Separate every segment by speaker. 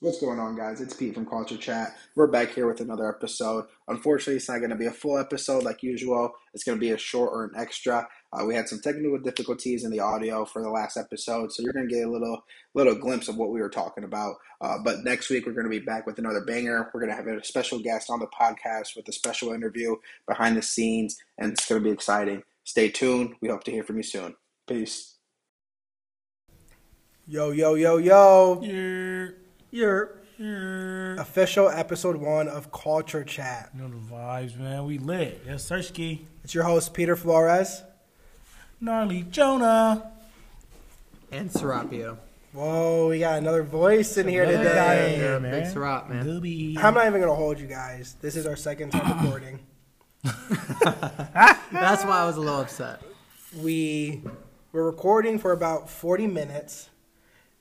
Speaker 1: What's going on, guys? It's Pete from Culture Chat. We're back here with another episode. Unfortunately, it's not going to be a full episode like usual. It's going to be a short or an extra. Uh, we had some technical difficulties in the audio for the last episode, so you're going to get a little little glimpse of what we were talking about. Uh, but next week, we're going to be back with another banger. We're going to have a special guest on the podcast with a special interview behind the scenes, and it's going to be exciting. Stay tuned. We hope to hear from you soon. Peace.
Speaker 2: Yo, yo, yo, yo.
Speaker 3: Yeah.
Speaker 2: Your
Speaker 3: Yeah.
Speaker 2: official episode one of Culture Chat.
Speaker 3: You know the vibes, man. We lit. Yes, Sersky.
Speaker 2: It's your host, Peter Flores.
Speaker 3: Gnarly Jonah.
Speaker 4: and Serapio.
Speaker 2: Whoa, we got another voice in here
Speaker 3: Another guy in
Speaker 2: today.
Speaker 3: here,
Speaker 4: Big Serap, man.
Speaker 3: Doobie.
Speaker 2: I'm not even going to hold you guys. This is our second time recording.
Speaker 4: That's why I was a little upset.
Speaker 2: We were recording for about 40 minutes,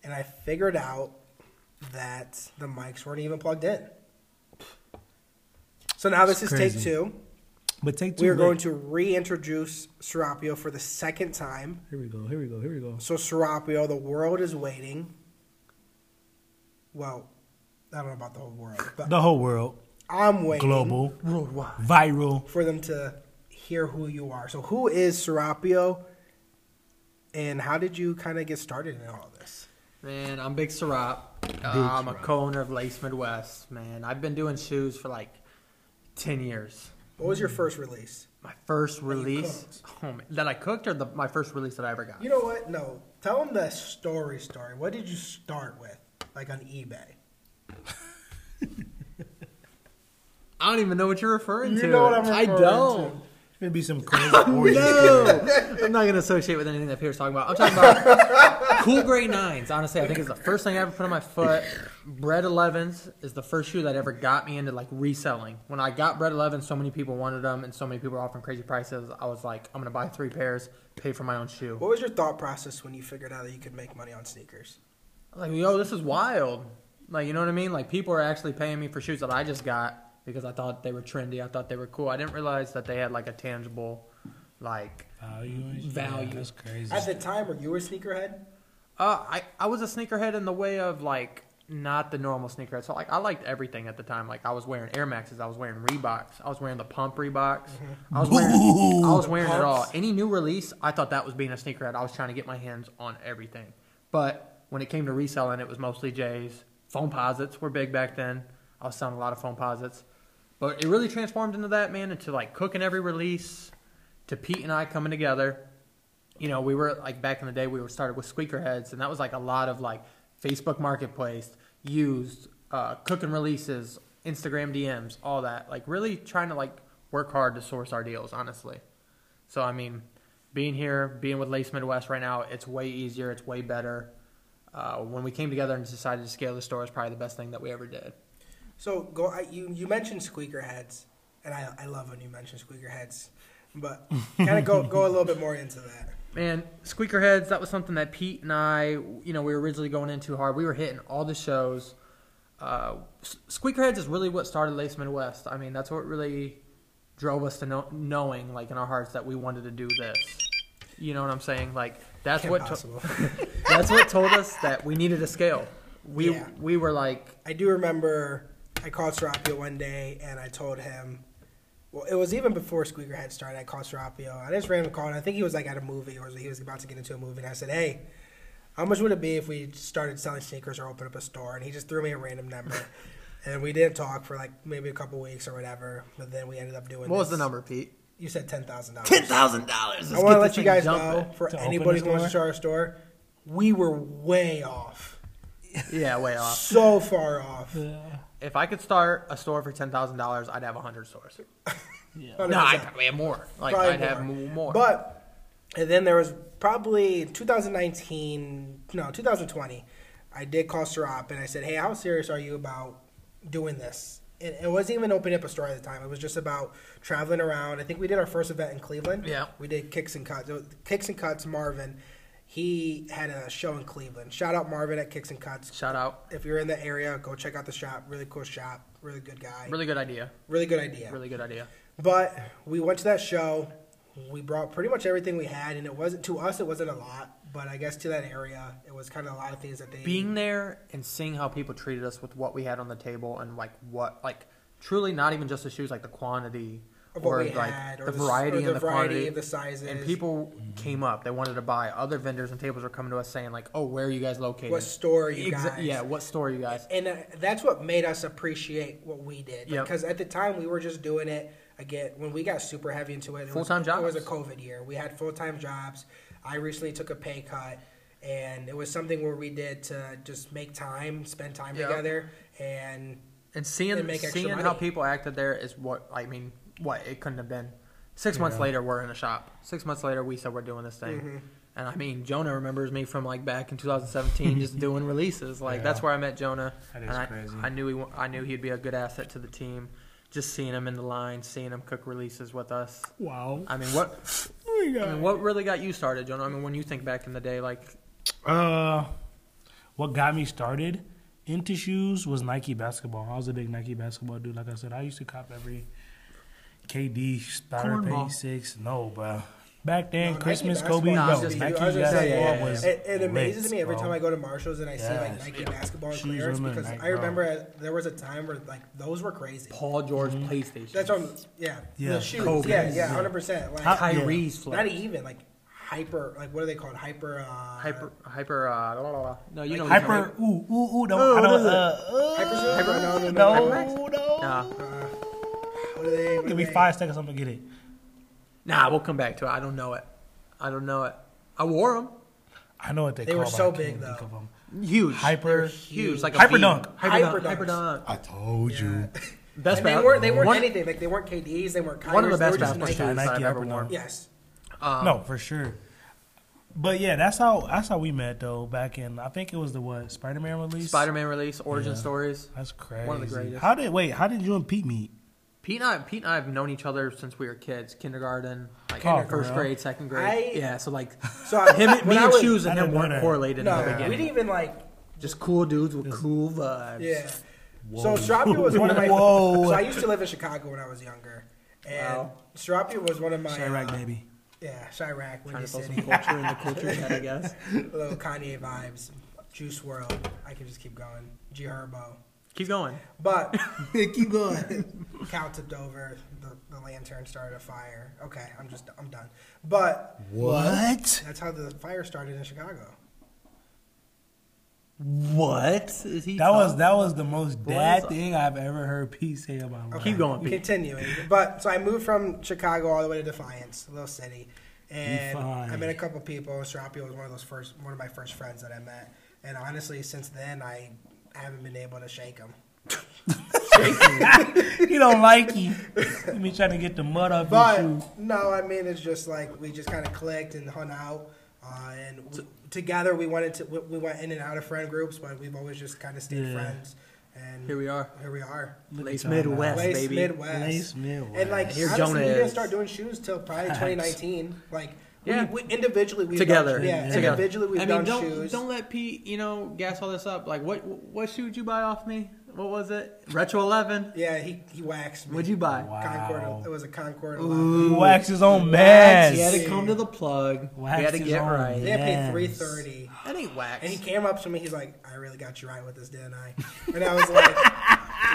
Speaker 2: and I figured out that the mics weren't even plugged in. So now this
Speaker 3: It's
Speaker 2: is take
Speaker 3: crazy.
Speaker 2: two.
Speaker 3: But take two.
Speaker 2: We are going
Speaker 3: lit.
Speaker 2: to reintroduce Serapio for the second time.
Speaker 3: Here we go. Here we go. Here we go.
Speaker 2: So Serapio, the world is waiting. Well, I don't know about the whole world, but
Speaker 3: The whole world.
Speaker 2: I'm waiting
Speaker 3: Global.
Speaker 4: Worldwide.
Speaker 3: Viral.
Speaker 2: for them to hear who you are. So who is Serapio, and how did you kind of get started in all this?
Speaker 4: Man, I'm Big Serap. Uh, I'm a co-owner of Lace Midwest, man. I've been doing shoes for like 10 years.
Speaker 2: What was your first release?
Speaker 4: My first
Speaker 2: you
Speaker 4: release oh, man, that I cooked or the, my first release that I ever got?
Speaker 2: You know what? No, tell them the story. Story. What did you start with, like on eBay?
Speaker 4: I don't even know what you're referring
Speaker 2: You
Speaker 4: to.
Speaker 2: know what I'm
Speaker 4: I
Speaker 2: referring
Speaker 4: don't.
Speaker 3: It's going to be some crazy orgy.
Speaker 4: No, I'm not gonna associate with anything that Peter's talking about. I'm talking about cool gray nines. Honestly, I think it's the first thing I ever put on my foot. Bread 11s is the first shoe that ever got me into like reselling. When I got Bread 11s, so many people wanted them, and so many people were offering crazy prices. I was like, I'm gonna buy three pairs, pay for my own shoe.
Speaker 2: What was your thought process when you figured out that you could make money on sneakers?
Speaker 4: I was like, yo, this is wild. Like, you know what I mean? Like, people are actually paying me for shoes that I just got because I thought they were trendy. I thought they were cool. I didn't realize that they had like a tangible, like
Speaker 3: Value. and-
Speaker 4: Value.
Speaker 3: Yeah, that's crazy.
Speaker 2: At the time, were you a sneakerhead?
Speaker 4: Uh, I, I was a sneakerhead in the way of like not the normal sneakerhead. So like I liked everything at the time. Like I was wearing Air Maxes, I was wearing Reeboks, I was wearing the pump Reeboks. I was wearing I was wearing it all. Any new release, I thought that was being a sneakerhead. I was trying to get my hands on everything. But when it came to reselling, it was mostly J's. Phone posits were big back then. I was selling a lot of phone posits. But it really transformed into that, man, into like cooking every release, to Pete and I coming together you know, we were like back in the day, we were started with squeaker heads, and that was like a lot of like Facebook Marketplace, used, uh, cook and releases, Instagram DMs, all that. Like really trying to like work hard to source our deals, honestly. So I mean, being here, being with Lace Midwest right now, it's way easier, it's way better. Uh, when we came together and decided to scale the store, is probably the best thing that we ever did.
Speaker 2: So go. I, you you mentioned squeaker heads, and I I love when you mention squeaker heads, but kind of go go a little bit more into that.
Speaker 4: Man, squeaker heads, that was something that Pete and I, you know, we were originally going in too hard. We were hitting all the shows. Uh, S- Squeakerheads is really what started Lace Midwest. I mean, that's what really drove us to know, knowing, like, in our hearts that we wanted to do this. You know what I'm saying? Like, that's
Speaker 2: Can't
Speaker 4: what, to-
Speaker 2: possible.
Speaker 4: that's what told us that we needed to scale. We,
Speaker 2: Yeah.
Speaker 4: we were like,
Speaker 2: I do remember I called Serapio one day and I told him. Well, it was even before Squeaker had started. I called Serapio. I just randomly called. I think he was like at a movie or he was about to get into a movie. And I said, "Hey, how much would it be if we started selling sneakers or open up a store?" And he just threw me a random number, and we didn't talk for like maybe a couple weeks or whatever. But then we ended up doing.
Speaker 4: what was
Speaker 2: this.
Speaker 4: the number, Pete?
Speaker 2: You said ten thousand dollars.
Speaker 4: $10,000.
Speaker 2: I want to let you guys know for
Speaker 3: To open
Speaker 2: anybody
Speaker 3: the
Speaker 2: who wants to
Speaker 3: store?
Speaker 2: start a store, we were way off,
Speaker 4: Yeah, way off.
Speaker 2: so far off.
Speaker 3: Yeah.
Speaker 4: If I could start a store for $10,000, I'd have 100 stores.
Speaker 3: Yeah.
Speaker 2: 100%.
Speaker 4: No, I'd probably have more. Like,
Speaker 2: Probably
Speaker 4: I'd have m- more.
Speaker 2: But and then there was probably 2019, no 2020. I did call Serap and I said, "Hey, how serious are you about doing this?" And it wasn't even opening up a store at the time. It was just about traveling around. I think we did our first event in Cleveland.
Speaker 4: Yeah.
Speaker 2: we did kicks and cuts. It was Kicks and cuts. Marvin, he had a show in Cleveland. Shout out Marvin at Kicks and Cuts.
Speaker 4: Shout out.
Speaker 2: if you're in the area, go check out the shop. Really cool shop. Really good guy. Really,
Speaker 4: Really good idea.
Speaker 2: good idea.
Speaker 4: Really good idea.
Speaker 2: But we went to that show. We brought pretty much everything we had, and it wasn't to us. It wasn't a lot, But I guess to that area, it was kind of a lot of things that they
Speaker 4: being there and seeing how people treated us with what we had on the table and like what like truly not even just the shoes like the quantity
Speaker 2: of what
Speaker 4: or
Speaker 2: we
Speaker 4: like
Speaker 2: had, or
Speaker 4: the
Speaker 2: the, s-
Speaker 4: variety
Speaker 2: or
Speaker 4: and the
Speaker 2: variety
Speaker 4: quantity
Speaker 2: of the sizes,
Speaker 4: and people came up they wanted to buy other vendors and tables were coming to us saying like oh where are you guys located
Speaker 2: What store are you
Speaker 4: Exa-
Speaker 2: guys?
Speaker 4: yeah what store are you guys
Speaker 2: and uh, that's what made us appreciate what we did
Speaker 4: Yep.
Speaker 2: because at the time we were just doing it again when we got super heavy into it. it was-
Speaker 4: Full-time
Speaker 2: It was a
Speaker 4: jobs.
Speaker 2: COVID year. We had full time jobs. I recently took a pay cut, and it was something where we did to just make time, spend time
Speaker 4: Yep.
Speaker 2: together, and
Speaker 4: and seeing
Speaker 2: and make extra
Speaker 4: seeing how
Speaker 2: money.
Speaker 4: people acted there is what I mean what it couldn't have been six months later we're in a shop six months later we said we're doing this thing
Speaker 2: Mm-hmm.
Speaker 4: and I mean Jonah remembers me from like back in 2017 just doing releases like that's
Speaker 3: Yeah.
Speaker 4: where I met Jonah
Speaker 3: That is
Speaker 4: and I,
Speaker 3: crazy.
Speaker 4: I knew he wa- I knew he'd be a good asset to the team just seeing him in the line seeing him cook releases with us
Speaker 3: Wow.
Speaker 4: I mean what
Speaker 3: Oh my
Speaker 4: I mean
Speaker 3: God.
Speaker 4: what really got you started Jonah I mean when you think back in the day like
Speaker 3: Uh, what got me started into shoes was Nike basketball. I was a big Nike basketball dude. Like I said, I used to cop every KD, Spider,
Speaker 4: Cornball.
Speaker 3: Pay Six. No, bro. Back then,
Speaker 2: No, Nike
Speaker 3: Christmas,
Speaker 2: basketball-
Speaker 3: Kobe.
Speaker 4: No, I
Speaker 3: No,
Speaker 4: was just-
Speaker 3: Nike
Speaker 4: I was
Speaker 2: just
Speaker 3: basketball
Speaker 2: saying,
Speaker 4: yeah, yeah,
Speaker 3: was.
Speaker 4: yeah.
Speaker 2: It, it amazes
Speaker 3: lit,
Speaker 2: me every
Speaker 3: bro.
Speaker 2: time I go to Marshalls and I see like
Speaker 3: Yes.
Speaker 2: Nike
Speaker 4: Yeah.
Speaker 2: basketball and
Speaker 3: Shoes
Speaker 2: clearance
Speaker 3: women,
Speaker 2: because
Speaker 3: like,
Speaker 2: I
Speaker 3: bro.
Speaker 2: remember uh, there was a time where like those were crazy.
Speaker 4: Paul George
Speaker 3: Mm-hmm.
Speaker 4: PlayStation
Speaker 2: That's what I'm, yeah.
Speaker 3: Yeah.
Speaker 2: The shoes.
Speaker 4: Kobe.
Speaker 2: Yeah, yeah, hundred percent. Like
Speaker 3: How-
Speaker 4: Kyrie's
Speaker 2: not
Speaker 4: flex.
Speaker 2: even like hyper like what are they called? Hyper uh
Speaker 4: hyper hyper uh, blah, blah, blah. no you know what he's talking about.
Speaker 3: Hyper, ooh, ooh, ooh, don't, I don't, uh,
Speaker 2: hyper,
Speaker 3: uh,
Speaker 2: hyper no no no,
Speaker 3: no,
Speaker 2: Hyper, Uh,
Speaker 3: no.
Speaker 4: Nah.
Speaker 2: what are they what
Speaker 3: Give
Speaker 2: are
Speaker 3: me
Speaker 2: they?
Speaker 3: five seconds, I'm gonna get it.
Speaker 4: Nah, we'll come back to it. I don't know it. I don't know it. I wore them.
Speaker 3: I know what they,
Speaker 2: They
Speaker 3: call
Speaker 2: were
Speaker 3: them, I
Speaker 2: so
Speaker 3: can't
Speaker 2: big,
Speaker 3: think
Speaker 2: though.
Speaker 3: of them.
Speaker 4: Huge.
Speaker 3: Hyper-
Speaker 4: They're huge. Like a
Speaker 3: Hyper
Speaker 4: bee.
Speaker 3: dunk.
Speaker 4: Hyper,
Speaker 2: Hyper
Speaker 4: dunk. Hyper
Speaker 2: dunks.
Speaker 4: dunk.
Speaker 3: I told
Speaker 2: Yeah.
Speaker 4: Best
Speaker 2: And they
Speaker 4: basketball-
Speaker 2: weren't they weren't
Speaker 4: one-
Speaker 2: anything, like they weren't KDs, they weren't Kyries,
Speaker 4: One of the
Speaker 2: they were
Speaker 4: best
Speaker 2: just
Speaker 4: basketball
Speaker 2: Nike.
Speaker 4: shoes that I've
Speaker 3: Nike
Speaker 4: ever
Speaker 3: hyper
Speaker 4: worn.
Speaker 3: dunk.
Speaker 2: Yes.
Speaker 4: Um,
Speaker 3: no, for sure. But yeah, that's how that's how we met though. Back in I think it was the what Spider Man release.
Speaker 4: Spider-Man release, Origin
Speaker 3: Yeah.
Speaker 4: Stories.
Speaker 3: That's crazy.
Speaker 4: One of the greatest.
Speaker 3: How did wait? How did you and Pete meet?
Speaker 4: Pete and I, Pete and I have known each other since we were kids, kindergarten, like
Speaker 3: Oh, for
Speaker 4: first
Speaker 3: real?
Speaker 4: grade, second grade.
Speaker 2: I-
Speaker 4: yeah, so like
Speaker 2: So I,
Speaker 4: him,
Speaker 2: when
Speaker 4: me
Speaker 2: I
Speaker 4: and
Speaker 2: was-
Speaker 4: shoes
Speaker 3: I
Speaker 4: and
Speaker 3: didn't
Speaker 4: him
Speaker 3: know
Speaker 4: weren't
Speaker 3: that.
Speaker 4: correlated in the
Speaker 2: No,
Speaker 4: beginning.
Speaker 2: we didn't even like
Speaker 4: Just cool dudes with cool vibes.
Speaker 2: Yeah. So Stropia was one of my.
Speaker 3: Whoa.
Speaker 2: So I used to live in Chicago when I was younger, and
Speaker 4: Wow.
Speaker 2: Stropia was one of my.
Speaker 3: Chirac,
Speaker 2: uh,
Speaker 3: baby.
Speaker 2: Yeah, Chirac,
Speaker 4: Trying
Speaker 2: Windy
Speaker 4: to throw
Speaker 2: City,
Speaker 4: some culture in the culture head, I guess.
Speaker 2: little Kanye vibes, Juice World. I can just keep going. G Herbo,
Speaker 4: Keep going.
Speaker 2: but
Speaker 3: Keep going.
Speaker 2: Cal tipped over. The, the lantern started a fire. Okay, I'm just I'm done. But
Speaker 3: What?
Speaker 2: that's how the fire started in Chicago.
Speaker 4: What is he?
Speaker 3: That was that was the most dad
Speaker 4: Boys-
Speaker 3: thing I've ever heard Pete say about life.
Speaker 4: Keep going, Pete.
Speaker 2: Continuing, but so I moved from Chicago all the way to Defiance, little city, and I met a
Speaker 3: Defiance.
Speaker 2: couple people. Sharapio was one of those first, one of my first friends that I met, and honestly, since then I haven't been able to shake him.
Speaker 3: he don't like you. Let me trying to get the mud up
Speaker 2: But
Speaker 3: your shoe.
Speaker 2: no, I mean it's just like we just kind of clicked and hung out, uh, and w- together we wanted to. We, we went in and out of friend groups, but we've always just kind of stayed
Speaker 3: Yeah.
Speaker 2: friends. And
Speaker 4: Here we are.
Speaker 2: Here we are.
Speaker 4: Lace
Speaker 3: at y'all now.
Speaker 4: Midwest,
Speaker 2: Lace
Speaker 4: baby.
Speaker 2: Midwest.
Speaker 3: Lace Midwest.
Speaker 2: And like
Speaker 4: Here
Speaker 2: honestly, we
Speaker 4: Jonah
Speaker 2: didn't
Speaker 4: is.
Speaker 2: start doing shoes till probably 2019. Like
Speaker 4: Yeah.
Speaker 2: we, we individually we
Speaker 4: together.
Speaker 2: Done, yeah,
Speaker 4: together.
Speaker 2: individually we've
Speaker 4: I mean,
Speaker 2: done
Speaker 4: don't,
Speaker 2: shoes.
Speaker 4: Don't let Pete, you know, gas all this up. Like, what what shoe would you buy off me? What was it? Retro Eleven.
Speaker 2: yeah, he he waxed me.
Speaker 4: What'd you buy?
Speaker 3: Wow.
Speaker 2: Concord. It was a Concord.
Speaker 3: He
Speaker 2: Ooh,
Speaker 3: waxed his own
Speaker 4: Wax.
Speaker 3: mask.
Speaker 4: He had to come to the plug.
Speaker 3: Wax
Speaker 4: he had to
Speaker 3: is
Speaker 4: get
Speaker 3: on.
Speaker 4: right.
Speaker 2: they paid
Speaker 3: Yes.
Speaker 2: 330.
Speaker 4: That ain't wax.
Speaker 2: And he came up to me. He's like, "I really got you right with this, didn't I?" And I was like,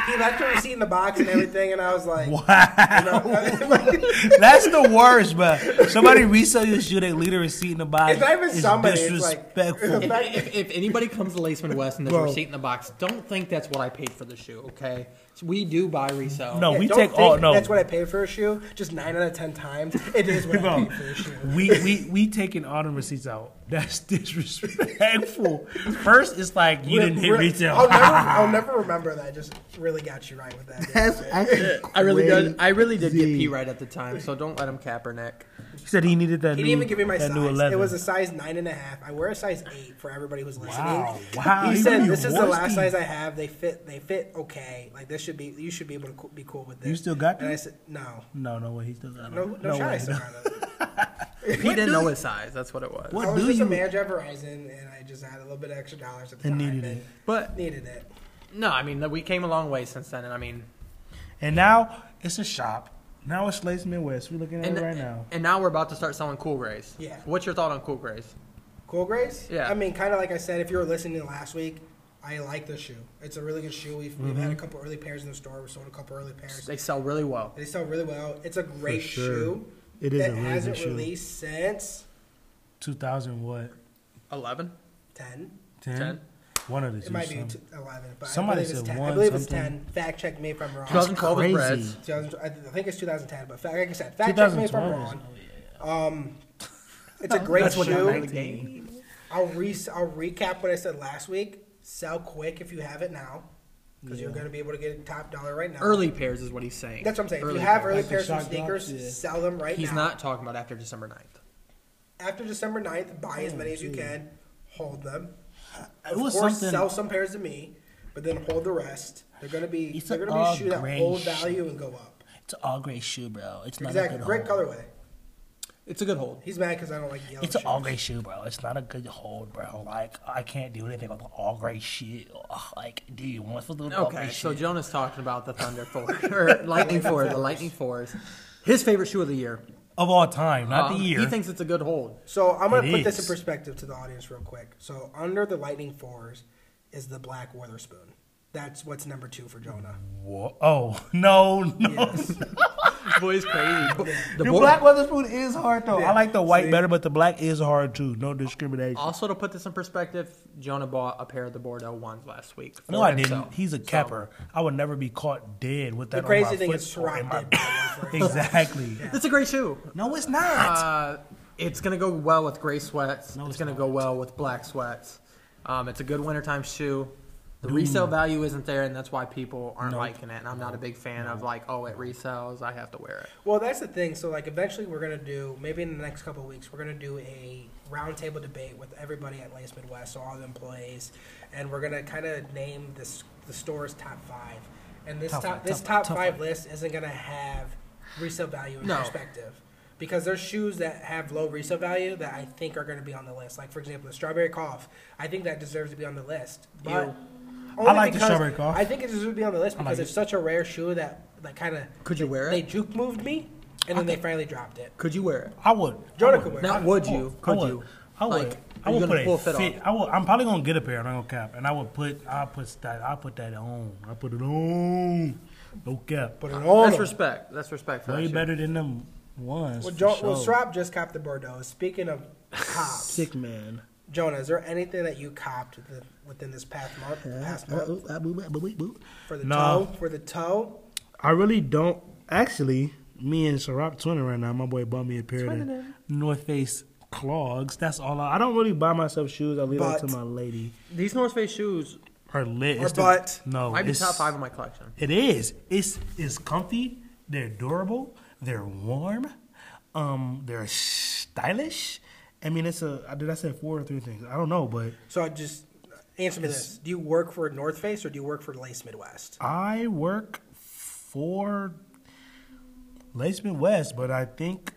Speaker 2: he left a receipt in the box and everything, and I was like,
Speaker 3: Wow.
Speaker 2: you know,
Speaker 3: That's the worst, but somebody resell your shoe, they leave a receipt in the box.
Speaker 2: It's not even somebody, it's like-
Speaker 3: disrespectful.
Speaker 2: it's not-
Speaker 4: if, if, if anybody comes to Laceman West and there's a
Speaker 3: Bro.
Speaker 4: receipt in the box, don't think that's what I paid for the shoe, okay? We do buy resell.
Speaker 3: no,
Speaker 2: Yeah,
Speaker 3: we
Speaker 2: don't
Speaker 3: take
Speaker 2: think
Speaker 3: all. No,
Speaker 2: That's what I pay for a shoe. Just nine out of ten times, it is what I
Speaker 3: Bro,
Speaker 2: pay for a shoe.
Speaker 3: we we we taking all the receipts out. That's disrespectful. First, it's like you didn't hit
Speaker 2: Re-
Speaker 3: retail.
Speaker 2: I'll never, I'll never remember that. Just really got you right with that.
Speaker 4: I really did. I really did get P right at the time, so don't let him cap her neck.
Speaker 3: he said he needed that.
Speaker 2: He
Speaker 3: new,
Speaker 2: didn't even give me my
Speaker 3: that
Speaker 2: size.
Speaker 3: new 11.
Speaker 2: It was a size nine and a half. I wear a size eight for everybody who's listening.
Speaker 3: Wow, wow,
Speaker 2: He
Speaker 3: you
Speaker 2: said
Speaker 3: really
Speaker 2: this is the last
Speaker 3: horsey."
Speaker 2: size I have. They fit. They fit okay. Like this should be. You should be able to co- be cool with this.
Speaker 3: You still got
Speaker 2: And I
Speaker 3: them?
Speaker 2: said no.
Speaker 3: no, no way. He still got it.
Speaker 2: No, no, shot. I
Speaker 3: way.
Speaker 2: still got them.
Speaker 4: Pete didn't know his size. That's what it was.
Speaker 3: What
Speaker 2: I was
Speaker 3: do
Speaker 2: just a
Speaker 3: you-
Speaker 2: manager at Verizon, and I just had a little bit of extra dollars at the
Speaker 3: And
Speaker 2: time.
Speaker 3: needed
Speaker 2: and
Speaker 3: it.
Speaker 4: But
Speaker 2: Needed it.
Speaker 4: no, I mean we came a long way since then, and I mean
Speaker 3: And now it's a shop. Now it's Lace Midwest. We're looking at
Speaker 4: And,
Speaker 3: it right now.
Speaker 4: and now we're about to start selling Cool Grays.
Speaker 2: Yeah.
Speaker 4: What's your thought on Cool Grays?
Speaker 2: Cool Grays?
Speaker 4: Yeah.
Speaker 2: I mean, kind of like I said, if you were listening last week, I like this shoe. It's a really good shoe. We've, we've
Speaker 3: Mm-hmm.
Speaker 2: had a couple early pairs in the store. We sold a couple early pairs.
Speaker 4: They sell really well.
Speaker 2: They sell really well. It's a great
Speaker 5: sure.
Speaker 2: shoe.
Speaker 5: It is
Speaker 2: that
Speaker 5: a really
Speaker 2: hasn't
Speaker 5: good shoe.
Speaker 2: released since
Speaker 3: 2000 what?
Speaker 4: 11?
Speaker 2: 10.
Speaker 3: 10?
Speaker 4: Ten.
Speaker 3: One of the two.
Speaker 2: It might be
Speaker 3: some-
Speaker 2: t- 11, but
Speaker 3: Somebody
Speaker 2: I believe
Speaker 3: said
Speaker 2: it's 10. I
Speaker 3: one
Speaker 2: believe it's 10.
Speaker 3: something.
Speaker 2: Fact check me if I'm wrong.
Speaker 4: 2012 with
Speaker 5: crazy.
Speaker 4: Breads.
Speaker 2: 2000 I think it's 2010, but fact, like I said, fact check me if I'm
Speaker 3: 2012
Speaker 2: wrong. Um, it's a great
Speaker 3: That's what got
Speaker 2: shoe.
Speaker 3: 19.
Speaker 2: I'll re- I'll recap what I said last week. Sell quick if you have it now, because you're going to be able to get top dollar right now.
Speaker 4: Early pairs is what he's saying.
Speaker 2: That's what I'm saying. if you have early
Speaker 3: Like the
Speaker 2: pairs from
Speaker 3: shock drops,
Speaker 2: sneakers,
Speaker 3: yeah.
Speaker 2: sell them right
Speaker 4: He's
Speaker 2: now.
Speaker 4: not talking about after December 9th.
Speaker 2: After December 9th, buy as many as you can, hold them.
Speaker 3: It
Speaker 2: Of
Speaker 3: was
Speaker 2: course,
Speaker 3: something.
Speaker 2: sell some pairs to me, but then hold the rest. They're going to be
Speaker 5: It's
Speaker 2: they're
Speaker 5: an
Speaker 2: going to be a shoe that
Speaker 5: all-gray
Speaker 2: hold
Speaker 5: shoe.
Speaker 2: value and go up.
Speaker 5: It's an all gray shoe, bro. It's not
Speaker 2: Exactly.
Speaker 5: a good
Speaker 2: Great
Speaker 5: hold.
Speaker 2: colorway.
Speaker 4: It's a good hold.
Speaker 2: He's mad because I don't like yellow.
Speaker 5: It's an
Speaker 2: shoes.
Speaker 5: all gray shoe, bro. It's not a good hold, bro. Like I can't do anything with an all gray shoe. Ugh, Like, dude, you want to do
Speaker 2: Oh,
Speaker 5: an all
Speaker 4: Okay,
Speaker 5: gray
Speaker 4: so
Speaker 5: shoe?
Speaker 4: Jonah's talking about the Thunder Four, or Lightning Four, the Lightning Fours. His favorite shoe of the year.
Speaker 3: Of all time, not
Speaker 4: Um,
Speaker 3: the year.
Speaker 4: He thinks it's a good hold.
Speaker 2: So I'm gonna
Speaker 3: It
Speaker 2: put this in
Speaker 3: is.
Speaker 2: perspective to the audience real quick. So under the Lightning Fours is the Black Witherspoon. That's what's number two for Jonah.
Speaker 3: Wha- Oh, no, no.
Speaker 2: Yes.
Speaker 4: Boy's crazy. Bo- The
Speaker 3: The
Speaker 4: boy-
Speaker 3: black Witherspoon is hard, though.
Speaker 2: Yeah.
Speaker 3: I like the white
Speaker 2: See?
Speaker 3: better, but the black is hard, too. No discrimination.
Speaker 4: also, to put this in perspective, Jonah bought a pair of the Bordeaux ones last week.
Speaker 3: no,
Speaker 4: for
Speaker 3: I didn't.
Speaker 4: himself.
Speaker 3: He's a
Speaker 4: So,
Speaker 3: capper. I would never be caught dead with that
Speaker 2: the crazy
Speaker 3: on my
Speaker 2: thing
Speaker 3: foot
Speaker 2: is
Speaker 3: or in
Speaker 2: Ciroc
Speaker 3: my-
Speaker 2: did that one for himself.
Speaker 3: Exactly.
Speaker 4: It's a great shoe.
Speaker 3: No, it's not.
Speaker 4: Uh, it's gonna go well with gray sweats.
Speaker 3: No,
Speaker 4: it's,
Speaker 3: it's
Speaker 4: gonna
Speaker 3: not.
Speaker 4: go well with black sweats. Um, it's a good wintertime shoe. The resale value isn't there, and that's why people aren't liking it. And I'm not a big fan of like, oh, it resells. I have to wear it.
Speaker 2: Well, that's the thing. So like eventually we're gonna do maybe in the next couple of weeks we're gonna do a roundtable debate with everybody at Lace Midwest, so all the employees, and we're gonna kind of name this the store's top five. And this
Speaker 3: Top
Speaker 2: top,
Speaker 3: five,
Speaker 2: this
Speaker 3: top
Speaker 2: top,
Speaker 3: five, top
Speaker 2: five
Speaker 3: five.
Speaker 2: list isn't gonna have resale value in
Speaker 4: No.
Speaker 2: perspective. Because there's shoes that have low resale value that I think are going to be on the list. Like for example, the strawberry cough. I think that deserves to be on the list. But
Speaker 4: Ew.
Speaker 2: only
Speaker 3: I like the
Speaker 2: because-
Speaker 3: strawberry cough.
Speaker 2: I think it deserves to be on the list
Speaker 3: like
Speaker 2: because
Speaker 3: it.
Speaker 2: it's such a rare shoe that like kind of
Speaker 4: Could you wear
Speaker 2: they
Speaker 4: it?
Speaker 2: juke moved me, and then they finally dropped it.
Speaker 4: Could you wear it?
Speaker 3: I would.
Speaker 2: Jordan
Speaker 3: I
Speaker 2: could wear it.
Speaker 4: Not would you?
Speaker 3: I
Speaker 4: Could
Speaker 3: would.
Speaker 4: you?
Speaker 3: I would.
Speaker 4: Like,
Speaker 3: I
Speaker 4: are you
Speaker 3: would put
Speaker 4: gonna
Speaker 3: a
Speaker 4: pull a fit
Speaker 3: fit.
Speaker 4: off?
Speaker 3: I will. I'm probably gonna get a pair. I'm not gonna cap, and I would put. I will put that. I will put that on. I put it on. No cap.
Speaker 2: Put it on.
Speaker 4: That's
Speaker 2: them.
Speaker 4: respect. That's respect for that
Speaker 3: Way
Speaker 4: shoe.
Speaker 3: better than them ones.
Speaker 2: Well,
Speaker 3: for
Speaker 2: jo-
Speaker 3: sure.
Speaker 2: well, Srop just copped the Bordeaux. Speaking of cops,
Speaker 5: Sick man.
Speaker 2: Jonah, is there anything that you copped the, within this past month?
Speaker 4: Uh,
Speaker 2: Past
Speaker 5: Uh,
Speaker 2: month for the
Speaker 3: No.
Speaker 2: toe, for the toe.
Speaker 5: I really don't. Actually, me and Sharap twinning right now. My boy bought me a pair of North Face clogs. That's all. I, I don't really buy myself shoes. I leave that to
Speaker 2: But-
Speaker 5: my lady.
Speaker 4: These North Face shoes
Speaker 3: Her lit.
Speaker 2: Or
Speaker 3: It's the-
Speaker 2: butt.
Speaker 3: no,
Speaker 4: might be
Speaker 3: it's-
Speaker 4: top five in my collection.
Speaker 3: It is. It's it's comfy. They're durable. They're warm. Um, they're stylish. I mean, it's a. Did I say four or three things? I don't know, but
Speaker 2: So I just answer me this: Do you work for North Face or do you work for Lace Midwest?
Speaker 3: I work for Lace Midwest, but I think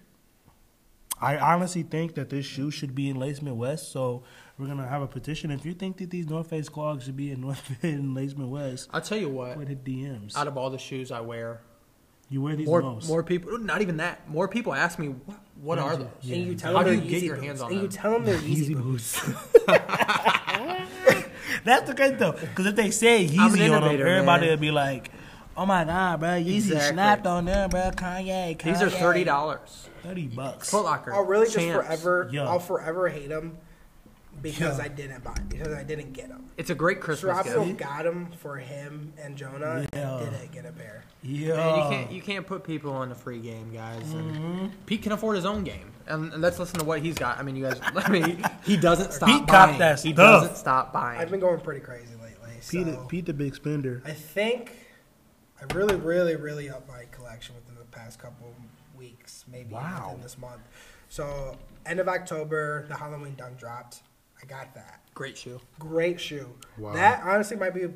Speaker 3: I honestly think that this shoe should be in Lace Midwest. So we're gonna have a petition. If you think that these North Face clogs should be in North in Lace Midwest,
Speaker 4: I'll tell you what.
Speaker 3: put hit DMs.
Speaker 4: Out of all the shoes I wear,
Speaker 3: You wear these
Speaker 4: more
Speaker 3: most.
Speaker 4: more people. Not even that. More people ask me, "What, what are those?"
Speaker 2: And you tell
Speaker 4: How
Speaker 2: them
Speaker 4: do
Speaker 2: they're
Speaker 4: you get
Speaker 2: Yeezy
Speaker 4: your
Speaker 2: boots.
Speaker 4: hands on
Speaker 2: And you
Speaker 4: them?
Speaker 2: tell them they're Yeezy
Speaker 5: Easy
Speaker 2: boots.
Speaker 5: boots. That's the good though, because if they say
Speaker 4: I'm an
Speaker 5: Yeezy on them,
Speaker 4: innovator,
Speaker 5: everybody
Speaker 4: man.
Speaker 5: will be like, "Oh my god, bro, Yeezy
Speaker 4: Exactly.
Speaker 5: snapped on them, bro. Kanye, Kanye.
Speaker 4: These are thirty dollars.
Speaker 3: Thirty bucks.
Speaker 4: Foot Locker.
Speaker 2: I'll Oh, really just
Speaker 4: Champs.
Speaker 2: forever,
Speaker 3: Yeah.
Speaker 2: I'll forever hate them because
Speaker 3: Yeah.
Speaker 2: I didn't buy, because I didn't get them.
Speaker 4: It's a great Christmas gift.
Speaker 2: Srapso got them for him and Jonah
Speaker 3: Yeah.
Speaker 2: and didn't get a pair.
Speaker 3: Yeah.
Speaker 4: Man, you can't you can't put people on a free game, guys. And Pete can afford his own game, and, and let's listen to what he's got. I mean, you guys. I mean, he doesn't stop
Speaker 3: Pete copped
Speaker 4: buying.
Speaker 3: that
Speaker 4: he
Speaker 3: stuff.
Speaker 4: doesn't stop buying.
Speaker 2: I've been going pretty crazy lately.
Speaker 5: Pete,
Speaker 2: so
Speaker 5: Pete the big spender.
Speaker 2: I think I really, really, really upped my collection within the past couple weeks, maybe
Speaker 3: Wow.
Speaker 2: within this month. So end of October, the Halloween dunk dropped. I got that.
Speaker 4: Great shoe.
Speaker 2: Great shoe. That honestly might be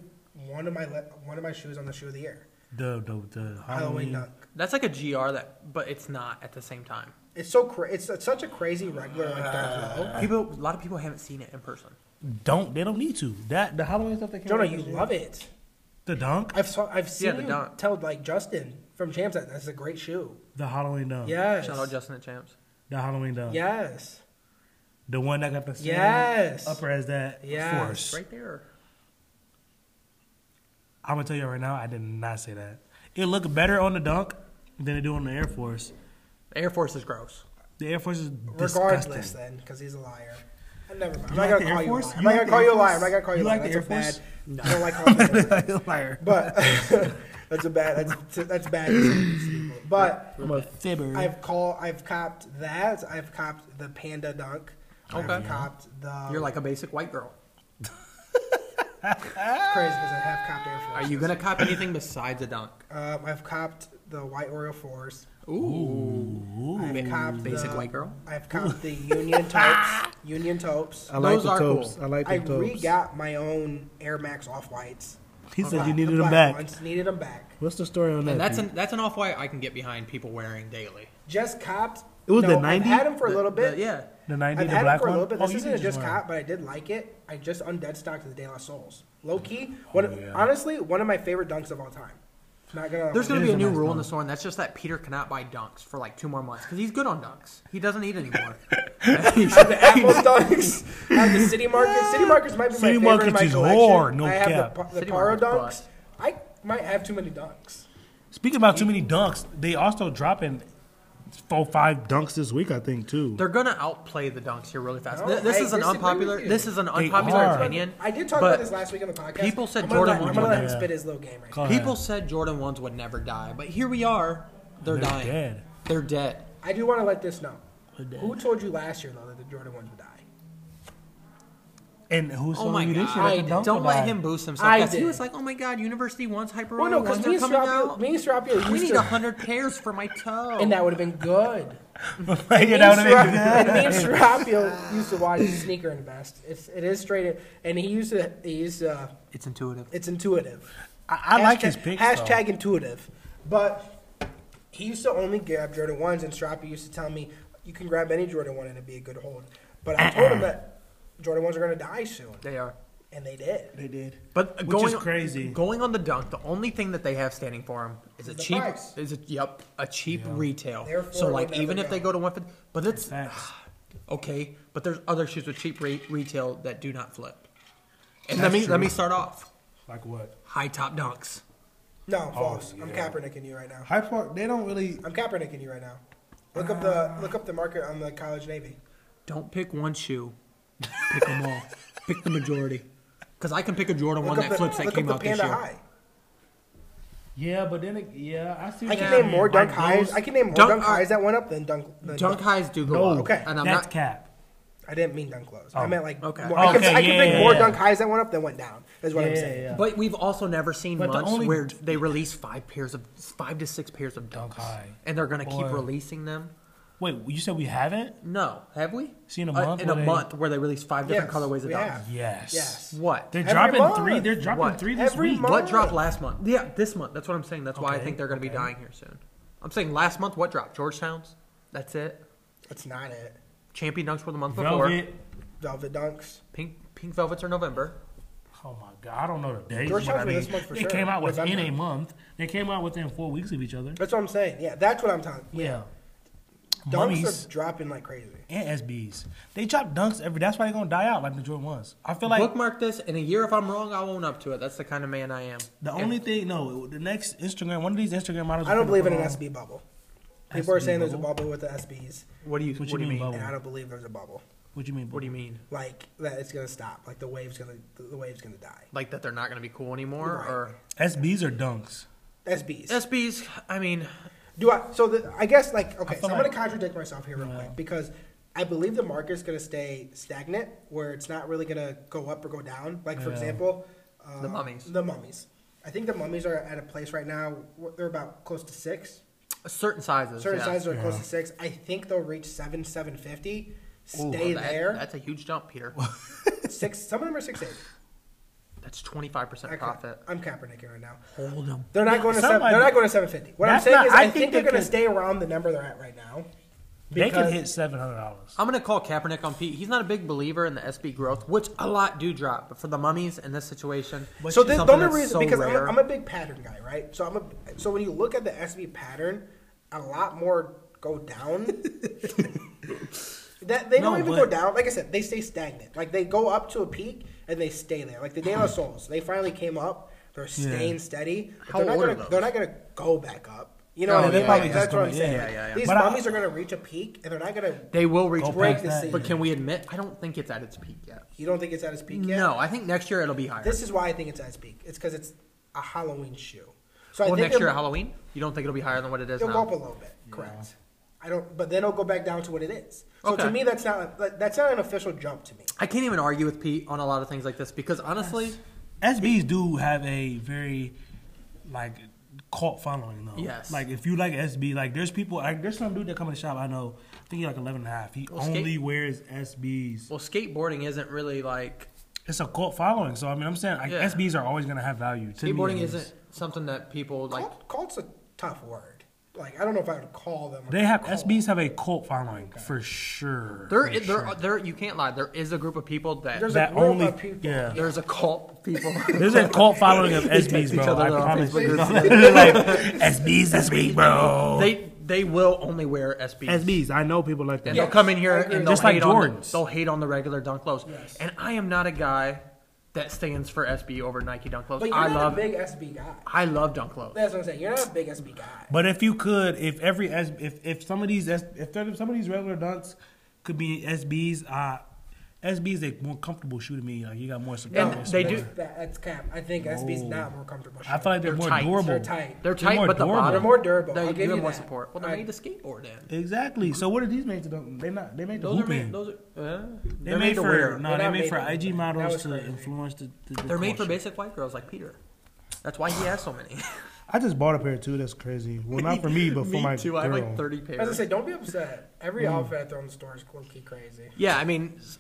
Speaker 2: one of my le- one of my shoes on the shoe of the year.
Speaker 3: The, the, the
Speaker 2: Halloween,
Speaker 3: Halloween.
Speaker 2: dunk.
Speaker 4: That's like a gr that, but it's not at the same time.
Speaker 2: It's so cra- it's such a crazy regular like dunk low.
Speaker 4: People, a lot of people haven't seen it in person.
Speaker 3: Don't they don't need to that the Halloween stuff they came.
Speaker 2: Jonah,
Speaker 3: out
Speaker 2: you
Speaker 3: this year?
Speaker 2: love it.
Speaker 3: the dunk,
Speaker 2: I've saw, I've
Speaker 4: Yeah,
Speaker 2: seen
Speaker 4: the
Speaker 2: you
Speaker 4: dunk.
Speaker 2: tell like Justin from Champs that that's a great shoe.
Speaker 3: the Halloween dunk,
Speaker 2: Yes.
Speaker 4: Shout out Oh. Justin at Champs.
Speaker 3: the Halloween dunk.
Speaker 2: Yes.
Speaker 3: The one that got the same
Speaker 2: Yes.
Speaker 3: upper as that
Speaker 2: Yes.
Speaker 3: force.
Speaker 4: Right there.
Speaker 3: I'm gonna tell you right now, I did not say that. It looked better on the dunk than it do on the Air Force.
Speaker 4: The Air Force is gross.
Speaker 3: The Air Force is
Speaker 2: Regardless,
Speaker 3: disgusting.
Speaker 2: then, because he's a liar. I never mind. I'm
Speaker 3: You
Speaker 2: not
Speaker 3: like
Speaker 2: gonna
Speaker 3: the
Speaker 2: call
Speaker 3: Air
Speaker 2: you a
Speaker 3: Force?
Speaker 2: liar.
Speaker 3: You
Speaker 2: I'm not
Speaker 3: like
Speaker 2: gonna
Speaker 3: the
Speaker 2: call
Speaker 3: Air
Speaker 2: you a liar. I'm not
Speaker 3: Force?
Speaker 2: gonna call you a
Speaker 3: You
Speaker 2: liar.
Speaker 3: like the
Speaker 2: That's a
Speaker 3: Air
Speaker 2: bad.
Speaker 3: Force?
Speaker 2: I don't like calling people liars.
Speaker 3: liar.
Speaker 2: But that's a bad. That's that's bad. But
Speaker 3: I'm a fibber.
Speaker 2: I've call. I've copped that. I've copped the panda dunk. I've
Speaker 4: Okay.
Speaker 2: copped the.
Speaker 4: You're like a basic white girl.
Speaker 2: crazy because I have copped Air
Speaker 4: Are
Speaker 2: Force.
Speaker 4: you gonna cop anything besides a dunk?
Speaker 2: Um, I've copped the White Oreo fours.
Speaker 4: Ooh.
Speaker 2: I've copped
Speaker 4: Basic
Speaker 2: the,
Speaker 4: white girl.
Speaker 2: I've copped the Union Topes. Union Topes.
Speaker 3: I like
Speaker 4: Those
Speaker 3: the
Speaker 4: are cool.
Speaker 3: topes. I like
Speaker 2: I
Speaker 3: the topes.
Speaker 2: re got my own Air Max off whites.
Speaker 3: he said you needed
Speaker 2: the
Speaker 3: them
Speaker 2: black
Speaker 3: back.
Speaker 2: Ones, needed them back.
Speaker 3: What's the story on that?
Speaker 4: And that's
Speaker 3: dude?
Speaker 4: an that's an off white I can get behind people wearing daily.
Speaker 2: Just copped.
Speaker 3: It was
Speaker 2: no,
Speaker 3: the
Speaker 2: I've
Speaker 3: 90?
Speaker 2: had them for a little
Speaker 4: The-
Speaker 2: bit.
Speaker 4: the- yeah.
Speaker 3: the 90,
Speaker 2: I've
Speaker 3: the
Speaker 2: had
Speaker 3: black
Speaker 2: it for a
Speaker 3: one.
Speaker 2: little bit.
Speaker 3: Oh,
Speaker 2: This
Speaker 3: you
Speaker 2: isn't a
Speaker 3: did
Speaker 2: just
Speaker 3: wear
Speaker 2: cop, but I did like it. I just undead stocked the De La Souls. Low key,
Speaker 3: Oh,
Speaker 2: one, honestly, one of my favorite dunks of all time. Not gonna.
Speaker 4: There's gonna
Speaker 3: It
Speaker 4: be
Speaker 3: is
Speaker 4: a
Speaker 3: a
Speaker 4: new
Speaker 3: nice
Speaker 4: rule
Speaker 3: dunk.
Speaker 4: in the store, and that's just that Peter cannot buy dunks for like two more months because he's good on dunks. He doesn't need anymore.
Speaker 2: have the Apple's dunks. I have the City Markets. City Markets might be
Speaker 3: City
Speaker 2: my favorite in
Speaker 3: Markets
Speaker 2: my
Speaker 3: is
Speaker 2: collection.
Speaker 3: hard, no
Speaker 2: I have
Speaker 3: cap.
Speaker 2: the, Pa- the
Speaker 4: City
Speaker 2: Paro
Speaker 4: Markets
Speaker 2: dunks.
Speaker 4: bust.
Speaker 2: I might have too many dunks.
Speaker 3: Speaking about too many dunks, they also dropping four, five dunks this week. I think too.
Speaker 4: They're gonna outplay the dunks here really fast.
Speaker 2: No,
Speaker 4: Th- this
Speaker 2: I
Speaker 4: is an
Speaker 2: disagree with
Speaker 4: unpopular.
Speaker 2: you.
Speaker 4: This is an
Speaker 3: They
Speaker 4: unpopular
Speaker 3: are.
Speaker 4: opinion.
Speaker 2: I did talk
Speaker 4: but
Speaker 2: about this last week on the podcast.
Speaker 4: people said
Speaker 2: I'm gonna
Speaker 4: Jordan
Speaker 2: let- I'm
Speaker 4: was
Speaker 2: gonna let him
Speaker 3: one of
Speaker 2: spit
Speaker 3: the-
Speaker 2: his little game right. now.
Speaker 3: Go ahead.
Speaker 4: People said Jordan ones would never die, but here we are. They're,
Speaker 3: They're
Speaker 4: dying.
Speaker 3: dead.
Speaker 4: They're dead.
Speaker 2: I do want to let this know. Who told you last year though that the Jordan ones would die?
Speaker 3: and who's
Speaker 4: Oh my
Speaker 3: telling you this
Speaker 4: god!
Speaker 3: shit? that the dunk
Speaker 4: don't
Speaker 3: will
Speaker 4: let
Speaker 3: die?
Speaker 4: him boost himself.
Speaker 2: I
Speaker 4: 'cause He
Speaker 2: did.
Speaker 4: was like, "Oh my god, University ones, Hyper
Speaker 2: Well, no, because
Speaker 4: ones,
Speaker 2: me
Speaker 4: they're
Speaker 2: and
Speaker 4: coming out.
Speaker 2: Serapio, me and Serapio used
Speaker 4: we need
Speaker 2: to,
Speaker 4: hundred pairs for my toe."
Speaker 2: and that would have been good.
Speaker 3: yeah, that would've been
Speaker 2: And me and Serapio used to watch Sneaker Invest. It's, it is straight, and he used to. He used to
Speaker 4: it's intuitive.
Speaker 2: it's intuitive.
Speaker 3: I, I like
Speaker 2: Hashtag-
Speaker 3: his picks. though.
Speaker 2: Hashtag intuitive. But he used to only grab Jordan 1s, and Strappi used to tell me, you can grab any Jordan 1 and it'd be a good hold. But I told him that Jordan 1s are going to die soon.
Speaker 4: They are.
Speaker 2: And they did.
Speaker 3: They did.
Speaker 4: But
Speaker 3: Which
Speaker 4: going,
Speaker 3: is crazy.
Speaker 4: Going on the dunk, the only thing that they have standing for them is a
Speaker 2: the
Speaker 4: cheap,
Speaker 2: price.
Speaker 4: is a yep, a cheap retail.
Speaker 2: Therefore,
Speaker 4: so
Speaker 2: it
Speaker 4: like
Speaker 2: would
Speaker 4: even
Speaker 2: never
Speaker 4: if they
Speaker 2: go.
Speaker 4: go to one fifty, but it's
Speaker 3: Facts.
Speaker 4: okay. But there's other shoes with cheap re- retail that do not flip. And let me let me start off
Speaker 3: Like what?
Speaker 4: high top dunks.
Speaker 2: No,
Speaker 3: Oh,
Speaker 2: false. I'm Kaepernicking you right now.
Speaker 3: High Park. They don't really.
Speaker 2: I'm Kaepernicking you right now. Look up
Speaker 3: Ah.
Speaker 2: the look up the market on the college navy.
Speaker 4: Don't pick one shoe. Pick them all. pick the majority. Because I can pick a Jordan
Speaker 2: Look
Speaker 4: one
Speaker 2: up
Speaker 4: that
Speaker 2: the,
Speaker 4: flips that
Speaker 2: look
Speaker 4: came
Speaker 2: up
Speaker 4: out
Speaker 2: the
Speaker 4: this
Speaker 2: Panda
Speaker 4: year.
Speaker 2: High.
Speaker 3: Yeah, but then it, yeah, I see.
Speaker 2: I
Speaker 3: what
Speaker 2: can
Speaker 3: you're
Speaker 2: name
Speaker 3: saying.
Speaker 2: more dunk
Speaker 3: Like
Speaker 2: highs.
Speaker 3: those-
Speaker 2: I can name more
Speaker 4: Dunk-
Speaker 2: dunk, highs that went up than dunk. Than
Speaker 4: Dunk highs do go up.
Speaker 3: No,
Speaker 2: Okay.
Speaker 4: And I'm
Speaker 3: that's
Speaker 4: not.
Speaker 3: cap.
Speaker 2: I didn't mean dunk lows. I
Speaker 3: Oh.
Speaker 2: meant like
Speaker 4: Okay.
Speaker 2: more, I can,
Speaker 3: Okay,
Speaker 2: I can
Speaker 3: yeah,
Speaker 2: pick
Speaker 3: yeah,
Speaker 2: more
Speaker 3: yeah.
Speaker 2: dunk highs that went up than went down. Is what
Speaker 3: Yeah,
Speaker 2: I'm
Speaker 3: yeah,
Speaker 2: saying.
Speaker 3: yeah.
Speaker 4: But we've also never seen
Speaker 3: But the
Speaker 4: months
Speaker 3: only-
Speaker 4: where they release five pairs of five to six pairs of dunks,
Speaker 3: high.
Speaker 4: and they're gonna keep
Speaker 3: Boy.
Speaker 4: releasing them.
Speaker 3: Wait, you said we haven't?
Speaker 4: No, have we
Speaker 3: Seen a
Speaker 4: Uh,
Speaker 3: month
Speaker 4: in a
Speaker 3: where they-
Speaker 4: month where they release five different
Speaker 2: Yes,
Speaker 4: colorways of
Speaker 2: we
Speaker 4: dunks?
Speaker 2: have.
Speaker 3: Yes.
Speaker 2: Yes.
Speaker 4: What?
Speaker 3: They're
Speaker 2: Every
Speaker 3: dropping
Speaker 2: month.
Speaker 3: three. They're dropping
Speaker 4: What?
Speaker 3: three this
Speaker 2: Every
Speaker 3: week.
Speaker 2: month.
Speaker 4: What dropped last month? Yeah, this month. That's what I'm saying. That's why I
Speaker 3: Okay,
Speaker 4: think they're gonna be
Speaker 3: okay.
Speaker 4: dying here soon. I'm saying last month what dropped? Georgetown's. That's it.
Speaker 2: That's not it.
Speaker 4: Champion dunks were the month before.
Speaker 3: Velvet.
Speaker 2: Velvet Dunks.
Speaker 4: Pink Pink Velvets are November.
Speaker 3: Oh my god, I don't know the days.
Speaker 2: Georgetown's
Speaker 3: but I
Speaker 2: been
Speaker 3: mean,
Speaker 2: this month for
Speaker 3: they
Speaker 2: sure.
Speaker 3: came out within
Speaker 2: November.
Speaker 3: a month. They came out within four weeks of each other.
Speaker 2: That's what I'm saying. Yeah, that's what I'm talking.
Speaker 3: Yeah.
Speaker 2: Dunks
Speaker 3: Mummies
Speaker 2: are dropping like crazy.
Speaker 3: and SBs. They drop dunks every. That's why they're gonna die out like the Jordan ones. I feel like
Speaker 4: Bookmark this. In a year, if I'm wrong, I'll own up to it. That's the kind of man I am.
Speaker 3: the only thing. No, the next Instagram. One of these Instagram models.
Speaker 2: I don't
Speaker 3: gonna
Speaker 2: believe in an
Speaker 3: put on-
Speaker 2: SB bubble. People are
Speaker 3: SB
Speaker 2: saying there's a
Speaker 3: bubble?
Speaker 2: bubble with the SBs,
Speaker 4: What do you What,
Speaker 3: What you
Speaker 4: do you
Speaker 3: mean,
Speaker 4: mean?
Speaker 3: Bubba?
Speaker 2: and I don't believe there's a bubble.
Speaker 3: What do you mean?
Speaker 4: What do you mean?
Speaker 2: Like that, it's gonna stop. Like the wave's gonna, the, the wave's gonna die.
Speaker 4: Like that they're not going to be cool anymore,
Speaker 2: Right.
Speaker 4: or
Speaker 3: SBs or dunks?
Speaker 2: SBs.
Speaker 4: SBs? I mean,
Speaker 2: Do I? So the, I guess like okay, so
Speaker 3: feel
Speaker 2: I'm gonna
Speaker 3: like-
Speaker 2: contradict myself here real quick because I believe the market's gonna stay stagnant, where it's not really gonna go up or go down. Like for example, uh,
Speaker 4: The mummies.
Speaker 2: The mummies. I think the mummies are at a place right now. where They're about close to six.
Speaker 4: certain sizes.
Speaker 2: Certain
Speaker 4: yeah.
Speaker 2: sizes are close to six. I think they'll reach seven, seven fifty. Stay
Speaker 4: That-
Speaker 2: there.
Speaker 4: That's a huge jump, Peter.
Speaker 2: six. Some of them are six eight.
Speaker 4: That's twenty five
Speaker 2: I
Speaker 4: percent
Speaker 2: ca-
Speaker 4: profit.
Speaker 2: I'm Kaepernicking right now.
Speaker 4: Hold them.
Speaker 2: They're not going to. Seven,
Speaker 3: somebody-
Speaker 2: they're not going to seven fifty. What I'm
Speaker 3: That's
Speaker 2: saying
Speaker 3: not-
Speaker 2: is,
Speaker 3: I
Speaker 2: I,
Speaker 3: think
Speaker 2: think
Speaker 3: they
Speaker 2: they're going
Speaker 3: could-
Speaker 2: to stay around the number they're at right now.
Speaker 3: They
Speaker 2: because-
Speaker 3: can hit seven hundred dollars.
Speaker 4: I'm gonna call Kaepernick on Pete. He's not a big believer in the SB growth, which a lot do drop. But for the mummies in this situation,
Speaker 2: so
Speaker 4: this,
Speaker 2: the, the only reason because I'm a, I'm a big pattern guy, right? So I'm a so when you look at the SB pattern, a lot more go down That they don't
Speaker 5: No
Speaker 2: even
Speaker 5: way.
Speaker 2: go down. Like I said, they stay stagnant. Like they go up to a peak and they stay there. Like the De La Souls, they finally came up. They're staying steady. but
Speaker 4: How
Speaker 2: they're not
Speaker 4: old are
Speaker 2: gonna,
Speaker 4: those?
Speaker 2: They're not going to go back up. You know
Speaker 4: No,
Speaker 2: what I
Speaker 4: they're
Speaker 2: mean?
Speaker 4: probably
Speaker 2: Like,
Speaker 4: just
Speaker 2: that's what I'm
Speaker 3: gonna-
Speaker 2: saying.
Speaker 3: yeah,
Speaker 2: Like,
Speaker 4: yeah, yeah.
Speaker 2: These
Speaker 3: But I-
Speaker 2: mummies are going to reach a peak and they're not going to.
Speaker 4: They will reach
Speaker 3: Go
Speaker 4: break
Speaker 2: past
Speaker 4: this
Speaker 2: that,
Speaker 4: season.
Speaker 3: yeah.
Speaker 4: But can we admit I don't think it's at its peak yet.
Speaker 2: You don't think it's at its peak yet?
Speaker 4: No, I think next year it'll be higher.
Speaker 2: This is why I think it's at its peak. It's because it's a Halloween shoe. So I
Speaker 4: well,
Speaker 2: think
Speaker 4: next year
Speaker 2: it'll-
Speaker 4: at Halloween, you don't think it'll be higher than what it is
Speaker 2: It'll
Speaker 4: now?
Speaker 2: go up a little bit, correct? I don't, but then it'll go back down to what it is. So to
Speaker 4: Okay.
Speaker 2: me, that's not that- that's not an official jump to me.
Speaker 4: I can't even argue with Pete on a lot of things like this because honestly,
Speaker 3: SBs do have a very like cult following though.
Speaker 4: Yes.
Speaker 3: Like if you like SB, like there's people like there's some dude that come in the shop I know, I think he's like 11 and a half. He
Speaker 4: Well, skate-
Speaker 3: only wears SBs.
Speaker 4: well, skateboarding isn't really like
Speaker 3: It's a cult following. So I mean I'm saying like
Speaker 4: Yeah.
Speaker 3: SBs are always gonna have value. To me, at
Speaker 4: skateboarding
Speaker 3: least.
Speaker 4: isn't something that people like.
Speaker 2: Cult, cult's a tough word. Like I don't know if I would call them. a
Speaker 3: They have
Speaker 2: cult.
Speaker 3: SBs have a cult following for sure.
Speaker 4: There,
Speaker 3: for
Speaker 4: there,
Speaker 3: sure.
Speaker 4: there. You can't lie. There is a group of people that
Speaker 2: There's
Speaker 4: there's,
Speaker 3: that
Speaker 2: a group
Speaker 3: only-
Speaker 2: of people.
Speaker 3: yeah.
Speaker 4: a cult of people.
Speaker 3: a cult following of SBs,
Speaker 4: each
Speaker 3: bro.
Speaker 4: other
Speaker 3: I
Speaker 4: on
Speaker 3: promise
Speaker 4: Facebook
Speaker 3: you.
Speaker 4: groups.
Speaker 3: like SBs this week, bro.
Speaker 4: they they will only wear SBs.
Speaker 3: SBs, I know people like that.
Speaker 4: And
Speaker 2: Yeah.
Speaker 4: they'll come in here
Speaker 2: I agree.
Speaker 4: and they'll
Speaker 3: Just like
Speaker 4: hate on
Speaker 3: Jordans.
Speaker 4: they'll hate on the regular dunk lows. And I am not a guy that stands for SB over Nike dunk lows.
Speaker 2: But you're
Speaker 4: I
Speaker 2: not
Speaker 4: love
Speaker 2: a big SB guy.
Speaker 4: I love dunk lows.
Speaker 2: That's what I'm saying. You're not a big SB guy.
Speaker 3: But if you could, if every S, if if some of these S, if there, some of these regular dunks could be SBs, uh, SBs they more comfortable shooting me. Like you got more support.
Speaker 4: And they do-
Speaker 2: That, that's cap. I think SB's not more comfortable.
Speaker 3: I feel like they're,
Speaker 4: They're
Speaker 3: more
Speaker 4: tight.
Speaker 3: durable.
Speaker 2: they're tight.
Speaker 4: They're
Speaker 3: They're
Speaker 4: tight,
Speaker 3: more
Speaker 4: but the
Speaker 3: durable.
Speaker 4: bottom
Speaker 2: They're more durable.
Speaker 4: They
Speaker 2: I'll
Speaker 4: give,
Speaker 2: give
Speaker 4: you
Speaker 2: you
Speaker 4: more
Speaker 2: that.
Speaker 4: support. Well, they
Speaker 2: I-
Speaker 4: made the skateboard in.
Speaker 3: Exactly. So what are these made to dunk? They not. They made the
Speaker 4: Those are
Speaker 3: hooping.
Speaker 4: made. Those are. Uh,
Speaker 3: they
Speaker 4: they're
Speaker 3: made,
Speaker 4: to
Speaker 3: for
Speaker 4: wear.
Speaker 3: no.
Speaker 2: They're
Speaker 3: They
Speaker 2: not
Speaker 3: made
Speaker 2: made
Speaker 3: for
Speaker 2: to
Speaker 3: IG
Speaker 2: hoop. That
Speaker 3: models
Speaker 2: was
Speaker 3: to
Speaker 2: crazy.
Speaker 3: influence the. the, the
Speaker 4: They're made for
Speaker 3: culture.
Speaker 4: basic white girls like Peter. That's why he has so many.
Speaker 3: I just bought a pair too. That's crazy. Well, not for me, but for
Speaker 4: me
Speaker 3: my
Speaker 4: too.
Speaker 3: girl.
Speaker 4: I have like thirty
Speaker 2: As I was
Speaker 4: pairs.
Speaker 2: gonna say, don't be upset. Every
Speaker 3: Mm.
Speaker 2: outfit I throw in the store is key crazy.
Speaker 4: Yeah, I mean, s-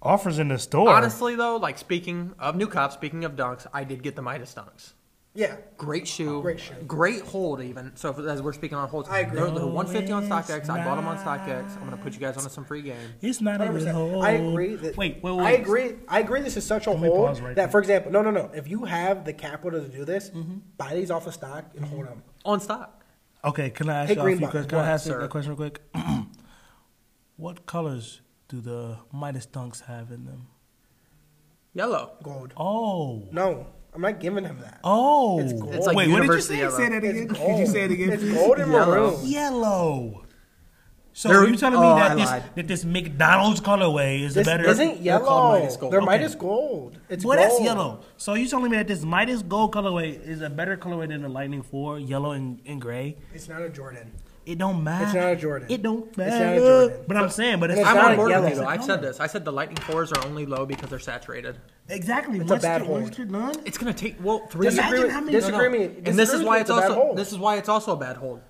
Speaker 3: Offers in the store.
Speaker 4: honestly though, like speaking of new cops, speaking of dunks, I did get the Midas dunks.
Speaker 2: Yeah,
Speaker 4: Great shoe,
Speaker 2: Oh, Great shoe.
Speaker 4: great hold even. So if, as we're speaking on holds,
Speaker 2: I agree.
Speaker 4: They're, they're 150 on StockX. I bought them on
Speaker 3: Nice.
Speaker 4: StockX. I'm gonna put you guys on to some free game.
Speaker 3: it's not a good
Speaker 2: 100%.
Speaker 3: hole.
Speaker 2: I agree that
Speaker 3: wait, wait, wait.
Speaker 2: I agree. I agree. This is such a
Speaker 3: me
Speaker 2: hold
Speaker 3: pause
Speaker 2: that,
Speaker 3: right there.
Speaker 2: for example, no, no, no. If you have the capital to do this, buy these off of stock and hold them.
Speaker 4: On stock,
Speaker 3: Okay, can I ask
Speaker 2: Hey,
Speaker 3: y'all a
Speaker 2: Green
Speaker 3: few
Speaker 2: Bot,
Speaker 3: questions? Can I
Speaker 4: what,
Speaker 3: ask you
Speaker 4: sir?
Speaker 3: a question real quick? what colors do the Midas Dunks have in them?
Speaker 4: yellow.
Speaker 2: Gold.
Speaker 3: Oh.
Speaker 2: No, I'm not giving him that.
Speaker 3: Oh.
Speaker 2: It's gold.
Speaker 4: It's like
Speaker 3: Wait, what did you
Speaker 4: university
Speaker 3: say?
Speaker 4: yellow.
Speaker 3: Say that
Speaker 2: It's
Speaker 3: again.
Speaker 2: gold.
Speaker 3: Could you say it again?
Speaker 2: It's
Speaker 3: please?
Speaker 2: gold and
Speaker 4: Yellow.
Speaker 2: maroon.
Speaker 3: Yellow. So
Speaker 4: There-
Speaker 3: are you telling me
Speaker 4: oh, I
Speaker 3: that this
Speaker 4: lied.
Speaker 3: that this McDonald's colorway is
Speaker 2: This
Speaker 3: the better?
Speaker 2: isn't
Speaker 4: They're
Speaker 2: yellow.
Speaker 4: called
Speaker 2: They're
Speaker 4: Midas
Speaker 2: Midas
Speaker 4: gold.
Speaker 2: gold.
Speaker 4: Okay.
Speaker 2: It's
Speaker 3: Well,
Speaker 2: gold.
Speaker 3: that's yellow. So you telling me that this Midas gold colorway is a better colorway than the Lightning Four, yellow and, and gray?
Speaker 2: It's not a Jordan.
Speaker 3: It don't matter.
Speaker 2: It's not a Jordan.
Speaker 3: It don't
Speaker 2: not
Speaker 3: matter.
Speaker 2: a Jordan.
Speaker 3: But I'm saying, but it's,
Speaker 2: It's
Speaker 4: I'm
Speaker 2: not
Speaker 4: on
Speaker 2: a
Speaker 4: board
Speaker 2: yellow.
Speaker 4: with you though. I've said
Speaker 3: that.
Speaker 4: this. I said the Lightning fours are only low because they're saturated.
Speaker 3: Exactly.
Speaker 2: It's a bad hold.
Speaker 3: you're done,
Speaker 4: It's gonna take well three.
Speaker 3: Imagine
Speaker 2: Disagree,
Speaker 3: how
Speaker 2: with-
Speaker 3: many-
Speaker 2: disagree me.
Speaker 4: and this
Speaker 2: disagree
Speaker 4: is
Speaker 2: with
Speaker 4: why
Speaker 2: me,
Speaker 4: it's
Speaker 2: a bad
Speaker 4: also
Speaker 2: hole.
Speaker 4: this is why it's also a bad hold.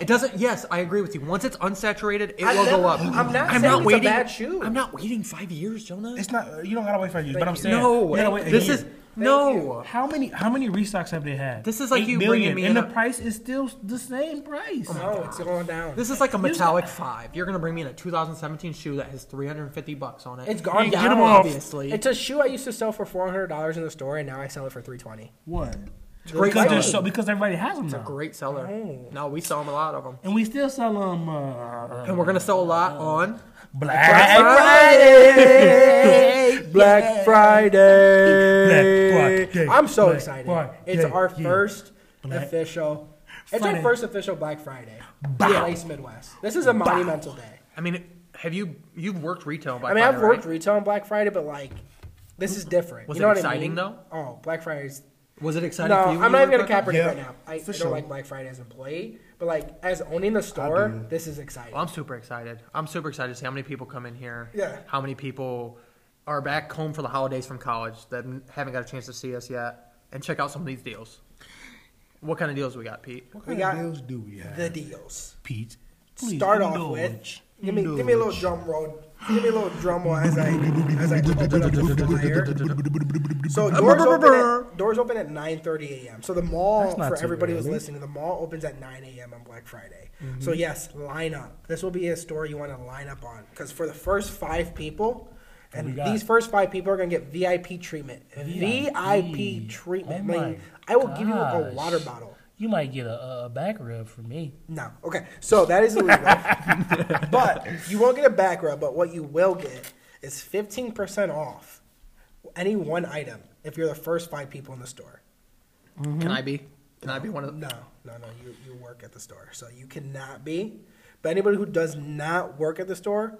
Speaker 4: It doesn't. Yes, I agree with you. Once it's unsaturated, it
Speaker 2: I'm
Speaker 4: will go
Speaker 2: not-
Speaker 4: up.
Speaker 2: I'm not saying it's a
Speaker 4: waiting.
Speaker 2: bad shoe.
Speaker 4: I'm not waiting five years, Jonah.
Speaker 3: It's not. You don't gotta wait for years, but I'm saying
Speaker 4: no,
Speaker 3: you gotta wait a
Speaker 4: this
Speaker 3: year.
Speaker 4: is no.
Speaker 2: you.
Speaker 3: how many how many restocks have they had?
Speaker 4: This is like you bringing me
Speaker 3: and
Speaker 4: in
Speaker 3: the
Speaker 4: a-
Speaker 3: price is still the same price.
Speaker 2: No, it's going down.
Speaker 4: This is like a metallic five. You're gonna bring me in a 2017 shoe that has 350 bucks on it.
Speaker 2: It's gone
Speaker 3: Hey,
Speaker 2: down.
Speaker 3: get 'em off.
Speaker 4: obviously.
Speaker 2: It's a shoe I used to sell for four hundred dollars in the store, and now I sell it for three twenty.
Speaker 3: What?
Speaker 4: great
Speaker 3: Because
Speaker 4: seller.
Speaker 3: they're so because everybody has them
Speaker 4: It's a
Speaker 3: now,
Speaker 4: great seller. No, we sell them a lot of them,
Speaker 3: and we still sell them. Uh,
Speaker 4: and we're gonna sell a lot on.
Speaker 3: Black
Speaker 2: Friday, Black Friday.
Speaker 3: Black Friday,
Speaker 2: I'm so
Speaker 3: Black
Speaker 2: excited.
Speaker 3: Friday,
Speaker 2: It's our
Speaker 3: yeah.
Speaker 2: first
Speaker 3: Black
Speaker 2: official. It's
Speaker 3: Friday.
Speaker 2: our first official Black Friday.
Speaker 3: Bow.
Speaker 2: Place Midwest. This is a monumental day.
Speaker 4: I mean, have you you've worked retail? By
Speaker 2: I mean,
Speaker 4: Friday,
Speaker 2: I've worked
Speaker 4: Right?
Speaker 2: retail on Black Friday, but like, this is different.
Speaker 4: Was
Speaker 2: you
Speaker 4: it
Speaker 2: know what
Speaker 4: exciting,
Speaker 2: I mean?
Speaker 4: though?
Speaker 2: Oh, Black Friday's
Speaker 4: Was it exciting?
Speaker 2: No,
Speaker 4: for you when
Speaker 2: I'm
Speaker 4: you
Speaker 2: not even
Speaker 4: worked
Speaker 2: gonna cap
Speaker 4: retail?
Speaker 2: it
Speaker 3: Yeah,
Speaker 2: right now. I, I
Speaker 3: for
Speaker 2: don't
Speaker 3: sure.
Speaker 2: like Black Friday as an employee, but like as owning the store, this is exciting.
Speaker 4: Well, I'm super excited. I'm super excited to see how many people come in here.
Speaker 2: Yeah.
Speaker 4: How many people are back home for the holidays from college that haven't got a chance to see us yet and check out some of these deals. What kind of deals we got, Pete?
Speaker 3: What
Speaker 2: We
Speaker 3: kind
Speaker 2: got
Speaker 3: of deals do we have?
Speaker 2: the deals.
Speaker 3: Pete,
Speaker 2: Start off with give me give me a little drum roll. Give me a little drum roll as I as I open up the flyer. So doors open at, doors open at 9:30 a.m. So the mall
Speaker 3: That's not
Speaker 2: for
Speaker 3: too
Speaker 2: everybody who's
Speaker 3: early. Mm-hmm.
Speaker 2: listening, the mall opens at 9 a.m. on Black Friday. So yes, line up. This will be a store you want to line up on because for the first five people,
Speaker 3: we
Speaker 2: and
Speaker 3: got-
Speaker 2: these first five people are gonna get VIP treatment. VIP,
Speaker 3: VIP.
Speaker 2: treatment.
Speaker 3: Oh
Speaker 2: I
Speaker 3: my
Speaker 2: mean, I will give you a
Speaker 3: gosh.
Speaker 2: water bottle.
Speaker 3: You might get a, a back rub from me.
Speaker 2: No. Okay. So that is illegal. but you won't get a back rub, but what you will get is 15% off any one item if you're the first five people in the store.
Speaker 4: Can I be? Can I be one of them?
Speaker 2: No, no, no. You, you work at the store. So you cannot be. But anybody who does not work at the store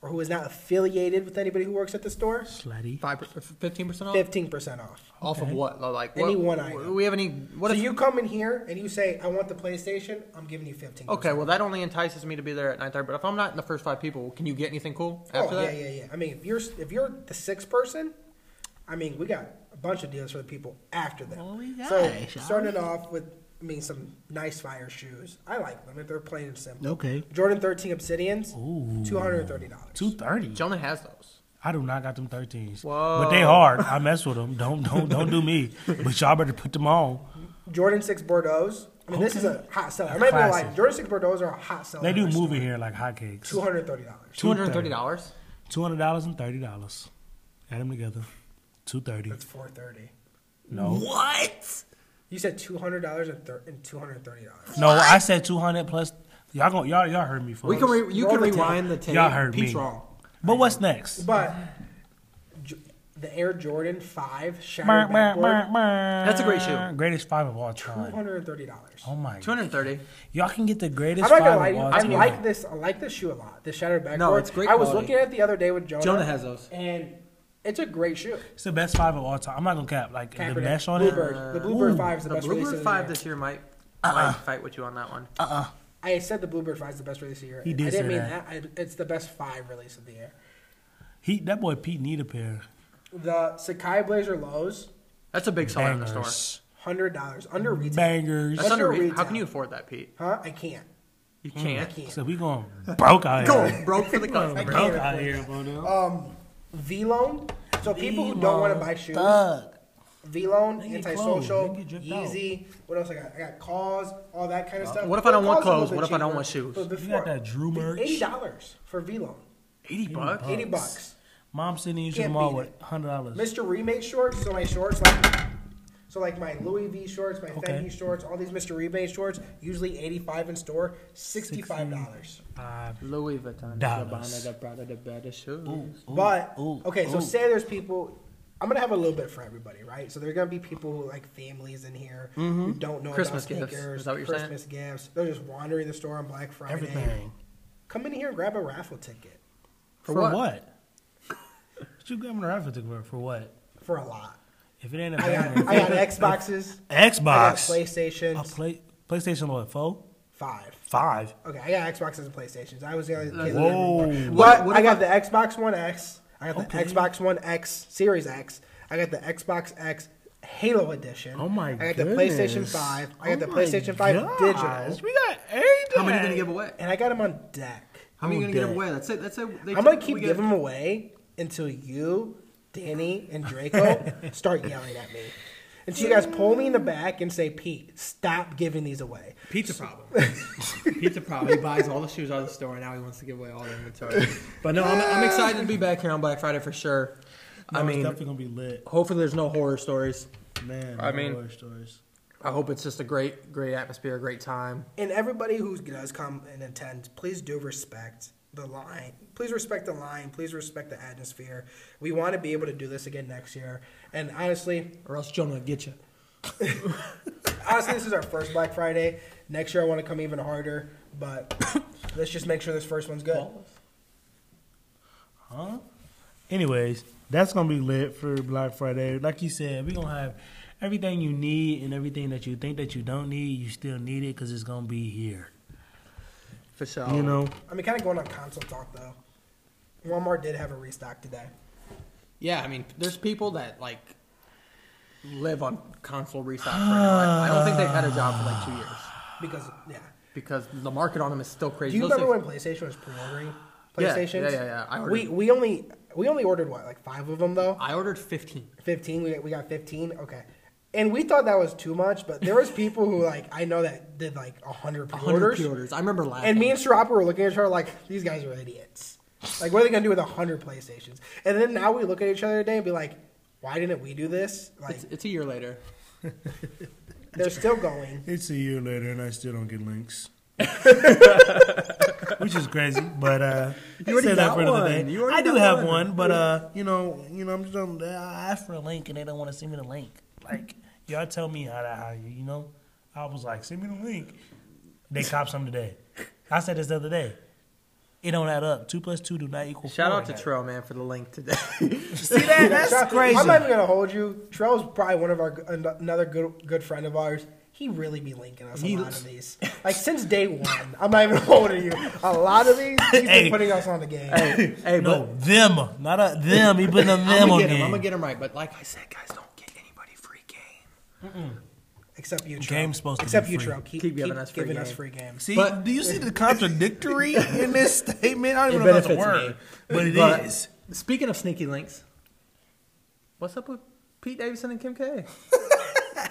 Speaker 2: or who is not affiliated with anybody who works at the store,
Speaker 3: Slutty.
Speaker 4: Five, fifteen percent off.
Speaker 2: 15% off.
Speaker 4: Off of what? Though, Like what,
Speaker 2: Any one
Speaker 4: wh-
Speaker 2: item.
Speaker 4: We have any? What
Speaker 2: so
Speaker 4: if
Speaker 2: you come in here and you say, I want the PlayStation, I'm giving you 15%.
Speaker 4: Okay, well that only entices me to be there at nine thirty. But if I'm not in the first five people, can you get anything cool after
Speaker 2: oh,
Speaker 4: that?
Speaker 2: Yeah, yeah, yeah. I mean, if you're if you're the sixth person, I mean, we got a bunch of deals for the people after that. so starting off with, I mean, some nice fire shoes. I like them if they're plain and simple.
Speaker 3: Okay.
Speaker 2: Jordan 13 Obsidians, two hundred and thirty dollars.
Speaker 3: Two thirty.
Speaker 4: Jonah has those.
Speaker 3: I do not got them thirteens,
Speaker 4: Whoa.
Speaker 3: but they hard. I mess with them. Don't don't don't do me. But y'all better put them on.
Speaker 2: Jordan 6 Bordeaux's. I mean, this is a hot seller. I might be
Speaker 3: Classic.
Speaker 2: like Jordan 6 Bordeaux's are a hot seller.
Speaker 3: They do move in here like hotcakes.
Speaker 2: Two hundred thirty dollars.
Speaker 4: Two hundred and thirty dollars.
Speaker 3: Two hundred dollars and thirty dollars. Add them together. Two thirty.
Speaker 2: That's four thirty.
Speaker 3: No.
Speaker 4: What?
Speaker 2: You said two hundred dollars and, thir- and two hundred thirty dollars.
Speaker 3: No, I said two hundred plus. Y'all gon' y'all y'all heard me. Folks.
Speaker 4: We can re- you
Speaker 2: Roll
Speaker 4: can
Speaker 2: the tape.
Speaker 4: rewind the tape.
Speaker 3: Y'all heard
Speaker 4: Pete's
Speaker 3: me.
Speaker 4: wrong.
Speaker 3: But what's next?
Speaker 2: But J- the Air Jordan 5 shattered backboard,
Speaker 3: That's
Speaker 4: a great shoe.
Speaker 3: Greatest five of all time.
Speaker 2: $230.
Speaker 3: Oh my.
Speaker 4: Two hundred and thirty.
Speaker 3: Y'all can get the
Speaker 2: I'm
Speaker 3: greatest
Speaker 2: not
Speaker 3: five
Speaker 2: gonna lie to
Speaker 3: of
Speaker 2: you.
Speaker 3: all
Speaker 2: I
Speaker 3: time.
Speaker 2: like this. I like this shoe a lot. The shattered backboard.
Speaker 4: it's great
Speaker 2: I was
Speaker 4: quality.
Speaker 2: looking at it the other day with Jonah.
Speaker 4: Jonah has those.
Speaker 2: and it's a great shoe.
Speaker 3: It's the best five of all time. I'm not gonna cap. Like the
Speaker 2: Kaepernick,
Speaker 3: mesh on
Speaker 2: Bluebird.
Speaker 3: it.
Speaker 2: the Bluebird
Speaker 3: Ooh.
Speaker 2: Five is the,
Speaker 4: The
Speaker 2: best release of
Speaker 4: Bluebird
Speaker 2: the
Speaker 4: Five
Speaker 2: year.
Speaker 4: this year might might fight with you on that one.
Speaker 2: I said the Bluebird Five is the best release of the year.
Speaker 3: He did
Speaker 2: I didn't
Speaker 3: say
Speaker 2: mean
Speaker 3: that.
Speaker 2: that. I, it's the best five release of the year.
Speaker 3: He that boy Pete need a pair.
Speaker 2: The Sakai Blazer lows,
Speaker 4: That's a big seller in the store. That's,
Speaker 3: Bangers.
Speaker 2: hundred dollars under retail.
Speaker 3: Bangers.
Speaker 2: That's
Speaker 4: under.
Speaker 2: under
Speaker 4: How
Speaker 2: retail.
Speaker 4: can you afford that, Pete?
Speaker 2: Huh? I can't.
Speaker 4: You can't.
Speaker 2: can't.
Speaker 3: So we going broke out
Speaker 4: Go
Speaker 3: here.
Speaker 4: broke for the customer.
Speaker 3: Broke out here, Bono.
Speaker 2: V loan. Um, So Uh, people who don't want to buy shoes.
Speaker 3: Thug.
Speaker 2: V Loan,
Speaker 3: They get
Speaker 2: antisocial,
Speaker 3: clothes. They get dripped
Speaker 2: Yeezy. What else I got? I got Cause, all that kind of stuff.
Speaker 4: Uh, What if I don't want
Speaker 2: Cause is a little bit
Speaker 4: clothes? What if I don't
Speaker 2: cheaper,
Speaker 4: want shoes?
Speaker 2: but
Speaker 3: You
Speaker 2: before-
Speaker 3: got that Drew merch.
Speaker 2: Eighty dollars for V Loan.
Speaker 4: Eighty bucks.
Speaker 2: Eighty bucks.
Speaker 3: Mom sending you to the
Speaker 2: Can't
Speaker 3: mall
Speaker 2: beat
Speaker 3: with
Speaker 2: it.
Speaker 3: hundred dollars.
Speaker 2: Mr. Remake shorts. So my shorts, like, so like my Louis V shorts, my
Speaker 3: Okay.
Speaker 2: Fendi shorts, all these Mr. Remake shorts, usually eighty-five in store, sixty-five dollars.
Speaker 4: Louis Vuitton.
Speaker 3: Dollars.
Speaker 4: Gabbana, the Prada, the better shoes.
Speaker 2: But
Speaker 3: ooh,
Speaker 2: okay, so
Speaker 3: ooh.
Speaker 2: say there's people. I'm gonna have a little bit for everybody, right? So there are gonna be people who like families in here who don't know
Speaker 4: Mm-hmm. Christmas
Speaker 2: about
Speaker 4: gifts.
Speaker 2: sneakers,
Speaker 4: Is that what you're saying?
Speaker 2: Christmas gifts. They're just wandering the store on Black Friday.
Speaker 3: Everything.
Speaker 2: Come in here and grab a raffle ticket
Speaker 3: For,
Speaker 4: what?
Speaker 3: what? what? you grabbing a raffle ticket for? for what?
Speaker 2: for a lot.
Speaker 3: If it ain't a
Speaker 2: I got,
Speaker 3: banger,
Speaker 2: I got Xboxes.
Speaker 3: Xbox.
Speaker 2: I got
Speaker 3: a
Speaker 2: PlayStations.
Speaker 3: play, PlayStation what? Four?
Speaker 2: Five.
Speaker 3: Five?
Speaker 2: Okay, I got Xboxes and PlayStations. I was the only kid.
Speaker 3: Whoa.
Speaker 2: What,
Speaker 4: What- what
Speaker 2: I got the Xbox One X. I got the
Speaker 3: Okay.
Speaker 2: Xbox One X Series X. I got the Xbox X Halo Edition.
Speaker 3: Oh my
Speaker 2: I got the PlayStation
Speaker 3: goodness.
Speaker 2: Five. I got
Speaker 3: Oh
Speaker 2: the
Speaker 3: my
Speaker 2: PlayStation Five
Speaker 3: gosh,
Speaker 2: digital,
Speaker 3: We got everything.
Speaker 4: How many are you gonna give away?
Speaker 2: and I got them on deck.
Speaker 4: How many are you gonna give
Speaker 3: Okay.
Speaker 4: away? That's it. That's it. They
Speaker 2: I'm gonna
Speaker 4: we
Speaker 2: keep
Speaker 4: get-
Speaker 2: giving them away until you, Danny, and Draco start yelling at me. Until you guys pull me in the back and say, Pete, stop giving these away.
Speaker 4: Pizza problem. Pizza problem. He buys all the shoes out of the store, and now he wants to give away all the inventory. But no, I'm, I'm excited to be back here on Black Friday for sure. I
Speaker 3: I mean, it's
Speaker 4: mean,
Speaker 3: definitely gonna be lit,
Speaker 4: hopefully there's no horror stories.
Speaker 3: man.
Speaker 4: I
Speaker 3: no
Speaker 4: mean-
Speaker 3: horror stories.
Speaker 4: I hope it's just a great, great atmosphere, a great time.
Speaker 2: And everybody who does come and attend, please do respect the line. Please respect the line. Please respect the atmosphere. We want to be able to do this again next year. And honestly,
Speaker 4: Or else Jonah will get you.
Speaker 2: honestly, this is our first Black Friday. Next year, I want to come even harder. But let's just make sure this first one's good.
Speaker 3: Huh? Anyways, that's gonna be lit for Black Friday. Like you said, we gonna have everything you need and everything that you think that you don't need, you still need it because it's gonna be here.
Speaker 4: For sure.
Speaker 2: Oh.
Speaker 3: You know,
Speaker 2: I mean, kind of going on console talk though. Walmart did have a restock today.
Speaker 4: Yeah, I mean, there's people that like live on console restock right now. I, I don't think they've had a job for like two years
Speaker 2: Because yeah,
Speaker 4: because the market on them is still
Speaker 2: do
Speaker 4: crazy.
Speaker 2: you
Speaker 4: Those
Speaker 2: remember
Speaker 4: things-
Speaker 2: when PlayStation was pre-ordering?
Speaker 4: Yeah,
Speaker 2: PlayStation.
Speaker 4: yeah, yeah, yeah. I ordered-
Speaker 2: we we only we only ordered what like five of them though.
Speaker 4: I ordered 15.
Speaker 2: 15 we got, we got 15 okay and we thought that was too much but there was people who like i know that did like 100
Speaker 4: 100
Speaker 2: pre-orders
Speaker 4: pre-orders. I remember laughing.
Speaker 2: and me and Sharapa were looking at each other like these guys are idiots like what are they gonna do with 100 playstations and then now we look at each other today and be like why didn't we do this like
Speaker 4: it's, it's a year later.
Speaker 2: They're still going.
Speaker 3: It's a year later and I still don't get links. Which is crazy, but uh,
Speaker 4: You already
Speaker 3: save that
Speaker 4: got
Speaker 3: for another
Speaker 4: one.
Speaker 3: day.
Speaker 4: You already
Speaker 3: I do
Speaker 4: got
Speaker 3: have
Speaker 4: one.
Speaker 3: one, but uh, you know, you know, I'm just um, I asked for a link and they don't want to send me the link. Like y'all tell me how to how you, you know. I was like, send me the link. They copped some today. I said this the other day. It don't add up. Two plus two do not equal.
Speaker 4: Shout
Speaker 3: four
Speaker 4: out to
Speaker 3: now.
Speaker 4: Trell man for the link today.
Speaker 3: See that? That's
Speaker 2: Trell-
Speaker 3: crazy.
Speaker 2: I'm not even gonna hold you. Trell's probably one of our g- an- another good good friend of ours. He really be linking us
Speaker 4: He-
Speaker 2: a lot of these. Like since day one, I'm not even holding you. A lot of these, he's
Speaker 3: Hey.
Speaker 2: been putting us on the game.
Speaker 4: hey, hey,
Speaker 3: no, them, not a them. He put a them
Speaker 4: but
Speaker 3: on
Speaker 4: I'm gonna get him.
Speaker 3: game.
Speaker 4: I'm gonna get him right. But like I said, guys, don't get anybody free game.
Speaker 2: Except you, Trell.
Speaker 3: Game's supposed to
Speaker 2: Except
Speaker 3: be
Speaker 2: you,
Speaker 3: free.
Speaker 2: Trell. Keep,
Speaker 4: Keep
Speaker 2: giving, us free, giving us
Speaker 4: game.
Speaker 2: free games.
Speaker 3: See,
Speaker 4: But-
Speaker 3: do you see the contradictory in this statement? I don't even
Speaker 4: It
Speaker 3: know if that's a
Speaker 4: benefits me.
Speaker 3: word, but it is.
Speaker 4: But- Speaking of sneaky links, what's up with Pete Davidson and Kim K?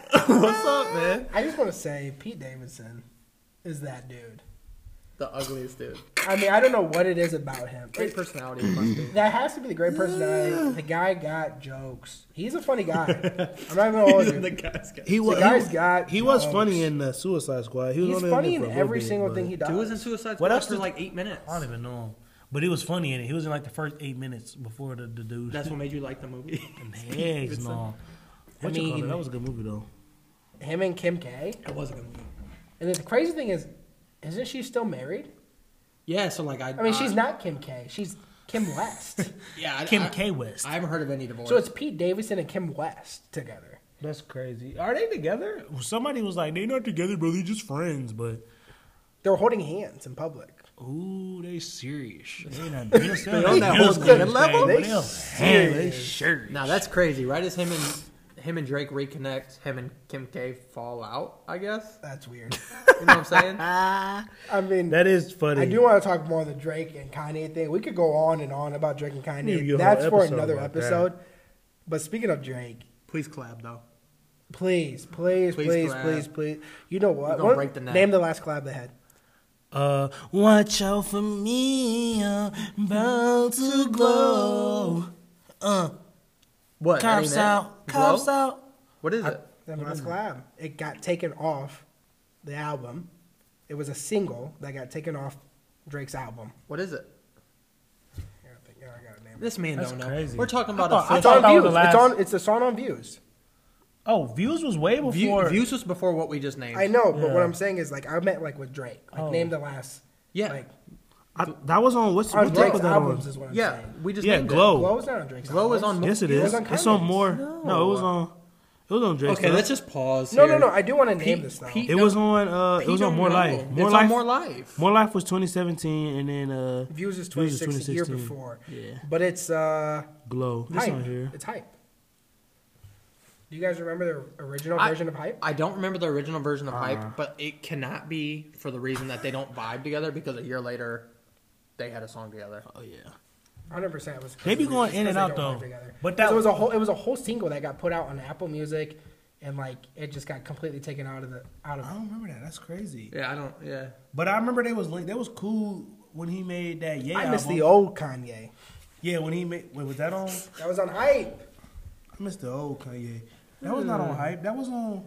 Speaker 4: what's up, man?
Speaker 2: I just want to say Pete Davidson is that dude.
Speaker 4: The ugliest dude.
Speaker 2: I mean, I don't know what it is about him.
Speaker 4: Great
Speaker 2: It-
Speaker 4: personality, he must be.
Speaker 2: that has to be the great personality. The guy got jokes. He's a funny guy. I'm not even gonna hold you.
Speaker 3: He was.
Speaker 2: guy's got
Speaker 3: He was
Speaker 2: jokes.
Speaker 3: funny in the Suicide Squad. He was
Speaker 2: He's
Speaker 3: only
Speaker 2: funny
Speaker 3: there
Speaker 2: in
Speaker 3: for a little
Speaker 2: every
Speaker 3: bit,
Speaker 2: single
Speaker 3: but-
Speaker 2: thing he does.
Speaker 4: Dude was in Suicide
Speaker 3: What
Speaker 4: Squad
Speaker 3: else
Speaker 4: for
Speaker 3: does-
Speaker 4: like eight minutes.
Speaker 3: I don't even know him, but he was funny in it. He was in like the first eight minutes before the, the dude.
Speaker 4: That's what made you like the movie.
Speaker 3: Eggs and all. What you call it?
Speaker 2: mean-
Speaker 3: That was a good movie though.
Speaker 2: Him and Kim K.
Speaker 4: It was a good movie.
Speaker 2: And the crazy thing is, isn't she still married?
Speaker 4: Yeah, so like I.
Speaker 2: I mean,
Speaker 4: I-
Speaker 3: Uh,
Speaker 2: she's not Kim K. She's Kim West.
Speaker 4: Yeah, I,
Speaker 3: Kim
Speaker 4: I,
Speaker 3: K West.
Speaker 4: I haven't heard of any divorce.
Speaker 2: so it's Pete Davidson and Kim West together.
Speaker 3: That's crazy.
Speaker 4: are they together?
Speaker 3: Somebody was like, "They not together, bro. They just friends." But
Speaker 2: They're holding hands in public.
Speaker 3: ooh, they serious. They not. They just- they
Speaker 4: on that
Speaker 3: just
Speaker 4: whole
Speaker 3: friends,
Speaker 4: different level?
Speaker 3: man.
Speaker 2: They
Speaker 3: They
Speaker 2: serious.
Speaker 3: serious. They serious.
Speaker 4: Now that's crazy, right? As him and him and Drake reconnect, him and Kim K fall out. I guess
Speaker 2: That's weird.
Speaker 4: you know what I'm saying.
Speaker 2: I mean,
Speaker 3: That is funny.
Speaker 2: I do want to talk more on the Drake and Kanye thing. We could go on and on about Drake and
Speaker 3: Maybe
Speaker 2: Kanye.
Speaker 3: your
Speaker 2: That's
Speaker 3: whole
Speaker 2: for
Speaker 3: episode
Speaker 2: another
Speaker 3: about that.
Speaker 2: episode. But speaking of Drake,
Speaker 4: Please collab though.
Speaker 2: please, please,
Speaker 4: Please
Speaker 2: please, please,
Speaker 4: collab.
Speaker 2: please, You know what?
Speaker 4: gonna
Speaker 2: What-
Speaker 4: break the net.
Speaker 2: Name the last collab they had.
Speaker 3: Uh, watch out for me, I'm about to glow. Uh,
Speaker 4: What? that ain't
Speaker 3: cops
Speaker 4: it?
Speaker 3: out, cops
Speaker 4: Glow?
Speaker 3: out.
Speaker 4: What is it?
Speaker 2: That last collab. It got taken off the album. It was a single that got taken off Drake's album.
Speaker 4: What is it?
Speaker 2: Here, I think- here, I got a name.
Speaker 4: This man
Speaker 3: That's
Speaker 4: don't know.
Speaker 3: crazy.
Speaker 4: We're talking
Speaker 3: I
Speaker 4: about
Speaker 3: thought- I
Speaker 4: a
Speaker 2: It's
Speaker 3: thought
Speaker 4: fifth.
Speaker 2: on
Speaker 3: that was
Speaker 2: views.
Speaker 3: the
Speaker 2: It's
Speaker 3: last-
Speaker 2: on. It's a song on views.
Speaker 3: Oh, views was way
Speaker 4: View,
Speaker 3: before.
Speaker 4: views was before what we just named.
Speaker 2: I know, but what
Speaker 3: Yeah.
Speaker 2: I'm saying is like I meant like with Drake. Like
Speaker 3: Oh.
Speaker 2: name the last.
Speaker 4: Yeah.
Speaker 2: like
Speaker 3: I, that was on what's
Speaker 2: on
Speaker 3: what tape
Speaker 2: Drake's
Speaker 3: was that
Speaker 2: albums
Speaker 3: on?
Speaker 2: is what I'm
Speaker 4: yeah,
Speaker 2: saying.
Speaker 4: we just
Speaker 3: Yeah,
Speaker 4: named it.
Speaker 3: Glow.
Speaker 2: Glow's not on Drake's.
Speaker 4: Glow is
Speaker 2: albums.
Speaker 4: on.
Speaker 3: Yes, it
Speaker 2: It
Speaker 3: is.
Speaker 2: was on
Speaker 3: It's on
Speaker 2: Kanye's.
Speaker 3: more. No. it was
Speaker 4: No.
Speaker 3: on. It was on Drake.
Speaker 4: Okay, let's just pause.
Speaker 2: No,
Speaker 4: here.
Speaker 2: no, no. I do want to name
Speaker 4: Pete-
Speaker 2: this though.
Speaker 4: Pete-
Speaker 3: It was on. Uh, it
Speaker 4: He
Speaker 3: was on
Speaker 4: don't
Speaker 3: More
Speaker 4: know.
Speaker 3: Life. More
Speaker 4: it's
Speaker 3: Life.
Speaker 4: on more life.
Speaker 3: More Life was 2017, and then uh,
Speaker 2: Views is
Speaker 3: Views
Speaker 2: 2016, the year
Speaker 3: 2016.
Speaker 2: before.
Speaker 3: Yeah.
Speaker 2: But it's uh
Speaker 3: Glow. This
Speaker 2: hype.
Speaker 3: on here.
Speaker 2: It's hype. Do you guys remember the original
Speaker 4: I-
Speaker 2: version of hype?
Speaker 4: I don't remember the original version of
Speaker 3: Uh-huh.
Speaker 4: hype, but it cannot be for the reason that they don't vibe together because a year later they had a song together.
Speaker 3: Oh yeah.
Speaker 2: 100. percent was.
Speaker 3: They be
Speaker 2: because
Speaker 3: going in
Speaker 2: they
Speaker 3: and
Speaker 2: don't
Speaker 3: out, though.
Speaker 2: work together. 'Cause
Speaker 3: But that-
Speaker 2: it was a whole. It was a whole single that got put out on Apple Music, and like it just got completely taken out of the out of.
Speaker 3: I don't remember that. That's crazy.
Speaker 4: Yeah, I don't. Yeah,
Speaker 3: But I remember they was linked. They was cool when he made that. Yeah,
Speaker 2: I miss
Speaker 3: album.
Speaker 2: the old Kanye.
Speaker 3: Yeah, when he made. Wait, was that on?
Speaker 2: That was on hype.
Speaker 3: I missed the old Kanye. That was not on hype. That was on.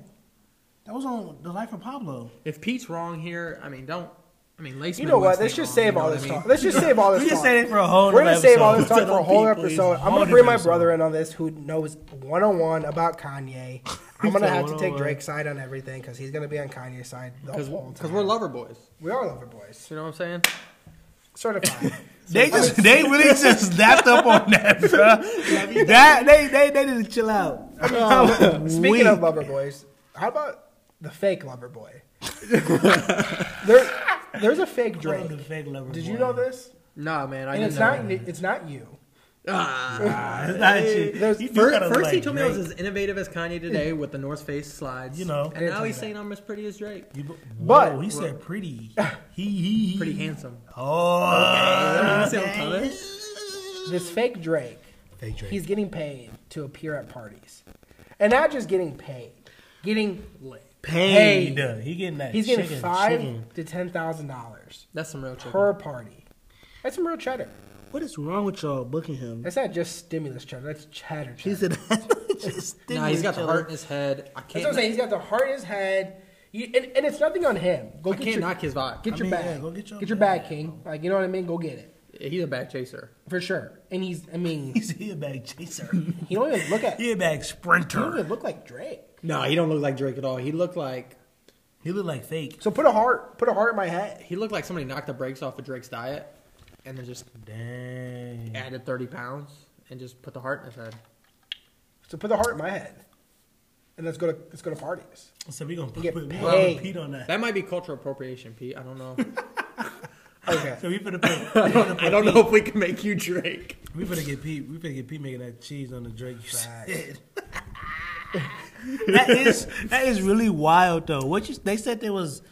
Speaker 3: That was on the life of Pablo.
Speaker 4: if Pete's wrong here, I mean, don't. I mean, Lace.
Speaker 2: You know what? Let's just save all this talk. Let's just save all this.
Speaker 3: We just
Speaker 2: talk.
Speaker 3: saved it for a whole
Speaker 2: We're gonna
Speaker 3: nother
Speaker 2: save all this
Speaker 3: episode.
Speaker 2: talk for a whole
Speaker 3: People, it's
Speaker 2: episode.
Speaker 3: a
Speaker 2: I'm
Speaker 3: whole
Speaker 2: gonna bring my
Speaker 3: different
Speaker 2: brother in on this, who knows one on one about Kanye. I'm gonna
Speaker 3: said
Speaker 2: have to take
Speaker 3: 101.
Speaker 2: Drake's side on everything because he's gonna be on Kanye's side the
Speaker 4: because
Speaker 2: whole time.
Speaker 4: we're lover boys.
Speaker 2: we are lover boys,
Speaker 4: You know what I'm saying?
Speaker 2: certified.
Speaker 3: They just they really just zapped up on that, bro. That they they they didn't chill out. Um,
Speaker 2: Speaking of lover boys, how about the fake lover boy? there, there's a fake Drake.
Speaker 3: the fake lover
Speaker 2: Did
Speaker 3: boy.
Speaker 2: you know this?
Speaker 4: Nah, man. I
Speaker 2: And
Speaker 4: didn't
Speaker 2: it's
Speaker 4: know.
Speaker 2: not. It's not you.
Speaker 3: Nah, it's not shit.
Speaker 2: There's-
Speaker 3: You do
Speaker 4: First,
Speaker 3: gotta
Speaker 4: first he
Speaker 3: like
Speaker 4: told me I
Speaker 3: Drake.
Speaker 4: was as innovative as Kanye today with the North Face slides.
Speaker 3: You know.
Speaker 4: and now
Speaker 2: tell
Speaker 4: he's
Speaker 2: me
Speaker 4: saying I'm as pretty as Drake.
Speaker 3: You bu-
Speaker 2: But-
Speaker 3: Whoa, he said pretty. He, he, he.
Speaker 4: Pretty handsome.
Speaker 3: Oh,
Speaker 4: Doesn't that sound color?
Speaker 2: This fake Drake.
Speaker 3: Fake Drake.
Speaker 2: He's getting paid to appear at parties, and not just getting paid, getting lit.
Speaker 3: paid.
Speaker 2: paid.
Speaker 3: He getting that.
Speaker 2: He's getting
Speaker 3: chicken,
Speaker 2: five
Speaker 3: chicken.
Speaker 2: to ten thousand dollars
Speaker 4: That's some real chicken.
Speaker 2: per party. That's some real cheddar.
Speaker 3: What is wrong with y'all booking him?
Speaker 2: That's not just stimulus cheddar. That's cheddar. cheddar.
Speaker 3: He said
Speaker 5: just
Speaker 4: Nah, he's got the heart in his head. I
Speaker 2: That's
Speaker 4: can't.
Speaker 2: what I'm saying. He's got the heart in his head. You, and, and it's nothing on him. Go
Speaker 4: I
Speaker 2: get
Speaker 4: can't
Speaker 2: your,
Speaker 4: knock his vibe.
Speaker 2: Get
Speaker 3: I
Speaker 2: your
Speaker 3: mean,
Speaker 2: bag.
Speaker 3: yeah,
Speaker 2: go get your, bag, King. Like you know what I mean. Go get it
Speaker 4: He's a bad chaser.
Speaker 2: for sure. And he's. I mean,
Speaker 3: He's a bag chaser.
Speaker 2: he don't even look at. He
Speaker 3: he a bag
Speaker 2: don't
Speaker 3: sprinter.
Speaker 2: even look like Drake.
Speaker 4: No, he don't look like Drake at all. He looked like
Speaker 3: He look like fake.
Speaker 2: So put a heart. Put a heart in my hat.
Speaker 4: he looked like somebody knocked the brakes off of Drake's diet, and then just
Speaker 3: Dang.
Speaker 4: added thirty pounds and just put the heart in his head.
Speaker 2: So put the heart in my head. And let's go to let's go to parties.
Speaker 3: So we gonna,
Speaker 2: get
Speaker 3: put, we gonna
Speaker 2: paid.
Speaker 3: repeat on that.
Speaker 4: That might be cultural appropriation, Pete. I don't know.
Speaker 2: Okay.
Speaker 3: So we finna put. we finna put
Speaker 4: I don't
Speaker 3: Pete-
Speaker 4: know if we can make you Drake.
Speaker 3: We finna get Pete. We finna get Pete making that cheese on the Drake. You said. that is that is really wild though. What you they said there was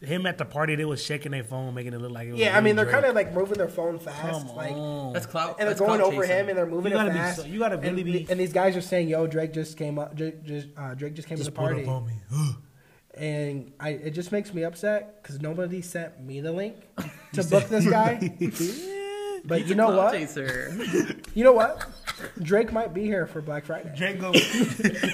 Speaker 3: him at the party. They was shaking their phone, making it look like it was.
Speaker 2: yeah, I mean they're
Speaker 3: Drake.
Speaker 2: kind of like moving their phone fast,
Speaker 3: Come
Speaker 2: like,
Speaker 3: on.
Speaker 4: That's clout.
Speaker 2: and they're
Speaker 4: that's
Speaker 2: going
Speaker 4: clout
Speaker 2: over
Speaker 4: chasing.
Speaker 2: him, and they're moving
Speaker 3: You gotta
Speaker 2: it
Speaker 3: be
Speaker 2: fast.
Speaker 3: so- you gotta really
Speaker 2: and,
Speaker 3: be-
Speaker 2: And these guys are saying, "Yo, Drake just came up. Drake just, uh, Drake just came to the
Speaker 3: pulled
Speaker 2: party."
Speaker 3: up on me.
Speaker 2: and I, it just makes me upset because nobody sent me the link to book this guy. but you know
Speaker 4: Clout
Speaker 2: what?
Speaker 4: chaser.
Speaker 2: You know what? Drake might be here for Black Friday.
Speaker 3: Drake gonna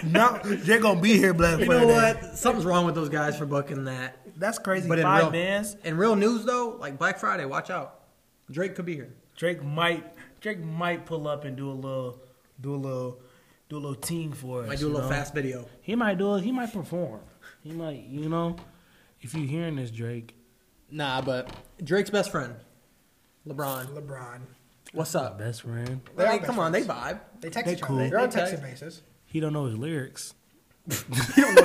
Speaker 3: no, Drake gonna be here Black
Speaker 4: You
Speaker 3: Friday.
Speaker 4: know what? Something's wrong with those guys for booking that.
Speaker 3: That's crazy.
Speaker 4: But in
Speaker 3: Five
Speaker 4: real,
Speaker 3: bands.
Speaker 4: in real news though, like Black Friday, watch out. Drake could be here.
Speaker 3: Drake might Drake might pull up and do a little do a little do a little team for us.
Speaker 4: Might do a
Speaker 3: you
Speaker 4: little
Speaker 3: know?
Speaker 4: fast video.
Speaker 3: He might do it. He might perform. He might, you know. If you're hearing this, Drake,
Speaker 4: Nah, but Drake's best friend, LeBron.
Speaker 2: LeBron.
Speaker 4: What's up?
Speaker 3: best friend,
Speaker 2: They are
Speaker 4: Like,
Speaker 2: best
Speaker 4: come on, they vibe.
Speaker 2: They text
Speaker 3: They
Speaker 2: each
Speaker 3: cool.
Speaker 2: other. They're on
Speaker 4: They
Speaker 2: texting
Speaker 4: text.
Speaker 2: basis.
Speaker 3: he don't know his lyrics.
Speaker 4: He don't know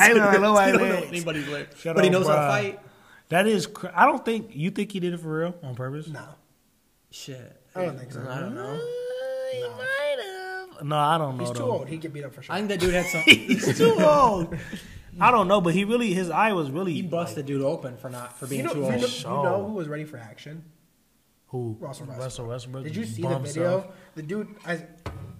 Speaker 3: I don't know nobody's
Speaker 4: He don't know
Speaker 3: lyrics.
Speaker 4: anybody's lyrics.
Speaker 3: Shut
Speaker 4: But he
Speaker 3: up,
Speaker 4: knows how to
Speaker 3: bruh.
Speaker 4: fight.
Speaker 3: That is, cr- I don't think you think he did it for real on purpose.
Speaker 2: No,
Speaker 4: Shit.
Speaker 2: I don't think so.
Speaker 4: I don't know.
Speaker 3: Uh, he might have. No, I don't know.
Speaker 2: He's too
Speaker 3: though.
Speaker 2: old. He'd get beat up for
Speaker 4: I
Speaker 2: sure.
Speaker 4: think that dude had some.
Speaker 3: He's too old. I don't know, but he really his eye was really
Speaker 4: He busted dude open for not for
Speaker 2: You
Speaker 4: being
Speaker 2: know,
Speaker 4: too
Speaker 2: you, know,
Speaker 4: old.
Speaker 2: you know who was ready for action?
Speaker 3: who
Speaker 2: Russell Westbrook.
Speaker 3: Russell Westbrook.
Speaker 2: Did you see the
Speaker 3: bum
Speaker 2: video?
Speaker 3: suck.
Speaker 2: The dude, as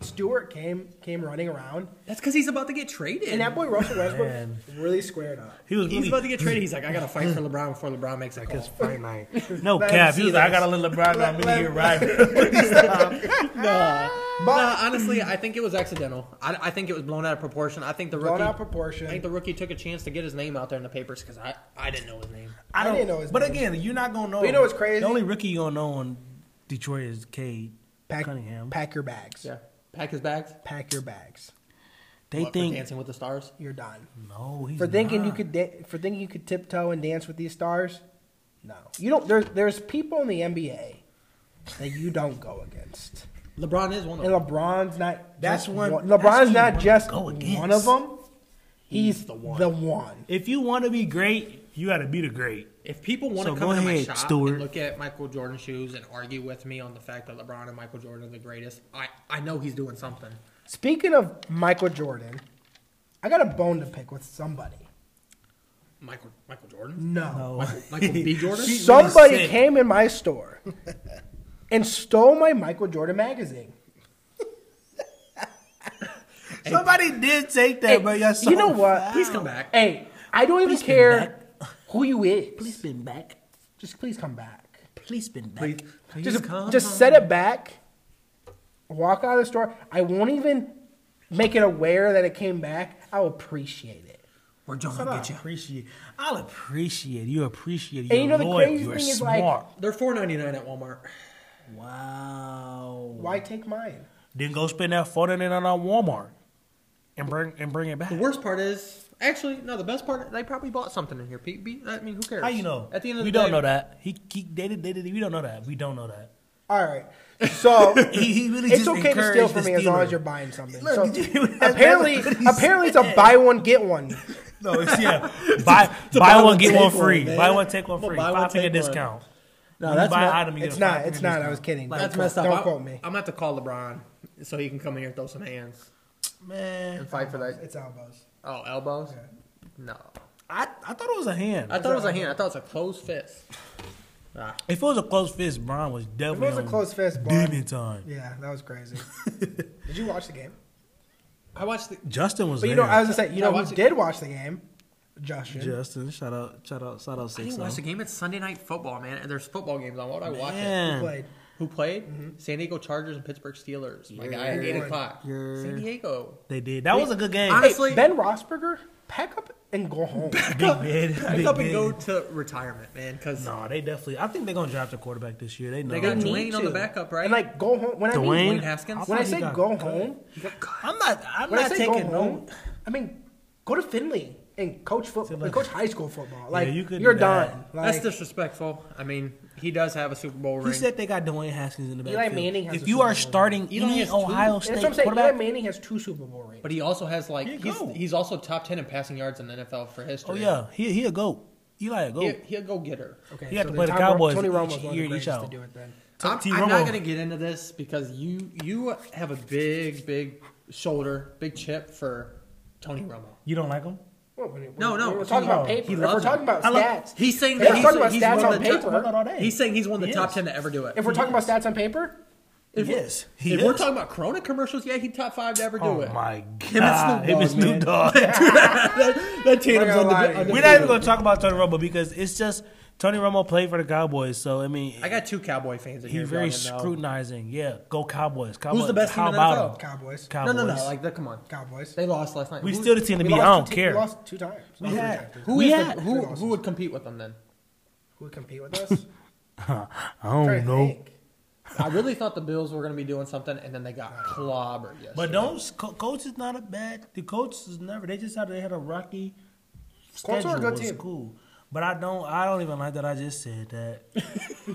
Speaker 2: Stewart came came running around,
Speaker 4: That's because he's about to get traded.
Speaker 2: and that boy Russell Westbrook
Speaker 3: Man.
Speaker 2: really squared up.
Speaker 3: He was
Speaker 4: he's
Speaker 3: really
Speaker 4: about to get traded. He's like, I gotta fight for LeBron before LeBron makes a
Speaker 3: It's
Speaker 4: call.
Speaker 3: Friday night. No
Speaker 2: Let
Speaker 3: cap.
Speaker 2: him
Speaker 3: He was
Speaker 2: see
Speaker 3: like, I
Speaker 2: this.
Speaker 3: gotta let LeBron know I'm in
Speaker 2: let-
Speaker 3: here right.
Speaker 4: Nah,
Speaker 2: But-
Speaker 4: nah. Honestly, I think it was accidental. I, I think it was blown out of proportion. I think the rookie.
Speaker 2: Blown out of
Speaker 4: I think
Speaker 2: proportion.
Speaker 4: the rookie took a chance to get his name out there in the papers because I, I didn't know his name.
Speaker 2: I didn't know his
Speaker 3: But
Speaker 2: name.
Speaker 3: again, you're not gonna know.
Speaker 2: But you know what's crazy?
Speaker 3: The only rookie you gonna know on Detroit is Cade
Speaker 2: Pack,
Speaker 3: Cunningham.
Speaker 2: pack your bags.
Speaker 4: Yeah, pack his bags.
Speaker 2: Pack your bags.
Speaker 3: They
Speaker 4: What, for
Speaker 3: think
Speaker 4: Dancing with the Stars.
Speaker 2: You're done.
Speaker 3: no. He's
Speaker 2: For thinking you
Speaker 3: not.
Speaker 2: could da- for thinking you could tiptoe and dance with these stars, no. You don't. There's there's people in the NBA that you don't go against,
Speaker 4: LeBron is one of
Speaker 2: and
Speaker 4: them.
Speaker 2: LeBron's not.
Speaker 3: That's
Speaker 2: just
Speaker 3: one-
Speaker 2: one-
Speaker 3: that's
Speaker 2: LeBron's
Speaker 3: who you
Speaker 2: not
Speaker 3: wanna
Speaker 2: just
Speaker 3: go
Speaker 2: one of
Speaker 3: against.
Speaker 2: them. He's,
Speaker 4: He's
Speaker 2: the
Speaker 4: the
Speaker 2: one.
Speaker 4: one.
Speaker 3: If you want to be great, you got to be the great.
Speaker 4: If people want
Speaker 3: So
Speaker 4: to
Speaker 3: go
Speaker 4: come into my
Speaker 3: ahead,
Speaker 4: shop
Speaker 3: Stuart.
Speaker 4: and look at Michael Jordan shoes and argue with me on the fact that LeBron and Michael Jordan are the greatest, I, I know he's doing something.
Speaker 2: Speaking of Michael Jordan, I got a bone to pick with somebody.
Speaker 4: Michael Michael Jordan,
Speaker 2: No.
Speaker 4: Michael, Michael B. Jordan.
Speaker 2: Somebody
Speaker 3: sick.
Speaker 2: came in my store and stole my Michael Jordan magazine.
Speaker 3: Somebody did take that,
Speaker 2: Hey,
Speaker 3: but y'all so
Speaker 2: Eh, you know what?
Speaker 4: Please come back.
Speaker 2: Hey, I don't even
Speaker 3: Please been
Speaker 2: care who you is.
Speaker 3: Please spin back.
Speaker 2: Just please come back.
Speaker 3: Please spin back.
Speaker 4: Please-
Speaker 2: just just set it back. Walk out of the store. I won't even make it aware that it came back. I'll appreciate it.
Speaker 4: Or John will
Speaker 3: I
Speaker 4: get you.
Speaker 3: appreciate. I'll appreciate you. Appreciate you.
Speaker 2: And you know the
Speaker 3: loyal,
Speaker 2: crazy
Speaker 3: you're
Speaker 2: thing is, like-
Speaker 3: smart.
Speaker 4: They're four ninety nine at Walmart.
Speaker 3: wow.
Speaker 2: Why take mine?
Speaker 3: Then go spend that forty nine on Walmart and bring and bring it back.
Speaker 4: The worst part is actually no. The best part they probably bought something in here. Pete, Be- I mean, who cares?
Speaker 3: How you know?
Speaker 4: At the end of
Speaker 3: we
Speaker 4: the day,
Speaker 3: don't know that. He, he they did, they did, we don't know that. We don't know that.
Speaker 2: All right. So
Speaker 3: He, he really
Speaker 2: it's
Speaker 3: just
Speaker 2: okay to steal
Speaker 3: encouraged
Speaker 2: from
Speaker 3: the
Speaker 2: me as long
Speaker 3: stealer.
Speaker 2: as you're buying something.
Speaker 3: Look,
Speaker 2: so
Speaker 3: did you- that's
Speaker 2: apparently,
Speaker 3: what he
Speaker 2: apparently it's a
Speaker 3: said.
Speaker 2: buy one get one.
Speaker 3: No, it's yeah. buy buy, one get one free. buy one take one
Speaker 4: Well,
Speaker 3: free.
Speaker 4: buy one,
Speaker 3: Five take a
Speaker 4: take one.
Speaker 3: discount.
Speaker 4: No,
Speaker 3: When you
Speaker 4: that's
Speaker 3: buy an
Speaker 4: not-
Speaker 3: item. You get
Speaker 2: It's
Speaker 3: a
Speaker 2: not.
Speaker 3: five
Speaker 2: It's
Speaker 3: finger
Speaker 2: not. I was
Speaker 3: discount.
Speaker 2: kidding.
Speaker 4: That's
Speaker 2: Don't
Speaker 4: messed up.
Speaker 2: quote- Don't
Speaker 4: I'm-
Speaker 2: quote me.
Speaker 4: I'm gonna have to call LeBron so he can come in here and throw some hands
Speaker 3: man.
Speaker 4: and fight for that.
Speaker 2: It's elbows.
Speaker 4: Oh, elbows? No.
Speaker 3: I, I thought it was a hand.
Speaker 4: I thought it was a hand. I thought it was a closed fist. Ah.
Speaker 3: if it was a close fist, Brian was
Speaker 2: If it
Speaker 3: definitely.
Speaker 2: was a
Speaker 3: on
Speaker 2: close fist, Bond.
Speaker 3: demon time.
Speaker 2: Yeah, that was crazy. did you watch the game?
Speaker 4: I watched the.
Speaker 3: Justin was
Speaker 2: But you know,
Speaker 3: there.
Speaker 2: I was gonna say, you
Speaker 4: No,
Speaker 2: know,
Speaker 4: I
Speaker 2: who
Speaker 4: watched it.
Speaker 2: did watch the game? Justin.
Speaker 3: Justin, shout out, shout out, shout out,
Speaker 4: I
Speaker 3: six. oh.
Speaker 4: didn't watch the game. It's Sunday night football, man. And there's football games on. Why would I watch
Speaker 2: He
Speaker 4: it?
Speaker 3: Man,
Speaker 2: played.
Speaker 4: Who played? San Diego Chargers and Pittsburgh Steelers. My guy at
Speaker 2: You're-
Speaker 4: 8 o'clock.
Speaker 3: you're-
Speaker 4: San Diego.
Speaker 3: They did. That was a good game.
Speaker 4: Honestly,
Speaker 2: Ben Rossberger, pack up and go home.
Speaker 3: Big bid.
Speaker 4: Pack
Speaker 3: Big
Speaker 4: up and
Speaker 3: bid.
Speaker 4: go to retirement, man, because
Speaker 3: No, they definitely. I think they're gonna draft a quarterback this year. They know.
Speaker 4: they got
Speaker 2: need
Speaker 4: Dwayne on the
Speaker 2: to.
Speaker 4: backup, right?
Speaker 2: And like go home. When I mean,
Speaker 3: Dwayne
Speaker 2: when,
Speaker 4: Haskins?
Speaker 2: when I
Speaker 3: thought he
Speaker 2: say
Speaker 3: got
Speaker 2: go
Speaker 3: cut.
Speaker 2: home,
Speaker 3: I'm not. I'm
Speaker 2: when I
Speaker 3: not
Speaker 2: say go
Speaker 3: taking no.
Speaker 2: home, I mean go to Finley and coach football, and coach high school football. Like
Speaker 3: you
Speaker 2: you
Speaker 3: could
Speaker 2: are
Speaker 3: do that.
Speaker 2: done.
Speaker 4: That's
Speaker 2: Like,
Speaker 4: disrespectful. I mean, he does have a Super Bowl
Speaker 3: He
Speaker 4: ring.
Speaker 3: said they got Dwayne Haskins in the
Speaker 2: Eli
Speaker 3: backfield.
Speaker 2: Manning has
Speaker 3: if
Speaker 2: a
Speaker 3: you
Speaker 2: Super
Speaker 3: are
Speaker 2: Bowl
Speaker 3: starting
Speaker 4: He only
Speaker 3: any
Speaker 4: has two.
Speaker 3: Ohio
Speaker 2: and that's
Speaker 3: State
Speaker 2: what I'm saying. Eli
Speaker 3: quarterback,
Speaker 2: Manning has two Super Bowl rings.
Speaker 4: But he also has like
Speaker 3: He a
Speaker 4: he's,
Speaker 3: goat.
Speaker 4: he's also top ten in passing yards in the NFL for
Speaker 3: oh
Speaker 4: history.
Speaker 3: yeah, Oh. he he a goat. Eli a
Speaker 4: he,
Speaker 3: goat.
Speaker 4: he'll go get her.
Speaker 2: okay,
Speaker 3: he had to
Speaker 2: then
Speaker 3: play the
Speaker 2: Ro-
Speaker 3: Cowboys
Speaker 2: Tony Romo's
Speaker 3: each
Speaker 2: one of
Speaker 3: year,
Speaker 2: the
Speaker 3: each
Speaker 2: greatest
Speaker 3: out.
Speaker 2: to do it then.
Speaker 4: I'm,
Speaker 3: T.
Speaker 4: I'm
Speaker 3: Romo.
Speaker 4: not gonna get into this because you you have a big big shoulder, big chip for Tony Romo.
Speaker 3: You don't like him?
Speaker 2: Well, when- when-
Speaker 4: No, no,
Speaker 2: when We're talking about
Speaker 3: he-
Speaker 2: paper.
Speaker 4: he
Speaker 2: If we're
Speaker 4: loves
Speaker 2: talking
Speaker 4: him.
Speaker 2: about
Speaker 3: I love-
Speaker 2: stats.
Speaker 4: He's saying
Speaker 2: If
Speaker 4: that
Speaker 2: we're
Speaker 4: he's,
Speaker 2: talking about
Speaker 4: he's
Speaker 2: stats
Speaker 4: one
Speaker 2: on
Speaker 4: of the top-
Speaker 2: paper-
Speaker 3: Not all day.
Speaker 4: he's saying he's one of the
Speaker 3: He
Speaker 4: top
Speaker 3: is.
Speaker 4: ten to ever do it.
Speaker 2: If we're talking about stats on paper,
Speaker 3: He is. He
Speaker 4: If
Speaker 3: is.
Speaker 4: we're talking about Corona commercials, yeah, he top five to ever do
Speaker 3: oh
Speaker 4: it.
Speaker 3: my
Speaker 4: and
Speaker 3: god,
Speaker 4: Snoop
Speaker 3: him and
Speaker 4: Dogg,
Speaker 3: Snoop Dogg.
Speaker 4: That tandem's
Speaker 2: gonna lie to
Speaker 4: unde-
Speaker 2: you.
Speaker 4: unde-
Speaker 3: We're not even gonna talk about Tony Romo because it's just Tony Romo played for the Cowboys. So I mean,
Speaker 4: I got two Cowboy fans in here.
Speaker 3: he's very
Speaker 4: if y'all didn't know.
Speaker 3: scrutinizing. Yeah, go Cowboys. Cowboys.
Speaker 4: the best
Speaker 3: How
Speaker 4: team in the
Speaker 3: about
Speaker 4: NFL?
Speaker 3: him?
Speaker 2: Cowboys.
Speaker 3: Cowboys.
Speaker 4: No, no, no. Like, the- come on.
Speaker 2: Cowboys.
Speaker 4: They lost last night.
Speaker 3: we
Speaker 4: Who-
Speaker 3: still the team to
Speaker 2: We
Speaker 3: beat. I
Speaker 2: lost
Speaker 3: don't
Speaker 2: two-
Speaker 3: care.
Speaker 2: We lost two times.
Speaker 3: We
Speaker 2: Not three
Speaker 3: had-
Speaker 2: times.
Speaker 4: Who
Speaker 3: We
Speaker 4: is
Speaker 3: had-
Speaker 4: the, who who would compete with them then?
Speaker 2: Who would compete with us?
Speaker 3: I don't
Speaker 2: Trying to
Speaker 3: know.
Speaker 2: think.
Speaker 4: I really thought the Bills were going to be doing something, and then they got clobbered. Yesterday.
Speaker 3: But don't co- coach is not a bad. The coach is never. They just had they had a rocky
Speaker 2: Colts
Speaker 3: schedule.
Speaker 2: are a good
Speaker 3: It was
Speaker 2: team.
Speaker 3: cool. But I don't. I don't even like that I just said that.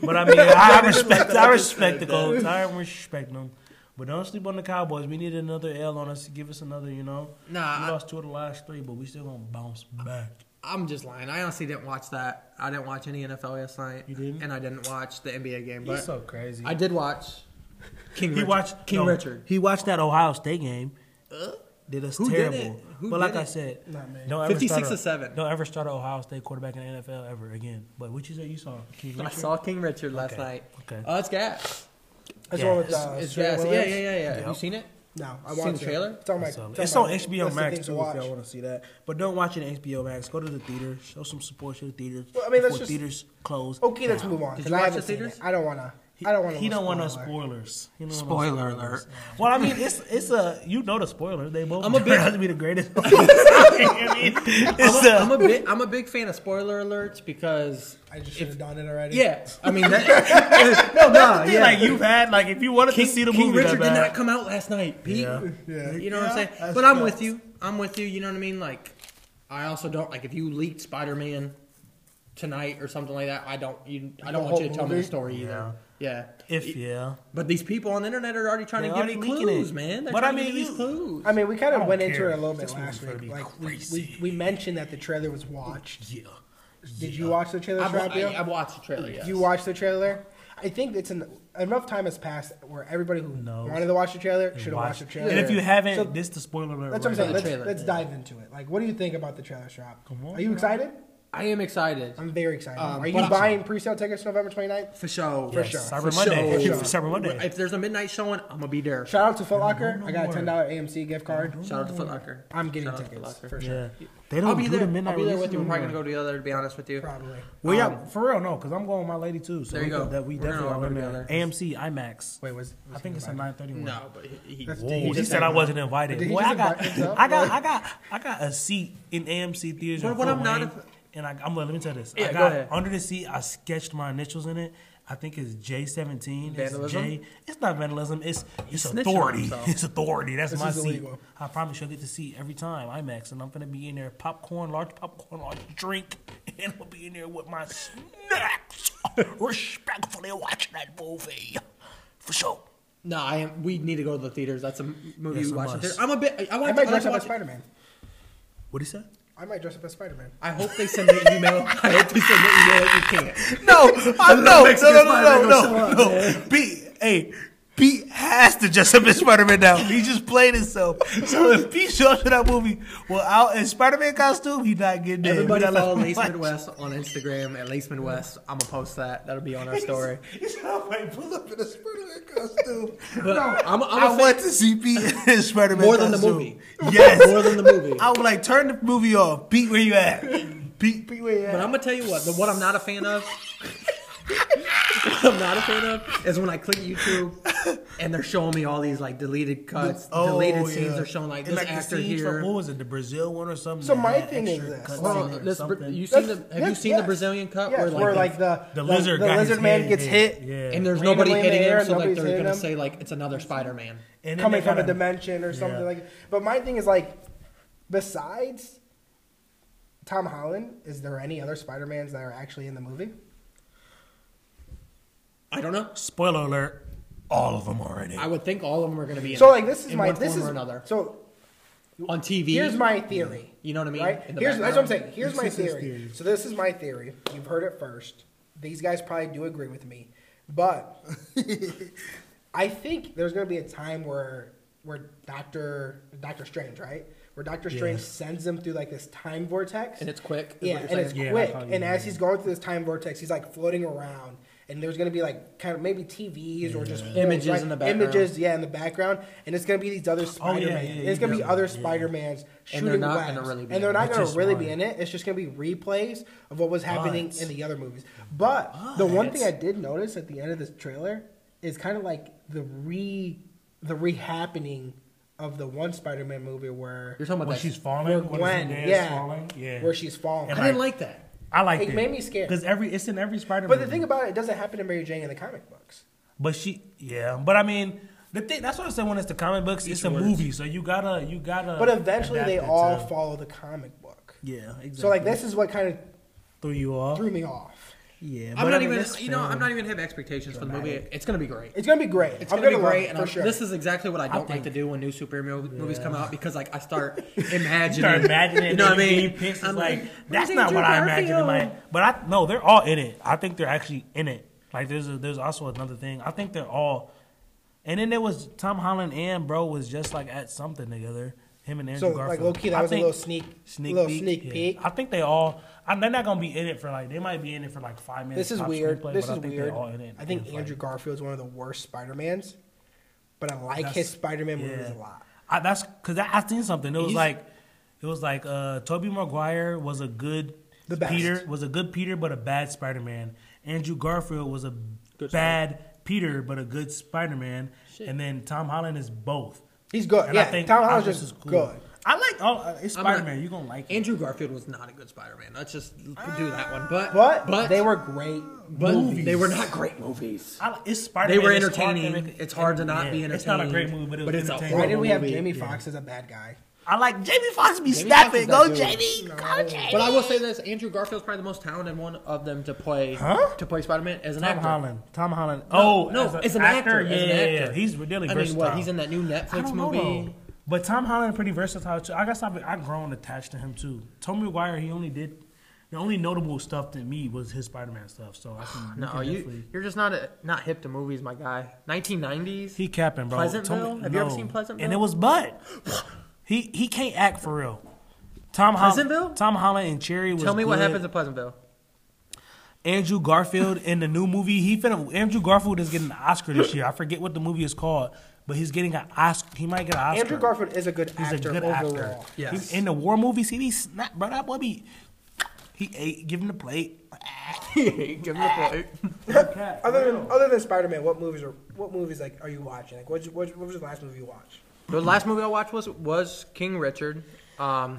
Speaker 3: but I mean, I respect. I respect the Colts. I respect them. But don't sleep on the Cowboys. We need another L on us. Give us another. You know.
Speaker 4: Nah,
Speaker 3: We
Speaker 4: I-
Speaker 3: lost two of the last three, but we still gonna bounce back.
Speaker 4: I'm just lying. I honestly didn't watch that. I didn't watch any NFL last night. You
Speaker 3: didn't?
Speaker 4: And I didn't watch the NBA game. But
Speaker 3: crazy.
Speaker 4: I did watch King.
Speaker 3: he
Speaker 4: Richard.
Speaker 3: watched
Speaker 4: King
Speaker 3: no,
Speaker 4: Richard.
Speaker 3: He watched that Ohio State game.
Speaker 4: Uh?
Speaker 3: Did us
Speaker 4: Who did
Speaker 3: terrible.
Speaker 4: it? Who
Speaker 3: but
Speaker 4: did
Speaker 3: like I
Speaker 4: it?
Speaker 3: said,
Speaker 2: Not me.
Speaker 3: don't ever
Speaker 4: 56
Speaker 3: start a-
Speaker 4: to seven.
Speaker 3: Don't ever start an Ohio State quarterback in the NFL ever again. But what you said you saw? Keith
Speaker 4: I
Speaker 3: Richard?
Speaker 4: saw King Richard last
Speaker 3: Okay,
Speaker 4: night.
Speaker 3: okay.
Speaker 4: Oh, it's gas.
Speaker 2: That's the one with
Speaker 3: It's-
Speaker 2: uh,
Speaker 4: it's
Speaker 2: Serena
Speaker 4: gas. Yeah, yeah,
Speaker 2: Williams?
Speaker 4: yeah, yeah. Have you
Speaker 3: Yep.
Speaker 4: seen it?
Speaker 2: No, I
Speaker 4: Seen
Speaker 2: watched
Speaker 4: the trailer?
Speaker 2: It. It's on my.
Speaker 3: It's on,
Speaker 2: on
Speaker 3: it's
Speaker 2: my-
Speaker 3: on HBO
Speaker 2: that's the
Speaker 3: Max
Speaker 2: thing to
Speaker 3: too if
Speaker 2: watch.
Speaker 3: y'all want to see that. But don't watch it on HBO Max. Go to the theater. Show some support to the theaters.
Speaker 2: Well, I mean, let's
Speaker 3: before
Speaker 2: just-
Speaker 3: theaters close.
Speaker 2: Okay, let's
Speaker 3: down.
Speaker 2: move on.
Speaker 4: Did
Speaker 2: 'cause
Speaker 4: you
Speaker 2: I
Speaker 4: watch
Speaker 2: haven't
Speaker 4: the
Speaker 2: seen
Speaker 4: theaters?
Speaker 2: it. I don't want to.
Speaker 3: He,
Speaker 2: I don't want to.
Speaker 3: He don't want no spoilers. He don't want no
Speaker 4: Spoiler
Speaker 3: spoilers.
Speaker 4: alert.
Speaker 3: Well, I mean, it's it's a you know the spoilers. They both
Speaker 4: I'm a big-
Speaker 3: turned out to be the greatest. I mean, it's a-
Speaker 4: I'm a big. I'm a big fan of spoiler alerts because.
Speaker 2: I just should have done it already.
Speaker 4: Yeah, I mean that. no, no, yeah.
Speaker 3: like you've had like if you wanted
Speaker 4: King,
Speaker 3: to see the
Speaker 4: King
Speaker 3: movie
Speaker 4: Richard
Speaker 3: that
Speaker 4: did
Speaker 3: bad.
Speaker 4: not come out last night, Pete.
Speaker 3: Yeah.
Speaker 2: Yeah.
Speaker 4: You know what I'm
Speaker 3: Yeah,
Speaker 4: saying?
Speaker 3: that's
Speaker 4: But I'm
Speaker 3: facts.
Speaker 4: with you. I'm with you. You know what I mean? Like, I also don't like if you leaked Spider Man tonight or something like that. I don't. You, I don't
Speaker 2: The
Speaker 4: want you
Speaker 2: whole
Speaker 4: to tell me the
Speaker 2: movie?
Speaker 4: story either. Yeah.
Speaker 3: if yeah,
Speaker 4: But these people on the internet are already trying
Speaker 3: They're
Speaker 4: to give me
Speaker 3: already leaking
Speaker 4: clues,
Speaker 3: it.
Speaker 4: man. They're
Speaker 3: But I
Speaker 4: trying to give
Speaker 3: mean,
Speaker 4: me these
Speaker 3: you-
Speaker 4: clues.
Speaker 2: I mean, we kind
Speaker 3: I
Speaker 2: of
Speaker 3: don't
Speaker 2: went into
Speaker 3: care.
Speaker 2: it a little bit
Speaker 3: This
Speaker 2: last week.
Speaker 3: movie's gonna be
Speaker 2: Like we, we,
Speaker 3: crazy.
Speaker 2: we mentioned that the trailer was watched.
Speaker 3: yeah.
Speaker 2: Did you watch the trailer,
Speaker 4: I've, I,
Speaker 2: Fabio?
Speaker 4: I've watched the trailer. Yes.
Speaker 2: You watched the trailer? I think it's an, enough time has passed where everybody who
Speaker 3: Knows.
Speaker 2: wanted to watch the trailer should have watched the trailer.
Speaker 3: And if you haven't,
Speaker 2: So-
Speaker 3: this the spoiler alert.
Speaker 2: That's what I'm
Speaker 3: right
Speaker 2: saying.
Speaker 3: now.
Speaker 2: Let's,
Speaker 4: trailer,
Speaker 2: let's
Speaker 4: yeah.
Speaker 2: dive into it. Like, what do you think about the trailer drop?
Speaker 3: Come on,
Speaker 2: Are you
Speaker 3: bro.
Speaker 2: excited?
Speaker 4: I am excited
Speaker 2: I'm very excited.
Speaker 4: Um,
Speaker 2: Are you
Speaker 4: but-
Speaker 2: buying pre-sale tickets November 29th?
Speaker 4: for sure.
Speaker 2: For
Speaker 3: Yes,
Speaker 2: sure.
Speaker 3: Cyber
Speaker 4: For
Speaker 3: Monday.
Speaker 4: sure.
Speaker 3: For Cyber Monday.
Speaker 4: If there's a midnight showing, I'm gonna be there. Shout
Speaker 2: Shout out to Foot Locker.
Speaker 3: no
Speaker 2: I got a
Speaker 3: more.
Speaker 2: $10 AMC gift card.
Speaker 4: out to Foot Locker.
Speaker 2: I'm getting
Speaker 4: Shout out to Foot
Speaker 2: tickets
Speaker 4: Locker.
Speaker 2: for sure.
Speaker 3: Yeah. They don't
Speaker 4: I'll be
Speaker 3: do
Speaker 4: there.
Speaker 3: the midnight
Speaker 4: I'll be there
Speaker 3: releases
Speaker 4: with you. We're probably gonna
Speaker 3: anymore.
Speaker 4: go together. To be honest with you,
Speaker 2: Probably.
Speaker 3: Well, yeah, for real, no, because I'm going with my lady too. So
Speaker 4: There you
Speaker 3: we-
Speaker 4: go.
Speaker 3: That we
Speaker 4: We're gonna
Speaker 3: definitely
Speaker 4: all
Speaker 3: are
Speaker 4: go
Speaker 3: in
Speaker 4: together.
Speaker 3: there. AMC IMAX.
Speaker 2: Wait, was, was
Speaker 3: I think
Speaker 2: he
Speaker 3: it's a
Speaker 2: invited?
Speaker 3: 931.
Speaker 4: no, but he, he,
Speaker 2: That's-
Speaker 3: Whoa,
Speaker 2: Did he
Speaker 3: he,
Speaker 2: just
Speaker 3: said I
Speaker 2: invite-
Speaker 3: wasn't invited.
Speaker 2: Did he
Speaker 3: Boy,
Speaker 2: just
Speaker 3: I got,
Speaker 2: invite himself?
Speaker 3: I got, I got, I got a seat in AMC theaters.
Speaker 4: But
Speaker 3: in
Speaker 4: what
Speaker 3: Fort
Speaker 4: I'm not
Speaker 3: Wayne,
Speaker 4: a-
Speaker 3: and I, I'm let me tell this.
Speaker 4: Yeah,
Speaker 3: I
Speaker 4: go
Speaker 3: got
Speaker 4: ahead.
Speaker 3: under the seat. I sketched my initials in it. I think it's J seventeen. It's
Speaker 4: Vandalism?
Speaker 3: J. It's not vandalism. It's it's
Speaker 4: snitching on
Speaker 3: authority.
Speaker 4: himself.
Speaker 3: It's authority. That's
Speaker 2: This
Speaker 3: my
Speaker 2: is
Speaker 3: seat.
Speaker 2: illegal.
Speaker 3: I promise you'll get the seat every time IMAX, and I'm gonna be in there popcorn, large popcorn, large drink, and I'll be in there with my snacks, respectfully watching that movie for sure.
Speaker 4: No, I am. We need to go to the theaters. That's a m- movie
Speaker 3: Yes,
Speaker 4: we
Speaker 3: I
Speaker 4: watch. in
Speaker 3: must.
Speaker 4: theaters. I'm a bit. I
Speaker 2: I
Speaker 4: want to,
Speaker 2: might
Speaker 4: I like
Speaker 2: dress
Speaker 4: to
Speaker 2: up as
Speaker 4: watch.
Speaker 2: Spider Man.
Speaker 3: What he said?
Speaker 2: I might dress up as Spider Man.
Speaker 4: I hope they send me an email. I hope they send me an email that you can't.
Speaker 3: No, I know. No,
Speaker 4: Mexican
Speaker 3: no, no,
Speaker 4: Spider-Man
Speaker 3: no, no. no. B, hey, B has to dress up as Spider Man now. He just played himself. So if B shows up in that movie without a Spider Man costume, he not getting there.
Speaker 4: Everybody
Speaker 3: We not
Speaker 4: follow
Speaker 3: letting
Speaker 4: Lace
Speaker 3: him
Speaker 4: Midwest on Instagram at Lace Midwest. I'm gonna post that. That'll be on our story.
Speaker 3: watch. He said, I might pull up in a Spider Man costume.
Speaker 4: But I'm, I'm a
Speaker 3: I
Speaker 4: fan-
Speaker 3: want to see B in Spider Man
Speaker 4: more than the movie.
Speaker 3: Yes.
Speaker 4: more than the movie.
Speaker 3: I would like turn the movie off. Beat where you at. Beat, beat where you at.
Speaker 4: But I'm gonna tell you what. The what I'm not a fan of. I'm not a fan of is when I click YouTube and they're showing me all these like deleted cuts,
Speaker 2: Oh,
Speaker 3: Oh,
Speaker 4: deleted scenes. They're showing like
Speaker 3: And,
Speaker 4: this
Speaker 3: the
Speaker 4: actor
Speaker 3: scenes
Speaker 4: here.
Speaker 3: from- what was it? The Brazil one or something?
Speaker 2: So
Speaker 3: that
Speaker 2: my
Speaker 3: had
Speaker 2: thing is
Speaker 3: extra
Speaker 2: this.
Speaker 3: cuts
Speaker 4: Well,
Speaker 3: in it or
Speaker 4: this-
Speaker 3: something?
Speaker 4: you seen the have you
Speaker 2: That's-
Speaker 4: seen the
Speaker 2: yes.
Speaker 4: Brazilian cut
Speaker 2: Yes,
Speaker 4: where like,
Speaker 2: the,
Speaker 3: the lizard,
Speaker 2: the
Speaker 3: got his
Speaker 2: lizard man
Speaker 3: head
Speaker 2: gets hit,
Speaker 3: Yeah,
Speaker 4: and there's
Speaker 2: randomly
Speaker 4: nobody
Speaker 2: in the
Speaker 4: hitting
Speaker 2: air,
Speaker 4: him, so like
Speaker 2: nobody's
Speaker 4: they're
Speaker 2: hitting
Speaker 4: gonna
Speaker 2: him.
Speaker 4: say like it's another Spider-Man.
Speaker 3: And then
Speaker 2: coming
Speaker 3: they
Speaker 2: from a
Speaker 3: kinda-
Speaker 2: dimension or something
Speaker 3: Yeah.
Speaker 2: like. But my thing is like, besides Tom Holland, is there any other Spider Mans that are actually in the movie?
Speaker 4: I don't know.
Speaker 3: Spoiler alert: all of them are in it.
Speaker 4: I would think all of them are gonna be in
Speaker 2: So
Speaker 4: it,
Speaker 2: like this is
Speaker 4: in
Speaker 2: my
Speaker 4: one
Speaker 2: this
Speaker 4: form
Speaker 2: is
Speaker 4: or another
Speaker 2: so
Speaker 4: on TV.
Speaker 2: here's my theory.
Speaker 4: You know what I mean?
Speaker 2: Right?
Speaker 4: In the
Speaker 2: Here's, that's what I'm
Speaker 4: background.
Speaker 2: saying. Here's my
Speaker 3: This is his
Speaker 2: theory.
Speaker 3: theory.
Speaker 2: So this is my theory. You've heard it first. These guys probably do agree with me, but I think there's going to be a time where where Doctor Doctor Strange, right? Where Doctor Strange
Speaker 3: Yeah.
Speaker 2: sends him through like this time vortex,
Speaker 4: and it's quick. is
Speaker 2: yeah,
Speaker 4: what
Speaker 2: and
Speaker 4: you're
Speaker 2: it's
Speaker 4: saying.
Speaker 3: Yeah,
Speaker 2: quick.
Speaker 3: probably,
Speaker 2: And as
Speaker 3: yeah.
Speaker 2: he's going through this time vortex, he's like floating around, and there's gonna be like kind of maybe TVs or just films,
Speaker 4: Images
Speaker 2: right?
Speaker 4: in the background.
Speaker 2: Images, yeah, in the background, and it's gonna be these other Spider Man.
Speaker 3: Oh, yeah, yeah,
Speaker 2: it's gonna be
Speaker 3: yeah,
Speaker 2: other
Speaker 3: yeah.
Speaker 2: Spider Mans
Speaker 4: And
Speaker 2: shooting
Speaker 4: they're not
Speaker 2: webs,
Speaker 4: gonna really be
Speaker 2: and they're
Speaker 4: in
Speaker 2: not
Speaker 3: it.
Speaker 2: gonna
Speaker 3: Which is
Speaker 2: really
Speaker 3: fine.
Speaker 2: be in it. It's just gonna be replays of what was happening
Speaker 3: But-
Speaker 2: in the other movies. But the one
Speaker 3: but-
Speaker 2: thing I did notice at the end of this trailer is kind of like the re the rehappening of the one Spider Man movie where.
Speaker 4: You're talking about
Speaker 3: when
Speaker 4: that.
Speaker 3: she's falling,
Speaker 2: where
Speaker 3: when
Speaker 2: Gwen,
Speaker 3: Zendaya's
Speaker 2: yeah,
Speaker 3: falling, yeah,
Speaker 2: where she's falling.
Speaker 3: And
Speaker 4: I didn't like that.
Speaker 3: I like
Speaker 2: It made me scared.
Speaker 3: because every it's in every Spider-Man.
Speaker 2: But the thing about it, it doesn't happen to Mary Jane in the comic books.
Speaker 3: But she, yeah. But I mean, the thing that's what I said when it's the comic books, it's a movie, so you gotta, you gotta.
Speaker 2: But eventually,
Speaker 3: adapt
Speaker 2: they
Speaker 3: it to-
Speaker 2: all follow the comic book.
Speaker 3: Yeah, exactly.
Speaker 2: So like, this is what kind of
Speaker 3: threw you off.
Speaker 2: threw me off.
Speaker 3: Yeah,
Speaker 4: I'm
Speaker 3: but
Speaker 4: not
Speaker 3: I mean,
Speaker 4: even.
Speaker 3: that's
Speaker 4: You know, I'm
Speaker 3: fair.
Speaker 4: not even have expectations for the movie. It's gonna be great.
Speaker 2: It's gonna be great.
Speaker 4: It's
Speaker 2: I'm
Speaker 4: gonna, be
Speaker 2: love
Speaker 4: great,
Speaker 2: it,
Speaker 4: and
Speaker 2: for
Speaker 4: I'm,
Speaker 2: sure.
Speaker 4: this is exactly what I don't like
Speaker 3: think-
Speaker 4: to do when new superhero movies come out because like I start imagining,
Speaker 3: Start imagining,
Speaker 4: you know what I mean?
Speaker 3: Picks is
Speaker 4: I'm
Speaker 3: like that's
Speaker 4: "Where's
Speaker 3: not
Speaker 4: Andrew
Speaker 3: what I imagined in my.
Speaker 4: Garfield?"
Speaker 3: But I no, they're all in it. I think they're actually in it. Like there's a, there's also another thing. I think they're all. And then there was Tom Holland and bro was just like at something together. Him and Andrew
Speaker 2: so
Speaker 3: Garfield.
Speaker 2: like low key. That
Speaker 3: I
Speaker 2: was a
Speaker 3: think-
Speaker 2: little sneak,
Speaker 3: sneak
Speaker 2: little
Speaker 3: peek.
Speaker 2: sneak
Speaker 3: Yeah.
Speaker 2: peek.
Speaker 3: I think they all. I, they're not gonna be in it for like. They might be in it for like five minutes.
Speaker 2: This is
Speaker 3: top
Speaker 2: weird.
Speaker 3: screenplay,
Speaker 2: This
Speaker 3: but
Speaker 2: is
Speaker 3: I think
Speaker 2: weird.
Speaker 3: They're all in it.
Speaker 2: I think
Speaker 3: It's,
Speaker 2: Andrew Garfield's one of the worst Spider Mans, but I like
Speaker 3: That's-
Speaker 2: his Spider Man
Speaker 3: Like,
Speaker 2: movies
Speaker 3: yeah.
Speaker 2: a lot.
Speaker 3: I, that's because I, I seen something. It was
Speaker 4: He's-
Speaker 3: like, it was like uh, Toby Maguire was a good
Speaker 2: The best.
Speaker 3: Peter was a good Peter, but a bad Spider Man. Andrew Garfield was a bad Peter, but a good Spider Man. And then Tom Holland is both.
Speaker 2: He's good.
Speaker 3: And
Speaker 2: yeah,
Speaker 3: I think
Speaker 2: Tom Holland's
Speaker 3: Octopus
Speaker 2: just
Speaker 3: is cool.
Speaker 2: good.
Speaker 3: I like. Oh, uh, it's
Speaker 4: I'm not-
Speaker 3: Spider Man. You are gonna like it.
Speaker 4: Andrew Garfield was not a good Spider-Man. Let's just do that one. But
Speaker 2: But,
Speaker 4: but
Speaker 2: they were great.
Speaker 4: but they were not great movies.
Speaker 3: I, it's Spider
Speaker 4: They
Speaker 3: Man.
Speaker 4: were entertaining. It's hard to not be entertained.
Speaker 3: It's not a great movie, but it was
Speaker 4: it's a
Speaker 3: entertaining.
Speaker 2: Why did we have
Speaker 4: movie.
Speaker 2: Jamie Foxx as a bad guy?
Speaker 3: I like Jamie Foxx be
Speaker 4: Jamie Foxx
Speaker 3: snapping.
Speaker 4: is
Speaker 3: Go
Speaker 4: that dude.
Speaker 3: Jamie, go Jamie.
Speaker 4: But I will say this: Andrew Garfield's probably the most talented one of them to play
Speaker 3: Huh?
Speaker 4: to play Spider-Man as an
Speaker 3: Tom
Speaker 4: actor.
Speaker 3: Holland. Tom Holland.
Speaker 4: No,
Speaker 3: oh
Speaker 4: no,
Speaker 3: a
Speaker 4: as an actor,
Speaker 3: Yeah,
Speaker 4: as an
Speaker 3: yeah, yeah.
Speaker 4: actor.
Speaker 3: He's really
Speaker 4: I
Speaker 3: versatile.
Speaker 4: mean, what? He's in that new
Speaker 3: I
Speaker 4: Netflix
Speaker 3: don't know,
Speaker 4: movie.
Speaker 3: though. But Tom Holland pretty versatile too. I guess I've I've grown attached to him too. Tommy Maguire, he only did the only notable stuff to me was his Spider Man stuff. So I can,
Speaker 4: No,
Speaker 3: can
Speaker 4: you
Speaker 3: definitely-
Speaker 4: you're just not a, not hip to movies, my guy. 1990s.
Speaker 3: he capping bro.
Speaker 4: Pleasantville? Have you ever seen Pleasantville?
Speaker 3: And it was Bud. he he can't act for real. Tom
Speaker 4: Pleasantville?
Speaker 3: Holland. Tom Holland and Cherry was
Speaker 4: Tell me what
Speaker 3: good.
Speaker 4: happens in Pleasantville.
Speaker 3: Andrew Garfield in the new movie. He finna Andrew Garfield is getting an Oscar this year. I forget what the movie is called, but he's getting an Oscar. He might get an Oscar.
Speaker 2: Andrew Garfield is a good
Speaker 3: He's
Speaker 2: actor
Speaker 3: a good
Speaker 2: overall.
Speaker 3: actor.
Speaker 4: Yes.
Speaker 3: He- in the war movies, he be snap, bro. That boy be. He ate, give him the plate.
Speaker 4: Give me a plate.
Speaker 2: Other than other than Spider Man, what movies are what movies like are you watching? Like what what, what was the last movie you watched?
Speaker 4: The last movie I watched was was King Richard. Um,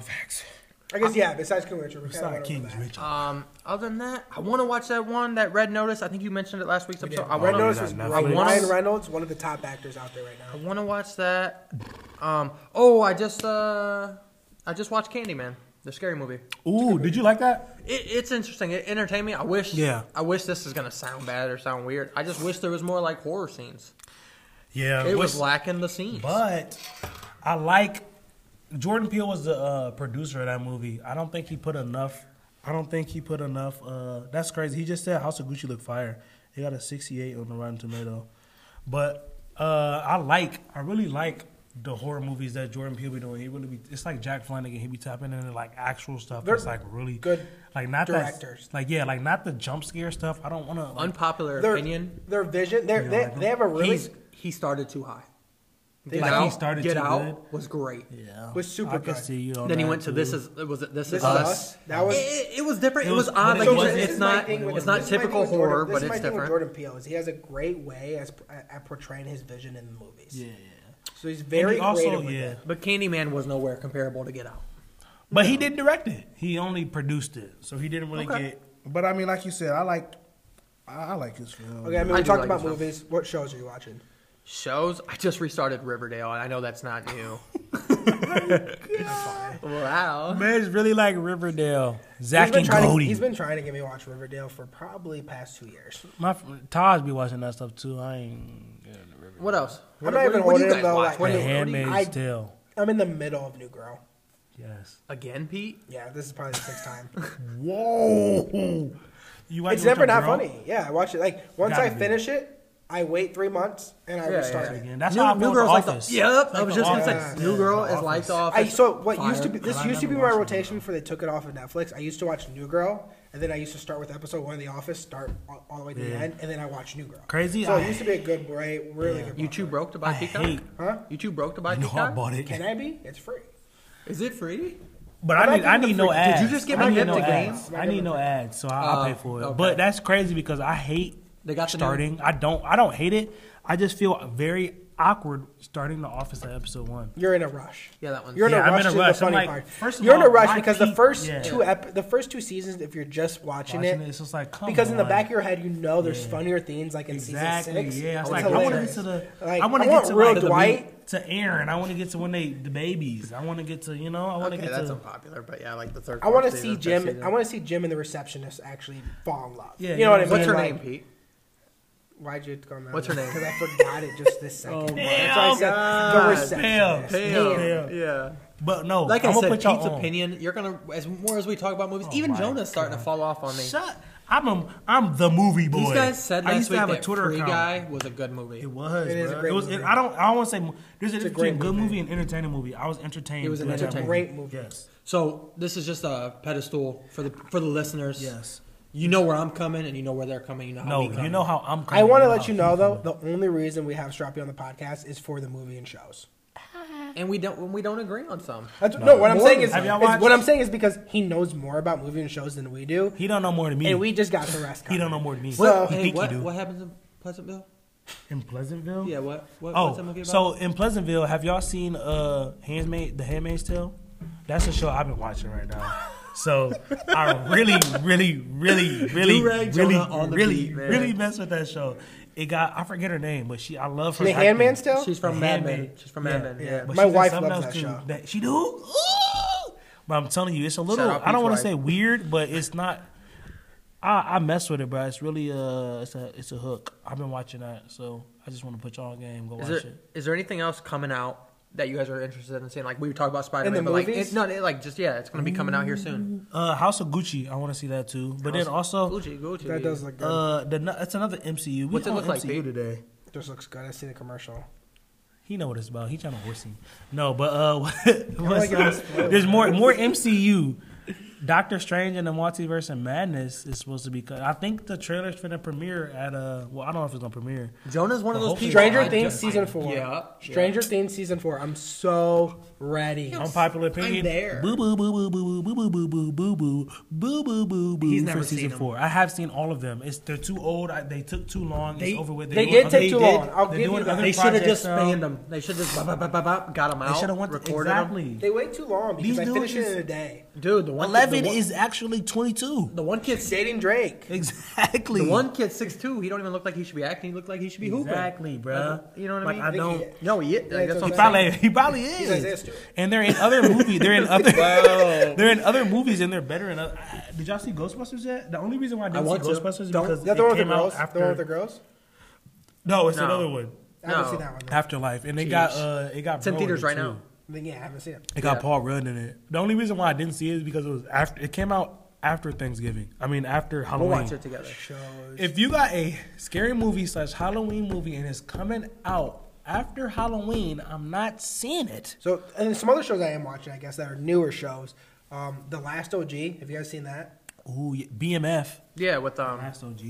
Speaker 2: I guess yeah. Besides King Richard, we
Speaker 3: It's
Speaker 2: kinda
Speaker 3: not
Speaker 2: went over
Speaker 3: King's
Speaker 2: that.
Speaker 3: Richard.
Speaker 4: um, other than that, I want to watch that one, that Red Notice. I think you mentioned it last week's
Speaker 2: We did.
Speaker 3: Oh,
Speaker 4: episode. I
Speaker 2: Red
Speaker 4: want
Speaker 2: Notice
Speaker 4: to.
Speaker 2: was
Speaker 3: that
Speaker 2: great.
Speaker 4: Netflix.
Speaker 2: Ryan Reynolds, one of the top actors out there right
Speaker 4: I
Speaker 2: now.
Speaker 4: want to watch that. Um, oh, I just uh, I just watched Candyman, the scary movie.
Speaker 3: Ooh, did you like that?
Speaker 4: It, it's interesting. It entertained me. I wish.
Speaker 3: Yeah.
Speaker 4: I wish this is gonna sound bad or sound weird. I just wish there was more like horror scenes.
Speaker 3: Yeah,
Speaker 4: It was lacking the scenes.
Speaker 3: But I like Jordan Peele was the uh, producer of that movie. I don't think he put enough. I don't think he put enough. Uh, that's crazy. He just said House of Gucci look fire. He got a 68 on the Rotten Tomato. But uh, I like. I really like the horror movies that Jordan Peele be doing. He really be. It's like Jack Flanagan. He be tapping into like actual stuff.
Speaker 2: They're
Speaker 3: that's like really
Speaker 2: good
Speaker 3: Like not
Speaker 2: directors.
Speaker 3: That, like yeah, like not the jump scare stuff. I don't want to. Like,
Speaker 4: Unpopular
Speaker 2: Their
Speaker 4: opinion.
Speaker 2: their vision, their,
Speaker 3: You
Speaker 2: they
Speaker 3: like
Speaker 2: they have a really
Speaker 4: He's, he started too high. Get
Speaker 3: Like, he
Speaker 4: out,
Speaker 3: started
Speaker 4: get
Speaker 3: too
Speaker 4: out
Speaker 3: good.
Speaker 4: was great.
Speaker 3: Yeah,
Speaker 2: Was super
Speaker 6: I can
Speaker 2: good.
Speaker 6: see you. on
Speaker 4: Then he
Speaker 6: that,
Speaker 4: went to
Speaker 6: too.
Speaker 4: this is was it this,
Speaker 2: This is
Speaker 4: is us.
Speaker 2: us. That was.
Speaker 4: It, it- it was different. It,
Speaker 3: It
Speaker 4: was,
Speaker 3: was- but
Speaker 4: odd. Like
Speaker 3: it
Speaker 4: it
Speaker 3: was-
Speaker 4: was,
Speaker 2: this
Speaker 4: it's
Speaker 2: is my
Speaker 4: not
Speaker 2: thing with-
Speaker 4: it's not
Speaker 2: this is my thing
Speaker 4: typical
Speaker 2: with
Speaker 4: horror,
Speaker 2: Jordan, this
Speaker 4: but
Speaker 2: is my
Speaker 4: it's
Speaker 2: thing with
Speaker 4: different.
Speaker 2: Jordan Peele is he has a great way as at portraying his vision in the movies.
Speaker 3: yeah, yeah.
Speaker 2: So he's
Speaker 6: And
Speaker 2: very
Speaker 6: he also,
Speaker 2: creative with
Speaker 6: yeah.
Speaker 2: that.
Speaker 4: But Candyman was nowhere comparable to Get Out.
Speaker 6: But he didn't direct it. He only produced it, so he didn't really
Speaker 4: Okay.
Speaker 6: get. But I mean, like you said, I like, I, I like his film.
Speaker 2: Okay, I mean,
Speaker 4: I
Speaker 2: we
Speaker 4: do
Speaker 2: talked
Speaker 4: like
Speaker 2: about
Speaker 4: this one.
Speaker 2: movies. What shows are you watching?
Speaker 4: Shows. I just restarted Riverdale, and I know that's not new. wow.
Speaker 3: Man's really like Riverdale.
Speaker 2: He's
Speaker 3: Zach
Speaker 2: been,
Speaker 3: and
Speaker 2: trying to,
Speaker 3: Cody.
Speaker 2: he's been trying to get me to watch Riverdale for probably past two years.
Speaker 3: My fr- Taj be watching that stuff too. I ain't. Good in the river.
Speaker 4: What else?
Speaker 2: I'm
Speaker 4: What,
Speaker 2: not
Speaker 4: what-
Speaker 2: even
Speaker 4: what do you
Speaker 2: older,
Speaker 4: guys
Speaker 2: though,
Speaker 4: watch?
Speaker 2: like,
Speaker 4: What
Speaker 3: The
Speaker 4: do you- what do you-
Speaker 3: Handmaid's
Speaker 2: I-
Speaker 3: Tale.
Speaker 2: I'm in the middle of New Girl.
Speaker 3: Yes.
Speaker 4: Again, Pete.
Speaker 2: Yeah, this is probably the sixth time.
Speaker 6: Whoa! You watch
Speaker 2: it's
Speaker 6: it with
Speaker 2: never
Speaker 6: your
Speaker 2: not
Speaker 6: bro?
Speaker 2: funny. Yeah, I watch it. Like once
Speaker 3: Gotta
Speaker 2: I
Speaker 3: be.
Speaker 2: finish it, I wait three months and I
Speaker 4: Yeah,
Speaker 2: restart
Speaker 4: yeah,
Speaker 2: it.
Speaker 3: Again, that's
Speaker 4: New,
Speaker 3: how I feel
Speaker 4: New
Speaker 3: with the
Speaker 4: Girl's like the
Speaker 3: office.
Speaker 4: yep.
Speaker 3: Like
Speaker 4: I was
Speaker 3: The
Speaker 4: just gonna say
Speaker 3: Office.
Speaker 4: New
Speaker 3: Yeah,
Speaker 4: Girl
Speaker 3: The
Speaker 4: is like
Speaker 3: Office.
Speaker 4: the
Speaker 2: I
Speaker 4: office.
Speaker 2: so what
Speaker 4: Fire.
Speaker 2: used to be this
Speaker 3: I
Speaker 2: used to be
Speaker 3: never
Speaker 2: my
Speaker 3: watched it.
Speaker 2: rotation before they took it off of Netflix. I used to watch New Girl, and then I used to start with episode one of The Office, start all, all the way to the
Speaker 3: Yeah.
Speaker 2: end, and then I watch New Girl.
Speaker 3: Crazy,
Speaker 2: So
Speaker 3: I-
Speaker 2: it used to be a good, right? Really good.
Speaker 4: You too
Speaker 2: buffer.
Speaker 4: broke to
Speaker 3: I
Speaker 4: buy Peacock?
Speaker 3: hate.
Speaker 2: Huh?
Speaker 4: You too broke to buy
Speaker 3: I know I
Speaker 4: Peacock?
Speaker 3: bought it,
Speaker 2: Can I be? It's free.
Speaker 4: Is it free?
Speaker 3: but I
Speaker 2: not
Speaker 3: need I
Speaker 2: giving
Speaker 3: need
Speaker 2: a
Speaker 3: no
Speaker 2: freak-
Speaker 3: ads.
Speaker 4: Did you just get
Speaker 3: I
Speaker 4: my
Speaker 3: need
Speaker 4: hip
Speaker 3: no
Speaker 4: to
Speaker 3: ads.
Speaker 4: games?
Speaker 3: I need no ads, so I,
Speaker 4: Uh,
Speaker 3: I pay for it.
Speaker 4: okay.
Speaker 3: But that's crazy because I hate
Speaker 4: They got the new-
Speaker 3: starting. I don't. I don't hate it. I just feel very awkward starting the office at episode one.
Speaker 2: You're in a rush.
Speaker 4: Yeah, that one's-
Speaker 2: You're in
Speaker 3: Yeah,
Speaker 2: a
Speaker 3: I'm
Speaker 2: rush.
Speaker 3: in a
Speaker 2: is the
Speaker 3: rush. I'm
Speaker 2: funny
Speaker 3: like,
Speaker 2: part.
Speaker 3: first of
Speaker 2: you're in a
Speaker 3: all,
Speaker 2: rush
Speaker 3: why
Speaker 2: because the
Speaker 3: keep-
Speaker 2: first
Speaker 3: yeah.
Speaker 2: two ep- the first two seasons, if you're just watching,
Speaker 3: Watching
Speaker 2: it,
Speaker 3: it, it's just like, come
Speaker 2: because in the
Speaker 3: on.
Speaker 2: back of your head you know there's funnier things like in
Speaker 3: Exactly.
Speaker 2: season six.
Speaker 3: Yeah. It's
Speaker 4: Oh,
Speaker 2: It's
Speaker 3: like, I want to get
Speaker 2: hilarious.
Speaker 3: to the.
Speaker 2: Like,
Speaker 3: I want to
Speaker 2: want
Speaker 3: get to
Speaker 2: real
Speaker 3: like,
Speaker 2: Dwight.
Speaker 3: The, to Aaron. I want to get to when they the babies. I want to get to you know. I want to
Speaker 4: Okay,
Speaker 3: get
Speaker 4: that's
Speaker 3: to.
Speaker 4: unpopular, but yeah, I like the third.
Speaker 2: I want
Speaker 4: fourth
Speaker 2: to
Speaker 4: season,
Speaker 2: see Jim.
Speaker 4: fifth season.
Speaker 2: I want to see Jim and the receptionist actually fall in love.
Speaker 3: Yeah,
Speaker 2: you
Speaker 3: yeah,
Speaker 2: know what I mean?
Speaker 3: to-
Speaker 4: What's her
Speaker 2: Like,
Speaker 4: name, Pete?
Speaker 2: Why'd you go? on that?
Speaker 4: What's her name? Oh,
Speaker 2: Because I forgot it just this second.
Speaker 3: my
Speaker 2: That's why I said the
Speaker 4: God.
Speaker 2: receptionist.
Speaker 4: Pam.
Speaker 3: Pam.
Speaker 4: Yeah.
Speaker 3: but no,
Speaker 4: Like i
Speaker 3: I'm gonna
Speaker 4: said,
Speaker 3: put
Speaker 4: Pete's
Speaker 3: y'all on. Oh
Speaker 4: opinion. You're gonna as more as we talk about movies. even
Speaker 3: my
Speaker 4: Jonah's starting to fall off on me.
Speaker 3: Shut. I'm a, I'm the movie boy.
Speaker 4: These guys said
Speaker 3: I
Speaker 4: last
Speaker 3: used to
Speaker 4: week
Speaker 3: have
Speaker 4: that
Speaker 3: a Twitter
Speaker 4: Free
Speaker 3: account.
Speaker 4: Guy was a good movie.
Speaker 3: It was.
Speaker 2: It is
Speaker 3: bruh.
Speaker 2: a great
Speaker 3: it was,
Speaker 2: movie.
Speaker 3: It, I don't. I don't want to say mo- there's a
Speaker 2: a
Speaker 3: difference
Speaker 2: great
Speaker 3: between good
Speaker 2: movie.
Speaker 3: movie and entertaining movie. I was entertained.
Speaker 4: It was an
Speaker 3: throughout that
Speaker 4: entertaining-
Speaker 2: Great movie.
Speaker 3: Yes.
Speaker 4: So this is just a pedestal for the for the listeners.
Speaker 3: Yes.
Speaker 4: You know where I'm coming, and you know where they're coming. You know how
Speaker 3: No.
Speaker 4: we come.
Speaker 3: You know how I'm.
Speaker 2: I
Speaker 3: coming,
Speaker 2: want to
Speaker 3: how
Speaker 2: let you
Speaker 3: he
Speaker 2: know though,
Speaker 3: coming.
Speaker 2: the only reason we have Strappy on the podcast is for the movie and shows.
Speaker 4: and we don't we don't agree on some.
Speaker 2: That's, no, what I'm
Speaker 4: More
Speaker 2: saying
Speaker 4: than
Speaker 2: is,
Speaker 3: that. Have
Speaker 2: is
Speaker 3: y'all
Speaker 2: what
Speaker 3: watched-
Speaker 2: I'm saying is because he knows more about movie and shows than we do,
Speaker 3: He don't know more than me.
Speaker 2: and we just got the rest.
Speaker 3: he don't know
Speaker 2: covered.
Speaker 3: more than me.
Speaker 2: So-
Speaker 3: he
Speaker 4: hey,
Speaker 3: think
Speaker 4: what,
Speaker 3: he do.
Speaker 4: what happens in Pleasantville?
Speaker 3: in Pleasantville?
Speaker 4: Yeah, what, what what's that
Speaker 3: Oh,
Speaker 4: movie about?
Speaker 3: so in Pleasantville, have y'all seen uh Handmaid The Handmaid's Tale? That's a show I've been watching right now. So I really, really, really, really,
Speaker 4: Durag
Speaker 3: really,
Speaker 4: Jonah on the
Speaker 3: really,
Speaker 4: beat, man.
Speaker 3: really mess with that show. It got I forget her name, but she I love her.
Speaker 2: The
Speaker 3: acting.
Speaker 2: Handmaid's Tale.
Speaker 4: she's from
Speaker 3: The
Speaker 4: Mad Men.
Speaker 3: Handmaid.
Speaker 4: She's from Mad Men. Yeah.
Speaker 3: But
Speaker 2: My
Speaker 3: she did
Speaker 2: wife
Speaker 3: something
Speaker 2: loves
Speaker 3: else
Speaker 2: that
Speaker 3: too
Speaker 2: show.
Speaker 3: That she do. Ooh! But I'm telling you, it's a little.
Speaker 4: out
Speaker 3: I don't want to
Speaker 4: Pete's
Speaker 3: say
Speaker 4: wife.
Speaker 3: weird, but it's not. I, I mess with it, bro. It's really uh, it's a it's a hook. I've been watching that, so I just want to put y'all on game. Go
Speaker 4: Is
Speaker 3: watch
Speaker 4: there
Speaker 3: it.
Speaker 4: is there anything else coming out that you guys are interested in seeing? Like we talked about Spider
Speaker 2: In the
Speaker 4: Man, but like
Speaker 2: movies?
Speaker 4: it, no, it, like just yeah, it's gonna be coming out here soon.
Speaker 3: Uh, House of Gucci. I want to see that too. But then
Speaker 4: House-
Speaker 3: also,
Speaker 4: Gucci, Gucci.
Speaker 2: That does look good.
Speaker 3: uh, the no- it's another MCU. We
Speaker 4: What's it
Speaker 3: on
Speaker 4: look like,
Speaker 3: MCU
Speaker 4: babe?
Speaker 3: today?
Speaker 2: Just looks good. I see the commercial.
Speaker 3: He know what it's about. He trying to horse him. No, but uh, what's,
Speaker 2: give
Speaker 3: uh,
Speaker 2: a spoiler.
Speaker 3: there's more more MCU. Doctor Strange and the Multiverse of Madness is supposed to be. co- I think the trailer's gonna premiere at uh. Well, I don't know if it's gonna premiere.
Speaker 4: Jonah's one of
Speaker 3: Well,
Speaker 4: those people.
Speaker 2: Stranger
Speaker 4: I
Speaker 2: Things
Speaker 4: just-
Speaker 2: season
Speaker 4: I-
Speaker 2: four.
Speaker 4: Yeah.
Speaker 2: Stranger Things season four. I'm so ready.
Speaker 3: Unpopular opinion.
Speaker 4: I'm there.
Speaker 3: Boo boo boo boo boo boo boo boo boo boo boo boo boo boo boo.
Speaker 4: He's
Speaker 3: for
Speaker 4: never
Speaker 3: season
Speaker 4: seen 'em.
Speaker 3: four. I have seen all of them. It's they're too old. I, they took too long.
Speaker 4: They-
Speaker 3: it's over with. They're
Speaker 2: they
Speaker 3: doing
Speaker 2: did
Speaker 3: other-
Speaker 2: take too
Speaker 4: did.
Speaker 2: long. I'll
Speaker 3: They're
Speaker 2: give you
Speaker 3: doing
Speaker 2: that.
Speaker 3: other
Speaker 4: They should have
Speaker 3: projects
Speaker 4: just
Speaker 3: now.
Speaker 4: spammed them. They should just bop, bop, bop, bop, bop, got them out.
Speaker 3: They should have went
Speaker 4: recorded 'em.
Speaker 3: exactly.
Speaker 2: They wait too long because
Speaker 3: These
Speaker 2: I finished it
Speaker 3: dudes-
Speaker 2: in a day.
Speaker 4: Dude, the one
Speaker 3: Eleven
Speaker 4: the one,
Speaker 3: is actually twenty-two.
Speaker 4: the one kid's
Speaker 2: He's dating Drake.
Speaker 3: Exactly.
Speaker 4: The one kid six two. He don't even look like he should be acting. He looked like he should be hooping.
Speaker 3: Exactly, bruh.
Speaker 4: You know what
Speaker 3: Like,
Speaker 4: I
Speaker 3: I
Speaker 4: mean?
Speaker 3: don't.
Speaker 4: no, he. Like,
Speaker 2: that's
Speaker 4: that's
Speaker 2: what
Speaker 4: what
Speaker 3: He
Speaker 4: I'm
Speaker 2: I'm
Speaker 3: probably, he probably
Speaker 2: He's Isaiah
Speaker 3: is.
Speaker 2: Stewart.
Speaker 3: And they're in other movies. They're in other.
Speaker 4: Wow.
Speaker 3: they're in other movies, and they're better. In other, I- did y'all see Ghostbusters yet? The only reason why I didn't
Speaker 4: want
Speaker 3: see
Speaker 4: to.
Speaker 3: Ghostbusters is
Speaker 4: Don't-
Speaker 3: because
Speaker 2: Is that
Speaker 3: it
Speaker 2: the one with the
Speaker 3: came out
Speaker 2: girls?
Speaker 3: after.
Speaker 2: The one with the girls?
Speaker 3: No, it's
Speaker 4: No.
Speaker 3: another one.
Speaker 2: I haven't
Speaker 4: No.
Speaker 2: seen that one. though.
Speaker 3: Afterlife, and they
Speaker 4: Jeez.
Speaker 3: got uh, it got
Speaker 4: It's in
Speaker 3: Bro
Speaker 4: theaters
Speaker 3: it,
Speaker 4: right
Speaker 3: too.
Speaker 4: now.
Speaker 2: Then, yeah, I haven't seen it.
Speaker 3: It got
Speaker 4: Yeah.
Speaker 3: Paul Rudd in it. The only reason why I didn't see it is because it was after. It came out after Thanksgiving. I mean, after
Speaker 4: We'll
Speaker 3: Halloween.
Speaker 4: watch it together.
Speaker 2: Shows.
Speaker 3: If you got a scary movie slash Halloween movie and it's coming out after Halloween, I'm not seeing it.
Speaker 2: So, and then some other shows I am watching, I guess, that are newer shows. Um, the Last OG. Have you guys seen that?
Speaker 3: Ooh, yeah, BMF.
Speaker 4: Yeah, with um
Speaker 3: Last OG.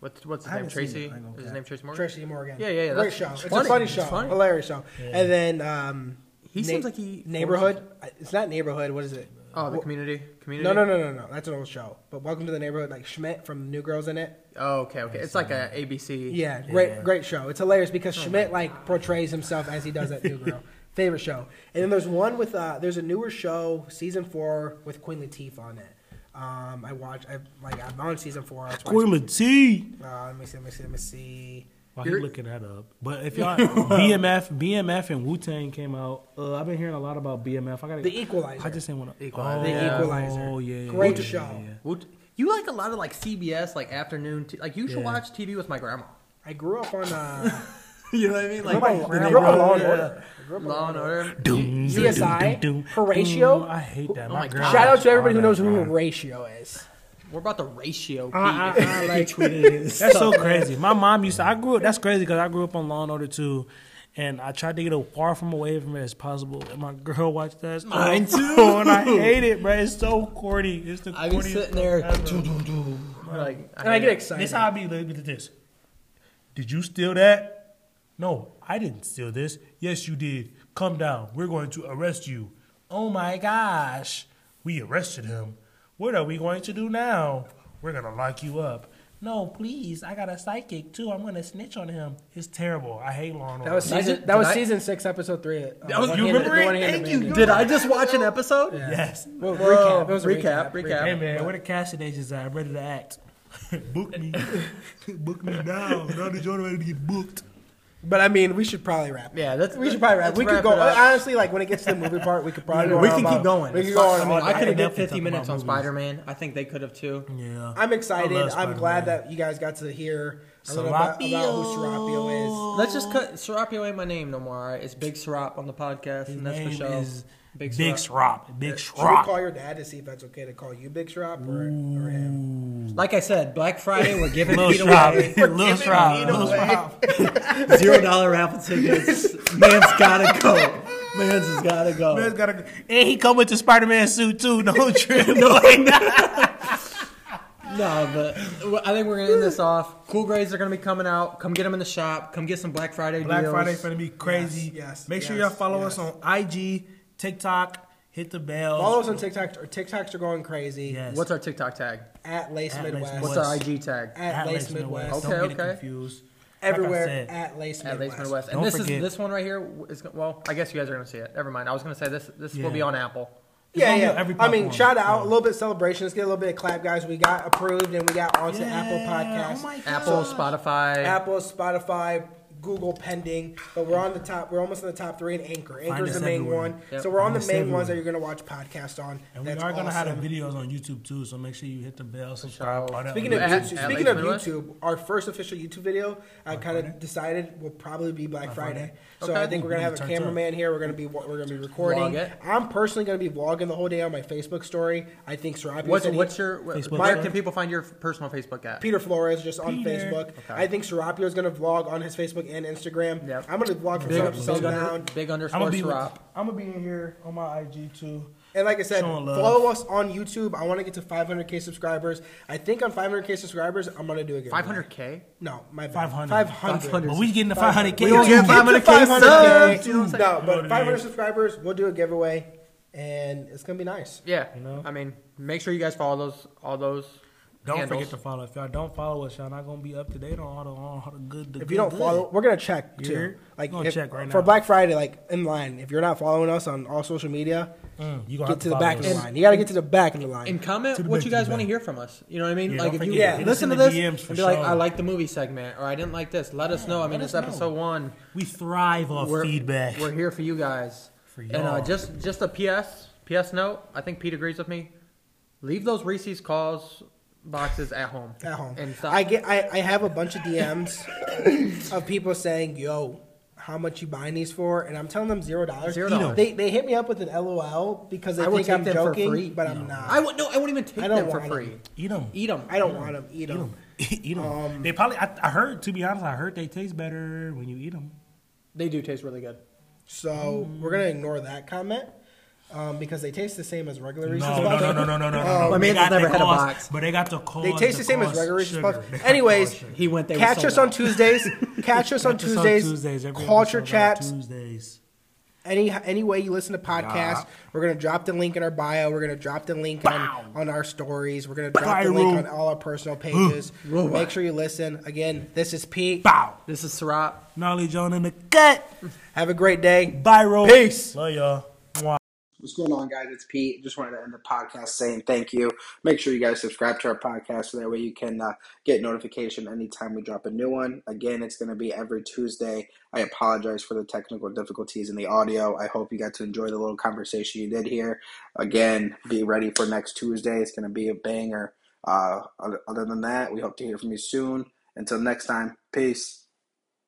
Speaker 4: What's what's his
Speaker 3: I
Speaker 4: name?
Speaker 3: haven't seen
Speaker 4: Tracy.
Speaker 3: it. I don't
Speaker 4: Is his
Speaker 3: care.
Speaker 4: name Tracy Morgan?
Speaker 2: Tracy Morgan.
Speaker 4: Yeah, yeah, yeah,
Speaker 2: Great
Speaker 4: that's-
Speaker 2: show.
Speaker 4: it's
Speaker 2: It's
Speaker 4: funny,
Speaker 2: a funny
Speaker 4: it's
Speaker 2: show.
Speaker 4: funny.
Speaker 2: Hilarious show. And then um,
Speaker 4: He seems like he-
Speaker 2: neighborhood. It's not neighborhood. What is it?
Speaker 4: Oh, the community. Community.
Speaker 2: No, no, no, no, no. That's an old show. But Welcome to the Neighborhood, like Schmidt from New Girls in it.
Speaker 4: Oh, okay, okay. It's like a ABC.
Speaker 2: Yeah, great, great show. It's hilarious because Schmidt like portrays himself as he does at New Girl. Favorite show. And then there's one with uh, there's a newer show, season four with Queen Latifah on it. Um, I watch. I like. I'm on season four. That's why-
Speaker 3: Queen T.
Speaker 2: Uh, let me see. Let me see. Let me see.
Speaker 3: While you
Speaker 4: You're-
Speaker 3: looking that up, but if y'all BMF, BMF and Wu Tang came out, uh, I've been hearing a lot about BMF. I got
Speaker 2: The Equalizer.
Speaker 3: I just didn't want to.
Speaker 4: Equalizer.
Speaker 2: The
Speaker 4: Yeah.
Speaker 2: Equalizer.
Speaker 3: Oh yeah, yeah,
Speaker 2: Great
Speaker 3: yeah,
Speaker 2: show.
Speaker 3: yeah, yeah.
Speaker 4: Well, you like a lot of like CBS, like afternoon. T- like you should
Speaker 3: Yeah.
Speaker 4: watch TV with my grandma.
Speaker 2: I grew up on. Uh,
Speaker 4: you know what I mean?
Speaker 2: I grew up on Law and Order. I grew up on
Speaker 4: Law and Order.
Speaker 3: Doom,
Speaker 2: CSI, Horatio.
Speaker 3: I hate that.
Speaker 4: Oh my
Speaker 3: My
Speaker 4: God.
Speaker 3: God.
Speaker 2: Shout out to everybody who knows who Horatio is.
Speaker 4: We're about the ratio.
Speaker 3: I,
Speaker 4: beat.
Speaker 3: I, I Uh-uh, like That's so crazy. My mom used to. I grew. up That's crazy because I grew up on Law and Order too, and I tried to get as far from away from it as possible. And my girl watched that. as
Speaker 4: Mine
Speaker 3: well.
Speaker 4: too.
Speaker 3: and I hate it, bro. It's so corny. It's the
Speaker 4: I be
Speaker 3: corniest.
Speaker 4: sitting
Speaker 3: stuff
Speaker 4: there.
Speaker 3: ever.
Speaker 2: ah.
Speaker 4: Like,
Speaker 2: And I
Speaker 4: hate
Speaker 2: get
Speaker 4: it.
Speaker 2: excited.
Speaker 3: This how I be like with this. Did you steal that? No, I didn't steal this. Yes, you did. Come down. We're going to arrest you. Oh my gosh. We arrested him. What are we going to do now? We're going to lock you up. No, please. I got a psychic too. I'm going to snitch on him. It's terrible. I hate Law and
Speaker 2: That was
Speaker 3: Order.
Speaker 2: season.
Speaker 4: Did
Speaker 2: that was
Speaker 4: I-
Speaker 2: season six, episode three. uh,
Speaker 3: That was-
Speaker 2: One
Speaker 3: you
Speaker 2: Handed-
Speaker 3: remember it?
Speaker 2: One Handed
Speaker 3: Thank you,
Speaker 2: Man.
Speaker 3: dude.
Speaker 4: Did I just watch an episode?
Speaker 2: Yeah.
Speaker 3: Yes.
Speaker 2: Well,
Speaker 4: Whoa,
Speaker 2: recap. It was a recap.
Speaker 4: recap, recap.
Speaker 3: Hey man, where the casting agents at? I'm ready to act. Book me. Book me now. Now that you're ready to get booked.
Speaker 2: But I mean, we should probably wrap.
Speaker 4: Yeah, that's-
Speaker 2: we should probably wrap.
Speaker 4: let's
Speaker 2: We could
Speaker 4: wrap
Speaker 2: go
Speaker 4: it up.
Speaker 2: honestly, like when it gets to the movie part, we could probably go
Speaker 4: We
Speaker 2: on
Speaker 4: can
Speaker 2: about-
Speaker 4: keep going.
Speaker 2: We could
Speaker 4: It's
Speaker 2: go on.
Speaker 4: fine. I,
Speaker 2: about-
Speaker 4: mean, I could
Speaker 3: definitely
Speaker 4: have did
Speaker 3: talk
Speaker 4: 50 minutes
Speaker 3: about
Speaker 4: on
Speaker 3: movies.
Speaker 4: Spider Man. I think they could have too.
Speaker 3: Yeah.
Speaker 2: I'm
Speaker 3: I
Speaker 2: excited.
Speaker 3: love
Speaker 2: I'm glad
Speaker 3: Spider-Man.
Speaker 2: that you guys got to hear a little bit about who Serapio is.
Speaker 4: Let's just cut Serapio ain't my name no more. All right? It's Big Serap on the podcast, and that's for
Speaker 3: name
Speaker 4: sure.
Speaker 3: is Big
Speaker 4: Big
Speaker 3: Shrop. Big
Speaker 2: Should we
Speaker 3: Shrop.
Speaker 2: call your dad to see if that's okay to call you Big Shrop or, or him?
Speaker 4: Like I said, Black Friday, we're giving
Speaker 3: Little
Speaker 4: Pete
Speaker 3: Shrop.
Speaker 4: away.
Speaker 3: Little Shrop. Little Shrop.
Speaker 4: Zero dollar raffle tickets. Man's gotta go. Man's has gotta go.
Speaker 3: Man's gotta go. And he come with the Spider Man suit too. No trip. no,
Speaker 4: No, but well, I think we're gonna end this off. Cool grades are gonna be coming out. Come get them in the shop. Come get some Black Friday
Speaker 3: Black
Speaker 4: deals.
Speaker 3: Friday's gonna be crazy.
Speaker 2: yes,
Speaker 3: Make sure
Speaker 2: yes,
Speaker 3: y'all follow
Speaker 2: yes.
Speaker 3: us on IG, TikTok, hit the bell.
Speaker 2: Follow us on TikTok. Our TikToks are going crazy.
Speaker 3: Yes.
Speaker 4: What's our TikTok tag?
Speaker 2: At Lace
Speaker 3: At Lace
Speaker 2: Midwest.
Speaker 4: What's
Speaker 3: West.
Speaker 4: our IG tag?
Speaker 2: At, Lace Midwest.
Speaker 4: Midwest.
Speaker 3: Don't
Speaker 4: Okay,
Speaker 3: get it
Speaker 4: okay.
Speaker 3: confused. Like I
Speaker 2: Everywhere
Speaker 3: said,
Speaker 2: at Lace
Speaker 4: At
Speaker 2: Midwest.
Speaker 4: Lace Midwest. And
Speaker 3: Don't
Speaker 4: this
Speaker 3: forget-
Speaker 4: is this one right here is go- well. I guess you guys are gonna see it. Never mind. I was gonna say this. This will be
Speaker 3: Yeah.
Speaker 4: on Apple.
Speaker 3: It's
Speaker 2: Yeah,
Speaker 3: on
Speaker 2: yeah.
Speaker 3: every
Speaker 2: I mean,
Speaker 3: platform.
Speaker 2: shout out
Speaker 3: Yeah.
Speaker 2: a little bit of celebration. Let's get a little bit of clap, guys. We got approved and we got onto
Speaker 3: Yeah.
Speaker 2: Apple Podcasts.
Speaker 3: Oh my God.
Speaker 4: Apple, Spotify.
Speaker 2: Apple, Spotify, Google pending, but we're on the top. We're almost in the top three in Anchor. Anchor's
Speaker 3: us
Speaker 2: the main
Speaker 3: everywhere.
Speaker 2: one,
Speaker 4: Yep.
Speaker 2: so we're on
Speaker 3: Find
Speaker 2: the
Speaker 3: us
Speaker 2: main ones
Speaker 3: everywhere.
Speaker 2: that you're gonna watch podcasts on.
Speaker 3: And we
Speaker 2: That's
Speaker 3: are gonna have
Speaker 2: awesome.
Speaker 3: the videos on YouTube too, so make sure you hit the bell, subscribe. all that
Speaker 2: Speaking
Speaker 3: other
Speaker 2: of
Speaker 4: At-
Speaker 3: stuff.
Speaker 2: YouTube,
Speaker 4: at
Speaker 2: speaking
Speaker 4: Lace
Speaker 2: of
Speaker 4: Midwest?
Speaker 2: YouTube, our first official YouTube video, I kind of decided will probably be Black Friday. So
Speaker 4: Okay.
Speaker 2: I think we're gonna
Speaker 3: Ooh,
Speaker 2: have a
Speaker 3: turns up.
Speaker 2: cameraman here. We're gonna be we're gonna be recording.
Speaker 4: it.
Speaker 2: I'm personally gonna be vlogging the whole day on my Facebook story. I think Serapio
Speaker 4: What's
Speaker 2: said he-
Speaker 4: what's your wh-
Speaker 3: Facebook
Speaker 4: where
Speaker 3: Live.
Speaker 4: can people find your personal Facebook at?
Speaker 2: Peter Flores just on
Speaker 3: Peter.
Speaker 2: Facebook. I think Serapio is gonna vlog on his Facebook and Instagram.
Speaker 4: Yep.
Speaker 2: I'm gonna vlog from
Speaker 4: Big,
Speaker 2: sun-
Speaker 4: big, under,
Speaker 2: sundown.
Speaker 4: big
Speaker 3: I'm
Speaker 4: underscore
Speaker 3: gonna be.
Speaker 4: Serap.
Speaker 3: I'm gonna be in here on my IG too.
Speaker 2: And like I said,
Speaker 3: Showing love.
Speaker 2: follow us on YouTube. I want to get to 500k subscribers. I think on 500k subscribers, I'm gonna do a giveaway.
Speaker 4: Five hundred k.
Speaker 2: No, my bad.
Speaker 3: 500.
Speaker 2: 500.
Speaker 3: But we getting the 500k.
Speaker 4: We don't get 500K subs. You know what I'm saying?
Speaker 2: No,
Speaker 3: Come
Speaker 2: but
Speaker 3: on,
Speaker 2: 500
Speaker 3: man.
Speaker 2: subscribers, we'll do a giveaway, and it's gonna be nice.
Speaker 4: Yeah.
Speaker 3: You know?
Speaker 4: I mean, make sure you guys follow those all those.
Speaker 3: Don't
Speaker 4: handles.
Speaker 3: forget to follow. If y'all don't follow us, y'all not gonna be up to date on all the, on all the good. The
Speaker 2: If
Speaker 3: good,
Speaker 2: you don't
Speaker 3: good.
Speaker 2: follow, we're gonna check
Speaker 3: You
Speaker 2: too.
Speaker 3: hear?
Speaker 2: Like
Speaker 3: We're gonna
Speaker 2: if-
Speaker 3: check right
Speaker 2: for
Speaker 3: now.
Speaker 2: Black Friday, like in line. If you're not following us on all social media,
Speaker 3: Mm, you gonna have
Speaker 2: get to the
Speaker 3: follow
Speaker 2: back of the
Speaker 3: us.
Speaker 2: line. You gotta get to the back of the
Speaker 4: and
Speaker 2: line.
Speaker 4: comment
Speaker 3: To the
Speaker 4: what
Speaker 3: back,
Speaker 4: you
Speaker 3: to the
Speaker 4: guys want to
Speaker 3: back.
Speaker 4: hear from us. You know what I mean?
Speaker 3: Yeah,
Speaker 4: like
Speaker 3: don't
Speaker 4: if you
Speaker 3: forget,
Speaker 2: hit us
Speaker 4: listen
Speaker 3: in
Speaker 4: to
Speaker 3: the
Speaker 4: this
Speaker 3: DMs for
Speaker 4: and be like,
Speaker 3: sure.
Speaker 4: I like the movie segment, or I didn't like this. Let us know. I mean,
Speaker 3: let
Speaker 4: it's
Speaker 3: us know.
Speaker 4: episode one.
Speaker 3: We thrive off
Speaker 4: We're,
Speaker 3: feedback.
Speaker 4: We're here for you guys.
Speaker 3: For
Speaker 4: And uh,
Speaker 3: y'all.
Speaker 4: just just a PS PS note. I think Pete agrees with me. Leave those Reese's calls boxes at home.
Speaker 3: Uh,
Speaker 2: At home,
Speaker 4: And stop.
Speaker 2: I get. I, I have a bunch of DMs of people saying, "Yo." How much you buying these for? And I'm telling them zero dollars.
Speaker 4: Zero dollars.
Speaker 2: They, they hit me up with an LOL because they
Speaker 4: I would
Speaker 2: think
Speaker 4: take
Speaker 2: I'm
Speaker 4: them for
Speaker 2: joking,
Speaker 4: free.
Speaker 2: but I'm not.
Speaker 4: I would no. I won't even take
Speaker 2: I don't
Speaker 4: them for
Speaker 2: want
Speaker 4: free.
Speaker 2: them.
Speaker 3: eat them.
Speaker 4: Eat them.
Speaker 2: I don't want them. Eat them.
Speaker 3: Eat them. they probably. I, I heard. To be honest, I heard they taste better when you eat them.
Speaker 4: They do taste really good.
Speaker 2: So we're gonna ignore that comment. um, because they taste the same as regular Reese's
Speaker 3: No,
Speaker 2: Puffs.
Speaker 3: no, no, no, no, no, no.
Speaker 2: Oh,
Speaker 3: no.
Speaker 4: my
Speaker 3: They
Speaker 4: man's
Speaker 3: got
Speaker 4: never
Speaker 3: the
Speaker 4: had a
Speaker 3: cost-
Speaker 4: box.
Speaker 3: But they got the cause.
Speaker 2: They taste the same as
Speaker 3: cost
Speaker 2: regular Reese's
Speaker 3: sugar.
Speaker 2: Puffs.
Speaker 3: They got
Speaker 2: Anyways,
Speaker 3: cost sugar.
Speaker 4: He went there. with
Speaker 2: catch
Speaker 4: soda.
Speaker 2: us on Tuesdays. catch us on
Speaker 3: Catch us
Speaker 2: Tuesdays.
Speaker 3: every
Speaker 2: culture
Speaker 3: episode on
Speaker 2: chats.
Speaker 3: Tuesdays.
Speaker 2: any any way you listen to podcasts,
Speaker 3: Yeah.
Speaker 2: we're gonna drop the link in our bio. We're gonna drop the link on, on our stories. We're gonna drop the
Speaker 3: Viral.
Speaker 2: link on all our personal pages.
Speaker 4: Whoa.
Speaker 2: Make sure you listen. Again, this is Pete.
Speaker 3: Bow.
Speaker 4: This is Sarap.
Speaker 3: Nolly John in the cut.
Speaker 2: Have a great day.
Speaker 3: Viral.
Speaker 2: Peace.
Speaker 3: Love y'all. Mwah.
Speaker 1: What's going on, guys? It's Pete. Just wanted to end the podcast saying thank you. Make sure you guys subscribe to our podcast so that way you can uh, get notification anytime we drop a new one. Again, it's going to be every Tuesday. I apologize for the technical difficulties in the audio. I hope you got to enjoy the little conversation you did here. Again, be ready for next Tuesday. It's going to be a banger. Uh, other- other than that, we hope to hear from you soon. Until next time, peace.